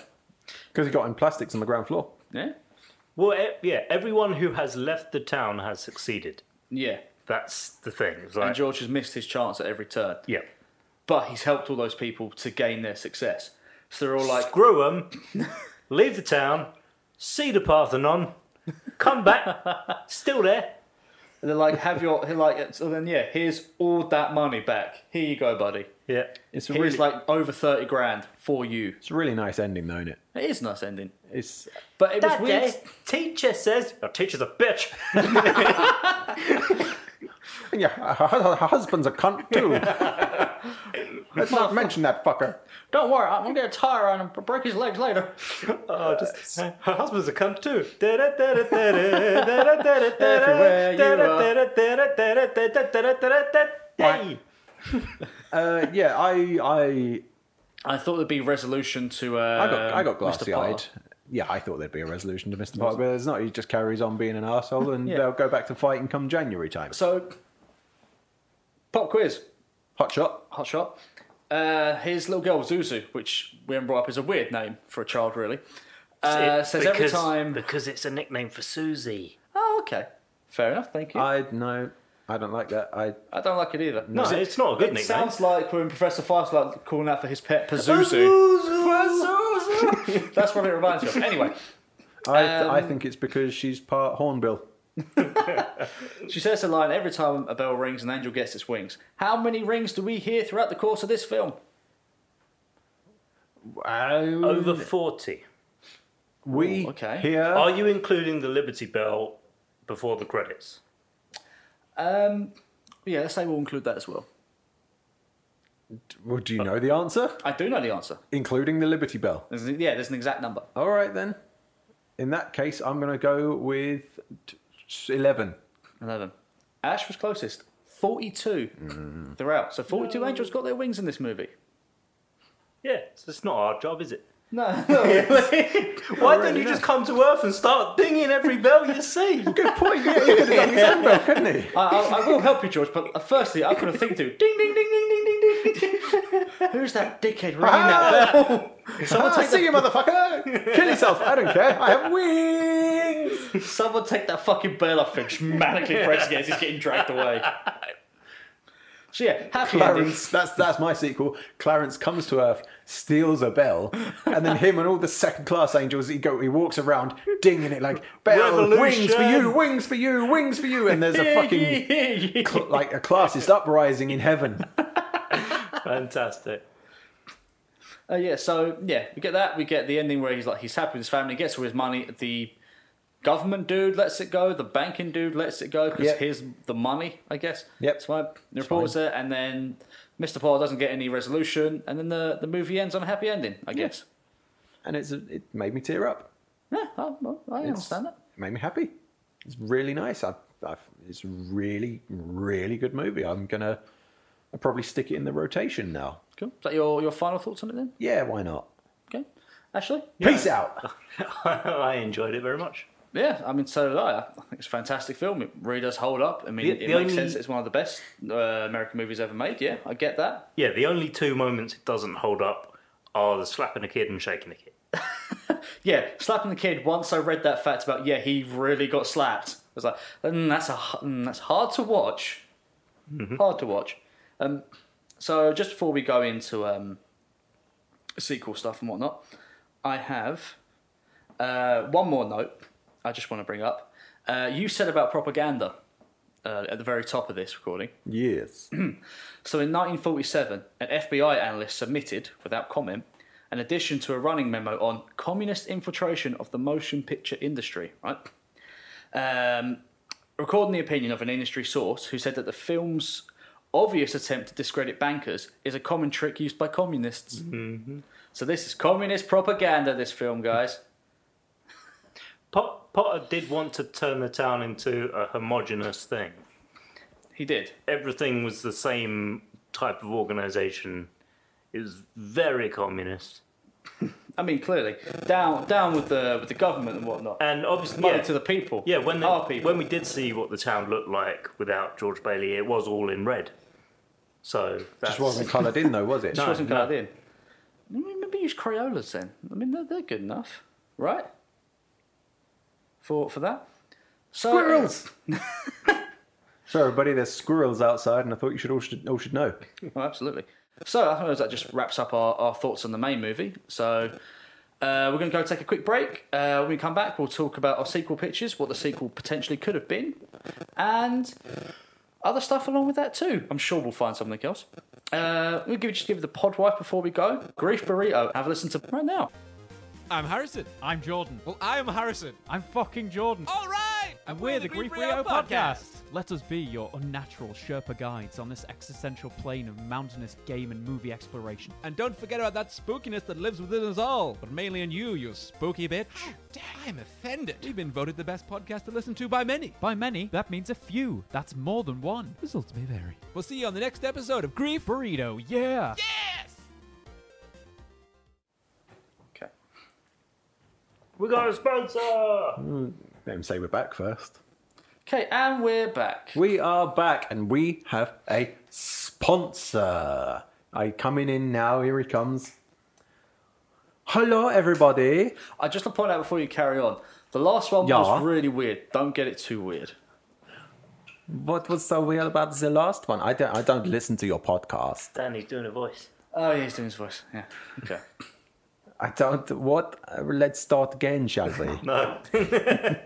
Speaker 2: because he got in plastics on the ground floor.
Speaker 1: Yeah?
Speaker 3: Well, e- yeah, everyone who has left the town has succeeded.
Speaker 1: Yeah.
Speaker 3: That's the thing. It's like-
Speaker 1: And George has missed his chance at every turn.
Speaker 3: yeah,
Speaker 1: but he's helped all those people to gain their success. So they're all like,
Speaker 3: screw them. leave the town. See the Parthenon. Come back. Still there.
Speaker 1: they're like, have your, (laughs) they're like, so then yeah, here's all that money back. Here you go, buddy.
Speaker 3: Yeah.
Speaker 2: It's a
Speaker 1: Here's
Speaker 2: really,
Speaker 1: like over thirty grand for you.
Speaker 2: it's a really nice ending, though, isn't it?
Speaker 1: It is a nice ending,
Speaker 2: It's
Speaker 1: but it was
Speaker 3: That
Speaker 1: weird.
Speaker 3: day, teacher says, "Your teacher's a bitch."
Speaker 1: (laughs)
Speaker 2: yeah, her, her husband's a cunt too. Let's not mention that fucker.
Speaker 1: Don't worry, I'm gonna get a tire on him and break his legs later. (laughs)
Speaker 3: Oh, just (laughs) her husband's a cunt too.
Speaker 2: Everywhere
Speaker 3: Hey.
Speaker 2: Uh, yeah, I, I,
Speaker 1: I thought there'd be resolution to. Uh,
Speaker 2: I got, I got
Speaker 1: Mr.
Speaker 2: glassy eyed.
Speaker 1: Potter.
Speaker 2: Yeah, I thought there'd be a resolution to Mr. Potter, but there's not. He just carries on being an asshole, and
Speaker 1: Yeah.
Speaker 2: they'll go back to fighting come January time.
Speaker 1: So, pop quiz,
Speaker 2: Hot shot.
Speaker 1: hot shot. Uh, his little girl Zuzu, which we haven't brought up, is a weird name for a child, really. Uh, says every
Speaker 3: Because-
Speaker 1: time.
Speaker 3: because it's a nickname for Susie.
Speaker 1: Oh, okay, fair enough. Thank you. I,
Speaker 2: I no, I don't like that. I
Speaker 1: don't like it either.
Speaker 3: No, it's not a good
Speaker 1: It
Speaker 3: nickname.
Speaker 1: sounds like when Professor Firelight calling out for his pet
Speaker 3: Oh,
Speaker 1: Pazuzu. Um, (laughs) That's what it reminds me of. Anyway,
Speaker 2: I, I think it's because she's part Hornbill.
Speaker 1: she says the line every time a bell rings, an angel gets its wings. How many rings do we hear throughout the course of this film?
Speaker 2: Oh, Mm.
Speaker 3: Over forty.
Speaker 2: We
Speaker 1: Ooh, oh, okay.
Speaker 2: here.
Speaker 3: Are you including the Liberty Bell before the credits?
Speaker 1: Um, yeah, let's say we'll include that as well.
Speaker 2: Well, do you know the answer,
Speaker 1: I do know the answer.
Speaker 2: including the Liberty Bell?
Speaker 1: There's, yeah, there's an exact number.
Speaker 2: All right then. In that case, I'm going to go with t- eleven.
Speaker 1: 11. Ash was closest. 42 throughout. So 42 angels got their wings in this movie.
Speaker 3: Yeah, so it's not our job, is it?
Speaker 1: (laughs) No.
Speaker 3: (laughs) Why don't you just come to Earth and start dinging every bell you see?
Speaker 2: Good point. Yeah, he could have done his own bell, couldn't he?
Speaker 1: I, I, I will help you, George, but firstly, I couldn't think to. Ding, ding, ding, ding, ding, ding, ding, ding. (laughs) Who's that dickhead ringing that bell? (laughs) Someone
Speaker 2: Ah,
Speaker 1: take
Speaker 2: see you, motherfucker! Kill yourself. I don't care. I have
Speaker 1: (laughs)
Speaker 2: wings.
Speaker 1: Someone take that fucking bell off him. Manically pressing it as he's getting dragged away. So yeah, happy ending.
Speaker 2: Clarence, that's that's my sequel. Clarence comes to Earth, steals a bell, and then him and all the second class angels he go he walks around dinging it like bell wings for you,
Speaker 3: Revolution."
Speaker 2: wings for you, wings for you, and there's
Speaker 1: (laughs)
Speaker 2: a (laughs) fucking cl- like a classist uprising in heaven.
Speaker 3: (laughs) Fantastic. (laughs)
Speaker 1: Uh, yeah, so yeah, we get that. We get the ending where he's like he's happy with his family, gets all his money. The government dude lets it go. The banking dude lets it go because
Speaker 2: Yep.
Speaker 1: here's the money, I guess.
Speaker 2: Yep.
Speaker 1: That's why the report's there, and then Mr. Paul doesn't get any resolution, and then the the movie ends on a happy ending, I guess.
Speaker 2: And it's a, it made me tear up.
Speaker 1: Yeah, I, I understand that.
Speaker 2: It made me happy. It's really nice. I, I it's a really really good movie. I'm gonna I'll probably stick it in the rotation now.
Speaker 1: Cool. Is that your your final thoughts on it then?
Speaker 2: Yeah, why not?
Speaker 1: Okay, Ashley.
Speaker 2: Peace out.
Speaker 3: I enjoyed it very much.
Speaker 1: Yeah, I mean, so did I. I think it's a fantastic film. It really does hold up. I mean,
Speaker 3: The-
Speaker 1: it
Speaker 3: the
Speaker 1: makes
Speaker 3: only-
Speaker 1: sense. It's one of the best uh, American movies ever made. Yeah, I get that.
Speaker 3: Yeah, the only two moments it doesn't hold up are the slapping a kid and shaking a kid.
Speaker 1: Yeah, slapping the kid. Once I read that fact about, yeah, he really got slapped. I was like, mm, that's a h- mm, that's hard to watch. Hard to watch. Um, so just before we go into um, sequel stuff and whatnot, I have uh, one more note. I just want to bring up. Uh, you said about propaganda uh, at the very top of this recording. (clears throat)
Speaker 2: yes.
Speaker 1: So in 1947, an FBI analyst submitted, without comment, an addition to a running memo on communist infiltration of the motion picture industry, right? Um, recording the opinion of an industry source who said that the film's obvious attempt to discredit bankers is a common trick used by communists.
Speaker 3: Mm-hmm.
Speaker 1: So this is communist propaganda, this film, guys.
Speaker 3: Pot- Potter did want to turn the town into a homogenous thing.
Speaker 1: He did.
Speaker 3: Everything was the same type of organisation. It was very communist.
Speaker 1: I mean, clearly, down down with the with the government and whatnot.
Speaker 3: And obviously,
Speaker 1: Money
Speaker 3: Uh, yeah,
Speaker 1: to the people.
Speaker 3: Yeah, when,
Speaker 1: our
Speaker 3: the,
Speaker 1: people.
Speaker 3: when we did see what the town looked like without George Bailey, it was all in red. So that's
Speaker 2: Just wasn't coloured in though, was it? (laughs)
Speaker 1: Just wasn't
Speaker 3: no.
Speaker 1: coloured in. Maybe maybe use Crayolas then. I mean, they're, they're good enough, right? For for that. So, (laughs)
Speaker 2: (laughs) Squirrels! So everybody, there's squirrels outside, and I thought you should all should, all should know.
Speaker 1: Oh, absolutely. So I suppose that just wraps up our, our thoughts on the main movie. So uh, we're going to go take a quick break. Uh, when we come back, we'll talk about our sequel pictures, what the sequel potentially could have been, and other stuff along with that too. I'm sure we'll find something else. Uh, we'll give, just give the pod wife before we go. Grief Burrito. Have a listen to right now.
Speaker 7: I'm Harrison. I'm Jordan. Well, I am Harrison. I'm fucking Jordan. All right. And we're the Grief Rio podcast. Let us be your unnatural Sherpa guides on this existential plane of mountainous game and movie exploration. And don't forget about that spookiness that lives within us all, but mainly in you, you spooky bitch.
Speaker 8: I'm offended.
Speaker 7: We've been voted the best podcast to listen to by many. By many, that means a few. That's more than one. Results may vary. We'll see you on the next episode of Grief Burrito. Yeah.
Speaker 1: Okay.
Speaker 3: We got a sponsor.
Speaker 2: Let him say we're back first.
Speaker 1: Okay, and we're back.
Speaker 2: We are back and we have a sponsor. I coming in now. Here he comes. Hello, everybody.
Speaker 1: I just to point out before you carry on, the last one
Speaker 2: Yeah.
Speaker 1: was really weird. Don't get it too weird.
Speaker 2: What was so weird about the last one? I don't. I
Speaker 3: Mm.
Speaker 2: don't listen to your podcast.
Speaker 3: Danny's doing a voice.
Speaker 1: Oh, yeah, he's doing his voice. Yeah. (laughs) Okay.
Speaker 2: I don't. What? Uh, Let's start again, shall we?
Speaker 3: (laughs) No,
Speaker 2: (laughs)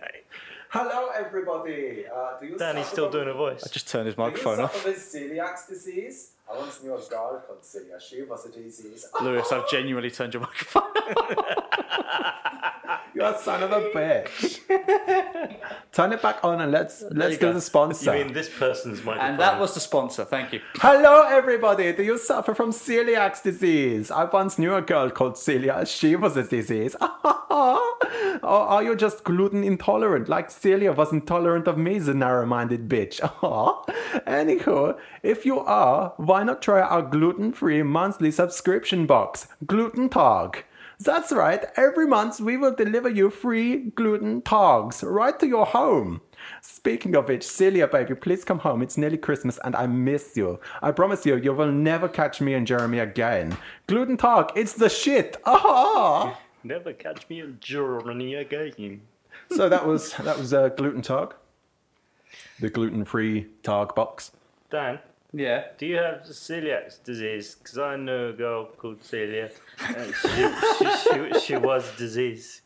Speaker 2: Hello, everybody. Uh, do you
Speaker 3: Danny's still doing a voice.
Speaker 1: Just turn his microphone off.
Speaker 2: with celiac disease? I once knew a girl called celiac. She was a disease. (laughs)
Speaker 1: Lewis, I've genuinely turned your microphone off.
Speaker 2: you are son of
Speaker 3: (laughs)
Speaker 2: a bitch. Turn it back on and let's let's
Speaker 1: you
Speaker 2: do
Speaker 1: go.
Speaker 2: the sponsor.
Speaker 3: You mean this person's microphone?
Speaker 1: And that was the sponsor. Thank you.
Speaker 2: Hello, everybody. Do you suffer from celiac disease? I once knew a girl called Celia. She was a disease. (laughs) or are you just gluten intolerant, like Celia was intolerant of me, the narrow-minded bitch? (laughs) Anywho, if you are, why not try our gluten-free monthly subscription box, Gluten Tog? That's right. Every month we will deliver you free gluten togs right to your home. Speaking of which, Celia, baby, please come home. It's nearly Christmas and I miss you. I promise you, you will never catch me and Jeremy again. Gluten tog, it's the shit. Ah!
Speaker 3: Never catch me in Germany again.
Speaker 2: so that was that was uh, gluten tog, the gluten-free tog box.
Speaker 3: Dan,
Speaker 1: Yeah.
Speaker 3: do you have celiac disease? Because I know a girl called Celia. And she, she, she, she was disease.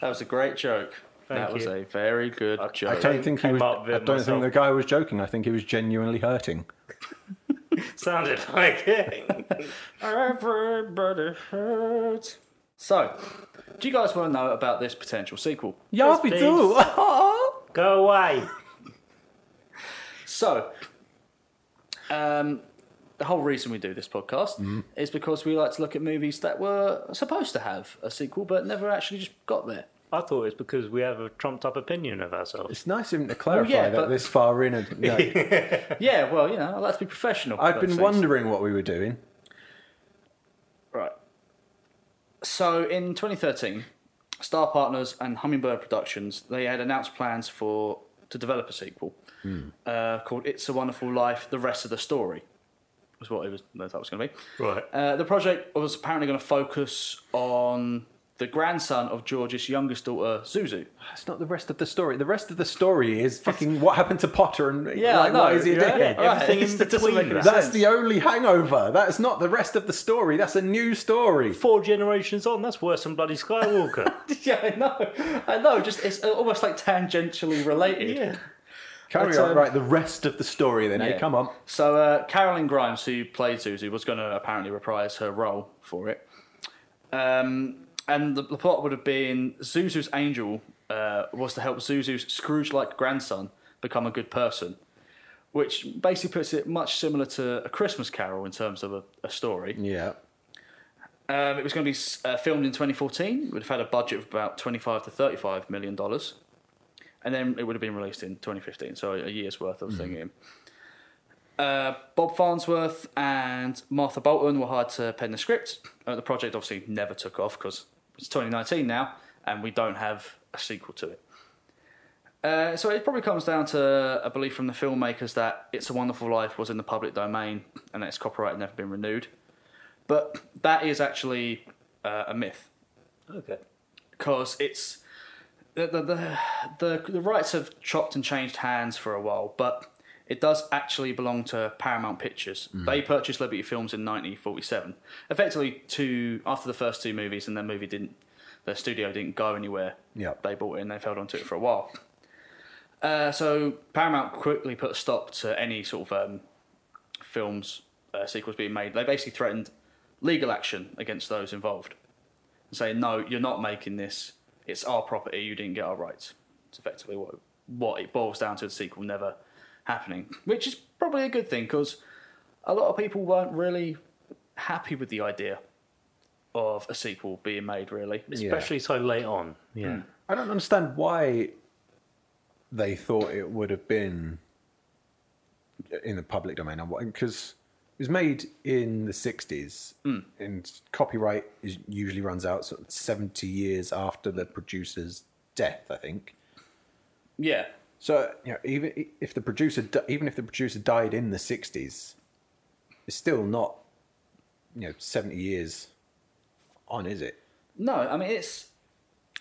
Speaker 1: That was a great joke. that
Speaker 3: Thank
Speaker 1: was
Speaker 3: you.
Speaker 1: a very good joke.
Speaker 2: I don't think he
Speaker 3: came
Speaker 2: was,
Speaker 3: up with
Speaker 2: I don't
Speaker 3: myself.
Speaker 2: think the guy was joking. I think he was genuinely hurting.
Speaker 3: Sounded like it.
Speaker 1: (laughs) Everybody hurts. So, do you guys want to know about this potential sequel?
Speaker 2: Yeah, we
Speaker 3: please.
Speaker 2: do.
Speaker 3: Go away.
Speaker 1: So, um, the whole reason we do this podcast is because we like to look at movies that were supposed to have a sequel but never actually just got there.
Speaker 3: I thought it's because we have a trumped up opinion of ourselves.
Speaker 2: it's nice of him to clarify
Speaker 3: Oh,
Speaker 1: yeah,
Speaker 2: that
Speaker 1: but-
Speaker 2: this far in. And, no,
Speaker 3: (laughs)
Speaker 1: Yeah, well, you know, I like to be professional.
Speaker 2: I've
Speaker 1: about
Speaker 2: been
Speaker 1: things.
Speaker 2: wondering what we were doing.
Speaker 1: Right. So in 2013, Star Partners and Hummingbird Productions they had announced plans for to develop a sequel uh, called "It's a Wonderful Life: The Rest of the Story." Was what it was. That was going to be.
Speaker 3: Right.
Speaker 1: Uh, the project was apparently going to focus on the grandson of George's youngest daughter, Zuzu.
Speaker 2: That's not the rest of the story. The rest of the story is fucking what happened to Potter and
Speaker 1: Yeah,
Speaker 2: like,
Speaker 1: I know,
Speaker 2: why is he
Speaker 1: yeah.
Speaker 2: dead?
Speaker 1: Right.
Speaker 3: Everything
Speaker 1: (laughs) It
Speaker 3: in
Speaker 1: doesn't make
Speaker 3: between
Speaker 1: any
Speaker 3: that.
Speaker 2: That's the only hangover. That's not the rest of the story. That's a new story.
Speaker 3: Four generations on, that's worse than bloody Skywalker.
Speaker 1: (laughs) yeah, I know. I know. Just it's uh, almost like tangentially related.
Speaker 3: yeah.
Speaker 2: Carry
Speaker 1: But,
Speaker 2: on.
Speaker 1: um,
Speaker 2: right, the rest of the story then.
Speaker 1: Yeah.
Speaker 2: Hey, come on.
Speaker 1: So uh, Carolyn Grimes, who played Susie, was going to apparently reprise her role for it. Um, and the, the plot would have been Zuzu's angel uh, was to help Zuzu's Scrooge-like grandson become a good person, which basically puts it much similar to A Christmas Carol in terms of a, a story.
Speaker 2: Yeah.
Speaker 1: Um, it was going to be uh, filmed in 2014. It would have had a budget of about 25 to 35 million dollars, and then it would have been released in 2015. So a year's worth of thinking. Uh, Bob Farnsworth and Martha Bolton were hired to pen the script. Uh, the project obviously never took off because it's 2019 now, and we don't have a sequel to it. Uh, so it probably comes down to a belief from the filmmakers that "It's a Wonderful Life" was in the public domain and that its copyright had never been renewed. But that is actually uh, a myth
Speaker 3: Okay.
Speaker 1: because it's the the, the the the rights have chopped and changed hands for a while, but it does actually belong to Paramount Pictures. They purchased Liberty Films in 1947, effectively two after the first two movies, and their movie didn't, their studio didn't go anywhere.
Speaker 2: Yeah.
Speaker 1: they bought it and they've held onto it for a while. Uh, so Paramount quickly put a stop to any sort of um, films uh, sequels being made. They basically threatened legal action against those involved and saying, "No, you're not making this. It's our property. You didn't get our rights." It's effectively what what it boils down to the sequel never happening, which is probably a good thing because a lot of people weren't really happy with the idea of a sequel being made. Really,
Speaker 3: especially so late on. Yeah,
Speaker 2: I don't understand why they thought it would have been in the public domain because it was made in the 60s
Speaker 1: Hmm.
Speaker 2: and copyright is, usually runs out sort of 70 years after the producer's death i think
Speaker 1: yeah,
Speaker 2: so you know, even if the producer, di- even if the producer died in the '60s, it's still not, you know, seventy years on, is it?
Speaker 1: No, I mean it's.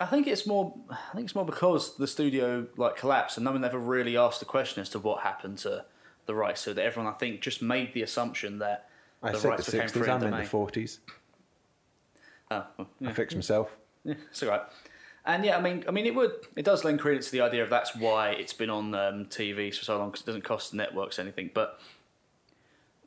Speaker 1: I think it's more. I think it's more because the studio like collapsed, and no one ever really asked the question as to what happened to the rights. So that everyone, I think, just made the assumption that
Speaker 2: I
Speaker 1: the
Speaker 2: said
Speaker 1: rights
Speaker 2: the
Speaker 1: became
Speaker 2: '60s.
Speaker 1: free
Speaker 2: I
Speaker 1: and
Speaker 2: meant
Speaker 1: domain.
Speaker 2: the '40s.
Speaker 1: Oh, well, (laughs)
Speaker 2: I fixed myself.
Speaker 1: yeah, it's all right. And yeah, I mean, I mean, it would. It does lend credence to the idea of that's why it's been on um, TV for so long because it doesn't cost the networks anything. But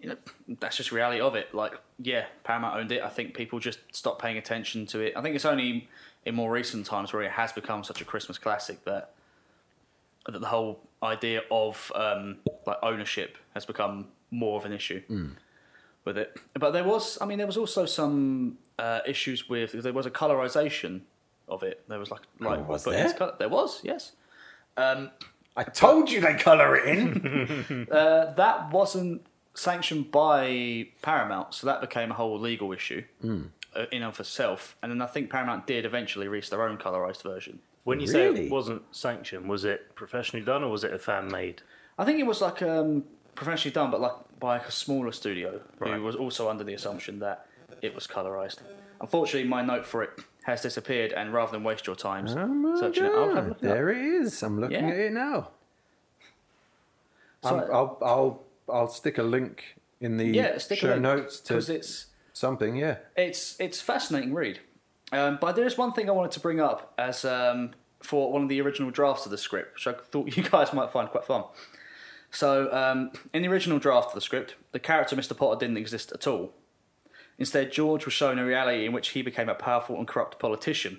Speaker 1: you know, that's just the reality of it. Like, yeah, Paramount owned it. I think people just stopped paying attention to it. I think it's only in more recent times where it has become such a Christmas classic that that the whole idea of um, like ownership has become more of an issue
Speaker 2: Hmm.
Speaker 1: with it. But there was, I mean, there was also some uh, issues with there was a colorization of it. There was like, like
Speaker 2: Oh, was
Speaker 1: but it's
Speaker 2: there?
Speaker 1: colour- there was, yes. Um, (laughs)
Speaker 2: I told you they colour it in.
Speaker 1: uh, that wasn't sanctioned by Paramount, so that became a whole legal issue
Speaker 2: Hmm.
Speaker 1: uh, in and of itself. And then I think Paramount did eventually reach their own colorized version.
Speaker 3: when you say
Speaker 2: Really?
Speaker 3: it wasn't sanctioned, was it professionally done or was it a fan made?
Speaker 1: I think it was like um, professionally done, but like by a smaller studio
Speaker 3: Right.
Speaker 1: who was also under the assumption that it was colorized. Unfortunately, my note for it has disappeared, and rather than waste your time searching it, I'll have a look. it up.
Speaker 2: Oh there it is. I'm looking
Speaker 1: Yeah.
Speaker 2: at it now.
Speaker 1: So-
Speaker 2: I'm- I'll, I'll I'll stick a link in the
Speaker 1: yeah, stick
Speaker 2: show
Speaker 1: around,
Speaker 2: notes to
Speaker 1: 'cause it's
Speaker 2: something. Yeah.
Speaker 1: it's it's fascinating read. Um, but there is one thing I wanted to bring up as um, for one of the original drafts of the script, which I thought (laughs) you guys might find quite fun. So, um, in the original draft of the script, the character Mr. Potter didn't exist at all. Instead, George was shown a reality in which he became a powerful and corrupt politician.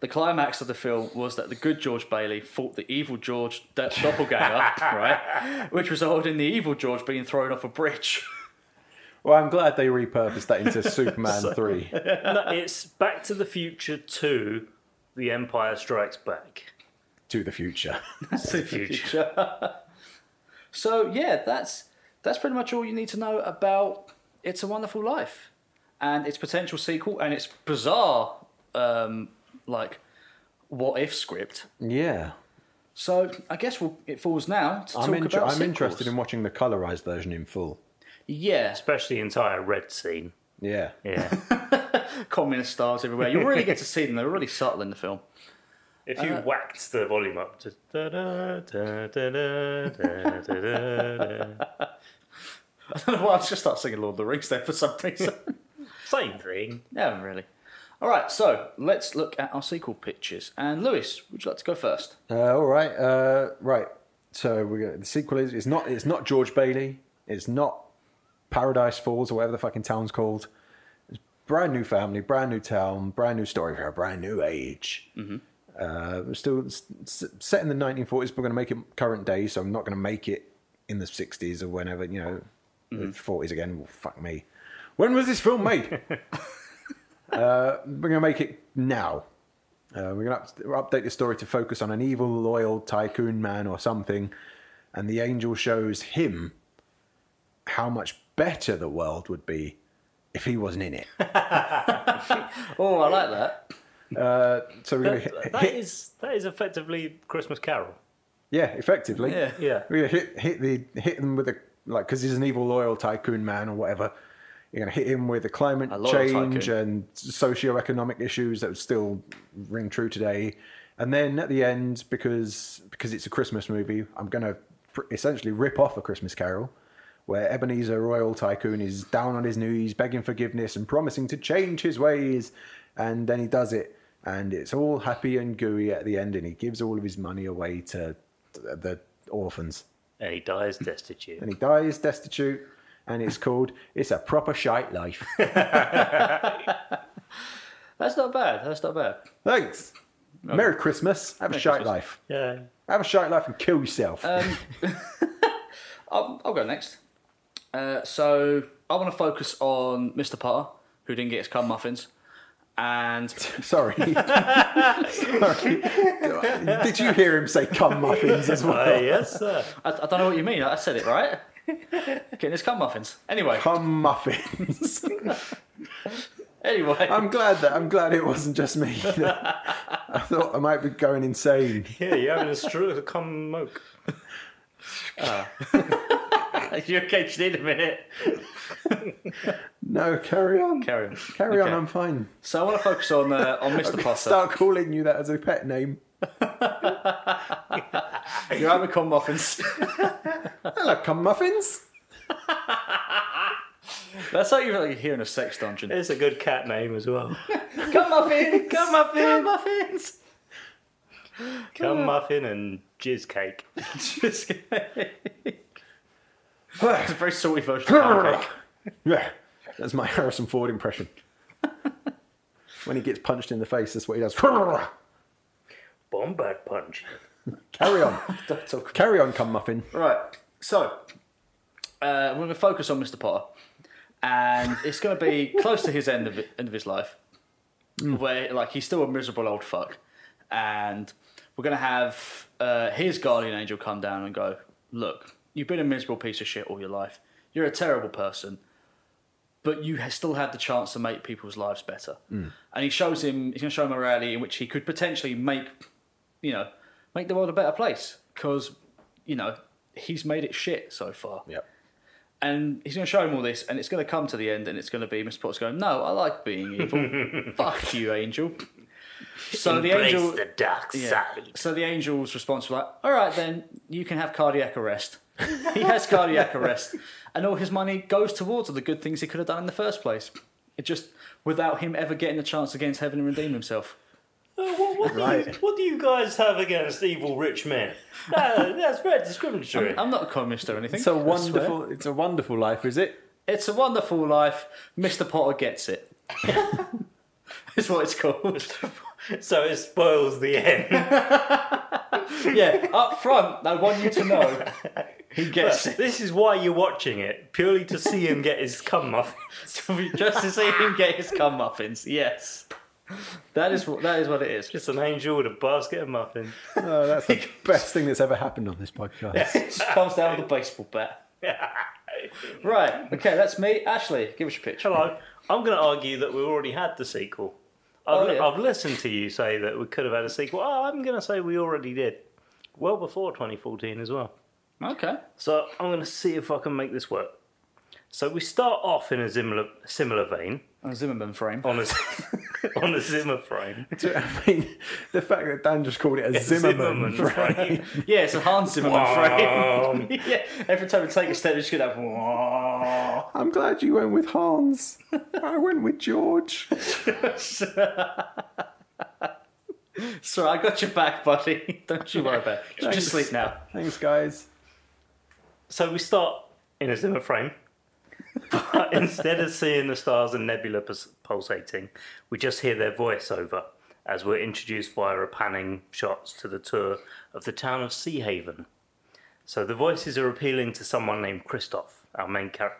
Speaker 1: the climax of the film was that the good George Bailey fought the evil George do- doppelganger, (laughs) right? Which resulted in the evil George being thrown off a bridge.
Speaker 2: Well, I'm glad they repurposed that
Speaker 1: (laughs)
Speaker 2: into Superman three.
Speaker 3: no, it's Back to the Future 2, The Empire Strikes Back.
Speaker 2: to
Speaker 1: (laughs)
Speaker 2: the future.
Speaker 3: the future.
Speaker 1: So yeah, that's that's pretty much all you need to know about It's a Wonderful Life and its potential sequel and its bizarre um, like what if script.
Speaker 2: yeah.
Speaker 1: So I guess we'll, it falls now to
Speaker 2: I'm,
Speaker 1: talk
Speaker 2: inter-
Speaker 1: about
Speaker 2: I'm
Speaker 1: sequels.
Speaker 2: interested in watching the colorized version in full.
Speaker 1: yeah
Speaker 3: Especially the entire red scene.
Speaker 2: Yeah.
Speaker 3: Yeah. (laughs)
Speaker 1: communist stars everywhere. You really get to see them. They're really subtle in the film. (laughs)
Speaker 3: If you whacked the volume up, just da da da da da da da da.
Speaker 1: well, I just start singing Lord of the Rings there for some reason. (laughs)
Speaker 3: Same thing.
Speaker 1: Never really. All right, so let's look at our sequel pictures. And Lewis, would you like to go first?
Speaker 2: Uh, all right. Uh, right. So we got, the sequel is it's not it's not George Bailey. It's not Paradise Falls or whatever the fucking town's called. It's brand new family, brand new town, brand new story for a brand new age. Mm-hmm. Uh, we're still s- s- set in the 1940s. But we're going to make it current day, so I'm not going to make it in the 60s or whenever you know the 40s again. Well, fuck me. When was this film made? Uh, we're going to make it now. Uh, we're going to up- update the story to focus on an evil, loyal tycoon man or something, and the angel shows him how much better the world would be if he wasn't in it.
Speaker 1: Oh, I like that.
Speaker 2: So we're
Speaker 3: (laughs)
Speaker 2: going to
Speaker 3: That
Speaker 2: hit,
Speaker 3: is that is effectively Christmas Carol.
Speaker 2: yeah, effectively,
Speaker 1: Yeah.
Speaker 3: Yeah.
Speaker 2: We're going to hit hit the hit them with a like because he's an evil, loyal tycoon man or whatever. You're going to hit him with the climate
Speaker 1: A loyal
Speaker 2: change
Speaker 1: tycoon.
Speaker 2: and socioeconomic issues that still ring true today. And then at the end, because because it's a Christmas movie, I'm going to pr- essentially rip off a Christmas Carol, where Ebenezer Royal Tycoon is down on his knees begging forgiveness and promising to change his ways, and then he does it, and it's all happy and gooey at the end, and he gives all of his money away to th- the orphans
Speaker 3: And he dies
Speaker 2: and
Speaker 3: destitute.
Speaker 2: he dies destitute, and it's called "It's a Proper Shite Life."
Speaker 1: That's not bad. That's not bad.
Speaker 2: Thanks. Merry Christmas. Have a
Speaker 1: Merry
Speaker 2: shite
Speaker 1: Christmas. Um,
Speaker 2: life.
Speaker 3: Yeah.
Speaker 2: Have a shite life and kill yourself.
Speaker 1: I'll, I'll go next. Uh, so I want to focus on Mr. Potter, who didn't get his cum muffins, and
Speaker 2: (laughs)
Speaker 1: (laughs)
Speaker 2: Sorry. Sorry. Did you hear him say cum muffins as well?
Speaker 3: Uh, yes, sir.
Speaker 1: I, I don't know what you mean. I said it right. Getting his cum muffins. Anyway,
Speaker 2: Cum
Speaker 1: (laughs)
Speaker 2: muffins.
Speaker 1: anyway,
Speaker 2: I'm glad that I'm glad it wasn't just me.
Speaker 1: (laughs)
Speaker 2: I thought I might be going insane.
Speaker 3: Yeah, you're having a stroke of cum moke.
Speaker 1: you're okay. Just need a minute.
Speaker 2: No, carry on.
Speaker 1: Carry on.
Speaker 2: Carry on. um.
Speaker 1: Okay.
Speaker 2: I'm fine.
Speaker 1: So I want to focus on uh, on Mr. Potter.
Speaker 2: Start calling you that as a pet name.
Speaker 1: You're having cum muffins.
Speaker 2: Hello,
Speaker 1: (laughs)
Speaker 2: cum muffins.
Speaker 1: That's how you feel like you're hearing a sex dungeon.
Speaker 3: It's a good cat name as well.
Speaker 1: Cum muffins. Cum muffins. Cum muffins. (laughs)
Speaker 3: Cum muffin and jizz cake.
Speaker 1: Just kidding. it's a very salty
Speaker 2: (laughs)
Speaker 1: version of pancake.
Speaker 2: Yeah, that's my Harrison Ford impression. (laughs) when he gets punched in the face, that's what (laughs) he does. Carry
Speaker 3: Bombard punch.
Speaker 2: on. Carry on, cum muffin.
Speaker 1: Right. So uh, we're going to focus on Mr. Potter, and it's going to be close to his end of end of his life, where like he's still a miserable old fuck, and we're going to have uh, his guardian angel come down and go, look, you've been a miserable piece of shit all your life. You're a terrible person. But you ha- still had the chance to make people's lives better, and he shows him. He's going to show him a rally in which he could potentially make you know, make the world a better place because, you know, he's made it shit so far.
Speaker 2: Yep.
Speaker 1: And he's going to show him all this, and it's going to come to the end, and it's going to be Mr. Potter's going, No, I like being (laughs) evil. Fuck you, angel. So the angel.
Speaker 3: dark
Speaker 1: yeah. So the angel's response was like, All right, then, you can have cardiac arrest. (laughs) he has cardiac arrest, and all his money goes towards all the good things he could have done in the first place. It just, without him ever getting a chance against heaven and redeem himself.
Speaker 3: Uh, What, what, do you,
Speaker 2: Right.
Speaker 3: what do you guys have against evil rich men? Uh, that's very discriminatory.
Speaker 1: I'm not a communist or anything.
Speaker 2: It's a
Speaker 1: I swear.
Speaker 2: wonderful. It's a wonderful life, is it?
Speaker 1: It's a Wonderful Life. Mr. Potter gets it. (laughs) That's what it's called.
Speaker 3: (laughs) so it spoils the (laughs) end.
Speaker 1: yeah, up front, they want you to know he gets it.
Speaker 3: this is why you're watching it, purely to see him get his cum muffin. (laughs)
Speaker 1: Just to see him get his cum muffins. Yes, that is what that is what it is.
Speaker 3: Just an angel with a basket of muffins.
Speaker 2: Oh, that's (laughs) the best thing that's ever happened on this podcast.
Speaker 1: Just comes down with a baseball bat. Right. Okay, that's me. Ashley, give us your pitch.
Speaker 3: Hello. I'm going to argue that we already had the sequel.
Speaker 1: Oh,
Speaker 3: I've,
Speaker 1: yeah.
Speaker 3: I've listened to you say that we could have had a sequel. Oh, I'm going to say we already did. Well before 2014 as well.
Speaker 1: Okay.
Speaker 3: So I'm going to see if I can make this work. So we start off in a similar similar vein
Speaker 1: A Zimmerman frame.
Speaker 3: on a (laughs) on a Zimmer frame.
Speaker 2: (laughs) Do you know what I mean, the fact that Dan just called it a Zimmerman.
Speaker 3: frame. Um,
Speaker 1: Yeah, it's a Hans Zimmerman frame. (laughs) yeah. Every time we take a step, it's gonna have. "Wah."
Speaker 2: (laughs) I'm glad you went with (laughs) Hans. I went with George.
Speaker 1: (laughs) Sorry, I got your back, buddy. (laughs) Don't you worry about it. You Just sleep now.
Speaker 2: Thanks, guys.
Speaker 3: So we start in a Zimmer frame. But (laughs) instead of seeing the stars and nebula pus- pulsating, we just hear their voiceover as we're introduced via a panning shots to the tour of the town of Sea Haven. So the voices are appealing to someone named Christoph, our main character,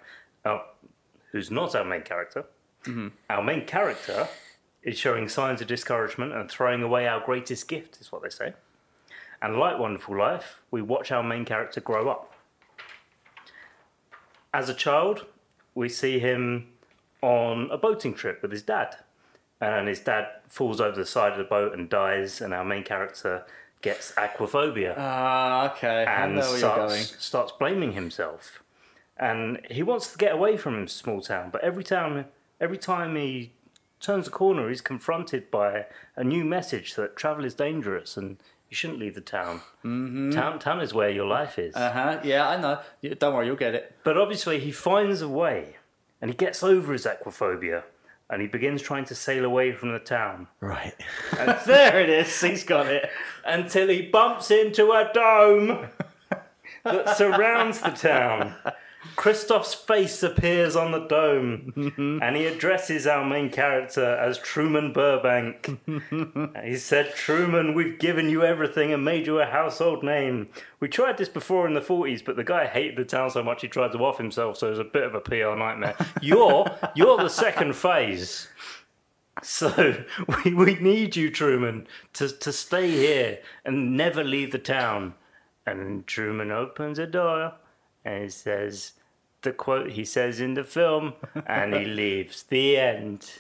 Speaker 3: who's not our main character. Our main character is showing signs of discouragement and throwing away our greatest gift, is what they say. And like Wonderful Life, we watch our main character grow up. As a child, we see him on a boating trip with his dad. And his dad falls over the side of the boat and dies, and our main character gets aquaphobia
Speaker 1: Ah, okay. I
Speaker 3: and
Speaker 1: know where you're going.
Speaker 3: starts, starts blaming himself. And he wants to get away from his small town, but every time, every time he turns a corner, he's confronted by a new message that travel is dangerous and you shouldn't leave the town. Town, town is where your life is.
Speaker 1: Mm-hmm. Uh huh. Yeah, I know. You- Don't worry, you'll get it.
Speaker 3: But obviously, he finds a way and he gets over his aquaphobia and he begins trying to sail away from the town
Speaker 2: Right.
Speaker 1: (laughs) there it is. He's got it. (laughs)
Speaker 3: until he bumps into a dome that surrounds the town. Christoph's face appears on the
Speaker 1: (laughs)
Speaker 3: dome and he addresses our main character as
Speaker 1: (laughs)
Speaker 3: Truman Burbank. he said, Truman, we've given you everything and made you a household name. We tried this before in the 40s, but the guy hated the town so much he tried to off himself, so it was a bit of a PR nightmare. You're, you're the second phase. So (laughs) we, we need you, Truman, to, to stay here and never leave the town. And Truman opens a door and he says the quote he says in the film and
Speaker 1: (laughs)
Speaker 3: he leaves. The end.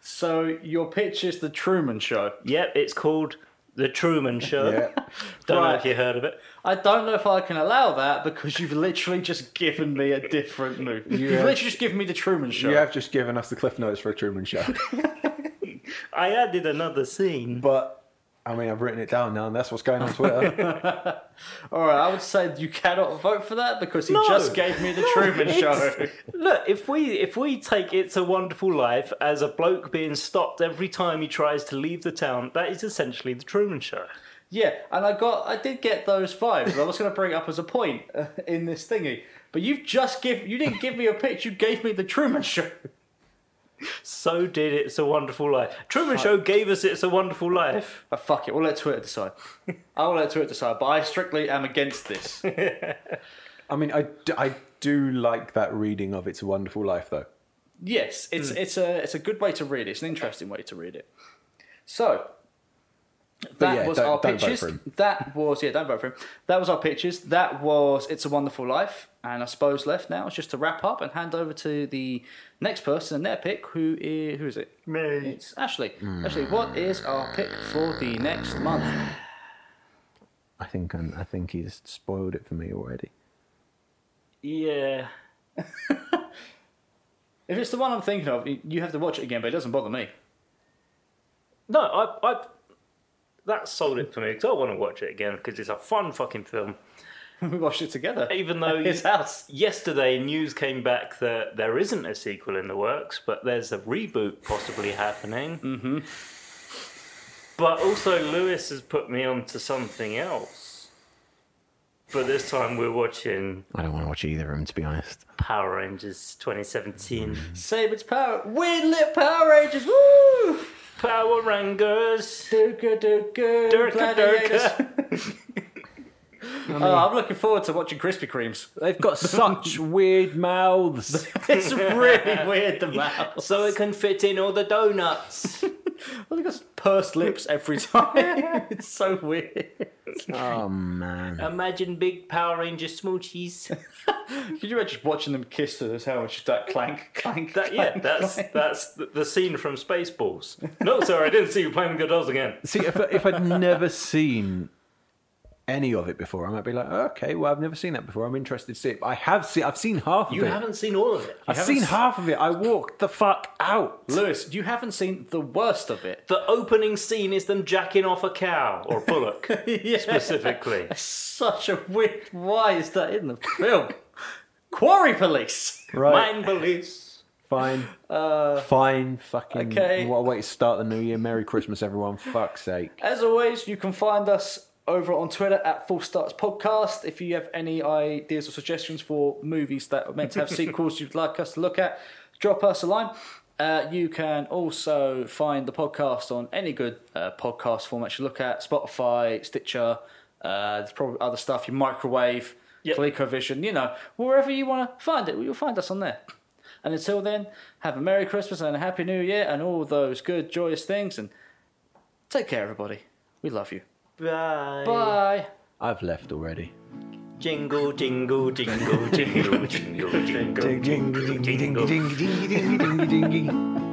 Speaker 1: So your pitch is the Truman Show.
Speaker 3: Yep, it's called The Truman Show.
Speaker 2: Yeah.
Speaker 3: (laughs) Don't know
Speaker 1: Right.
Speaker 3: if you heard of it.
Speaker 1: I don't know if I can allow that because you've literally just given me a different move. You have
Speaker 2: have-
Speaker 1: literally just given me the Truman Show.
Speaker 2: You have just given us the cliff notes for a Truman (laughs) Show,
Speaker 3: I added another scene.
Speaker 2: but I mean, I've written it down now, and that's what's going on (laughs) Twitter.
Speaker 1: All right, I would say you cannot vote for that because he
Speaker 3: No.
Speaker 1: just gave me the Truman Show.
Speaker 3: (laughs) Look, if we if we take It's a Wonderful Life as a bloke being stopped every time he tries to leave the town, that is essentially the Truman Show.
Speaker 1: Yeah, and I got, I did get those vibes. I was going to bring it up as a point uh, in this thingy, but you've just give, you didn't give me a pitch. You gave me the Truman Show. (laughs)
Speaker 3: So did It's a Wonderful Life. Truman Show gave us It's a Wonderful Life.
Speaker 1: Oh, fuck it, we'll let Twitter decide. I will let Twitter decide, but I strictly am against this.
Speaker 2: I mean, I, d- I do like that reading of It's a Wonderful Life, though.
Speaker 1: Yes, it's
Speaker 2: Hmm.
Speaker 1: it's a it's a good way to read it. It's an interesting way to read it. So that
Speaker 2: yeah,
Speaker 1: was
Speaker 2: don't-
Speaker 1: our
Speaker 2: don't vote
Speaker 1: pitches.
Speaker 2: for him.
Speaker 1: That was yeah, don't vote for him. That was our pitches. That was It's a Wonderful Life. And I suppose left now is just to wrap up and hand over to the next person and their pick, who is who is it?
Speaker 3: Me.
Speaker 1: It's Ashley.
Speaker 2: Hmm.
Speaker 1: Ashley, what is our pick for the next month?
Speaker 2: I think I'm, I think he's spoiled it for me already.
Speaker 3: Yeah.
Speaker 1: If it's the one I'm thinking of, you have to watch it again, but it doesn't bother me. (laughs)
Speaker 3: No, I, I that sold it for me because I want to watch it again because it's a fun fucking film.
Speaker 1: we watched it together. (laughs)
Speaker 3: Even though
Speaker 1: At his house.
Speaker 3: yesterday news came back that there isn't a sequel in the works, but there's a reboot possibly happening. Mm-hmm. But also, Lewis has put me onto something else. But this time we're watching
Speaker 2: I don't want to watch either of them, to be honest. Mm.
Speaker 3: Power Rangers 2017.
Speaker 1: Sabre's power. Weird lit Power Rangers. Woo!
Speaker 3: Power Rangers.
Speaker 1: Durka, durka,
Speaker 3: Durka,
Speaker 1: gladiators.
Speaker 3: durka. (laughs)
Speaker 1: Oh, I'm looking forward to watching Krispy Kremes.
Speaker 2: They've
Speaker 3: (laughs)
Speaker 2: got such weird mouths.
Speaker 1: It's really weird, the mouse.
Speaker 3: So it can fit in all the donuts.
Speaker 2: (laughs)
Speaker 1: Well, they've got pursed lips
Speaker 3: (laughs)
Speaker 1: every time. it's so weird.
Speaker 2: oh man,
Speaker 3: Imagine big Power Ranger smoochies.
Speaker 1: Could you imagine just watching them kiss to this helmet? Just that clank, clank,
Speaker 3: That, yeah,
Speaker 1: clank,
Speaker 3: that's
Speaker 1: clank.
Speaker 3: that's the, the scene from Spaceballs. No, sorry, I didn't see you playing with your dolls again.
Speaker 2: see if if I'd never seen any of it before, I might be like, okay, well, I've never seen that before. I'm interested to see it. But I have seen, I've seen half of
Speaker 3: You
Speaker 2: it.
Speaker 3: haven't seen all of it.
Speaker 2: I've seen half of it. I walked the fuck out.
Speaker 1: Lewis, you haven't seen the worst of it.
Speaker 3: The opening scene is them jacking off a cow or bullock
Speaker 1: (laughs)
Speaker 3: specifically.
Speaker 1: Such a weird. Why is that in the film? Quarry Police.
Speaker 2: Right,
Speaker 3: Mine Uh, police.
Speaker 2: fine, fine, fucking.
Speaker 1: okay.
Speaker 2: What a way to start the new year. Merry Christmas, everyone. Fuck's sake.
Speaker 1: As always, you can find us over on Twitter at Full Starts Podcast. If you have any ideas or suggestions for movies that are meant to have sequels you'd like us to look at, drop us a line. Uh, you can also find the podcast on any good uh, podcast format you look at Spotify, Stitcher, uh, there's probably other stuff, your microwave,
Speaker 3: Yep.
Speaker 1: ColecoVision, you know, wherever you want to find it, you'll find us on there. And until then, have a Merry Christmas and a Happy New Year and all those good, joyous things. And Take care, everybody. We love you.
Speaker 3: Bye.
Speaker 1: Bye.
Speaker 2: I've left already.
Speaker 3: Jingle, jingle, jingle, jingle, jingle, jingle, jingle, jingle, jingle.
Speaker 2: dingy, dingy, dingy, dingy, dingy.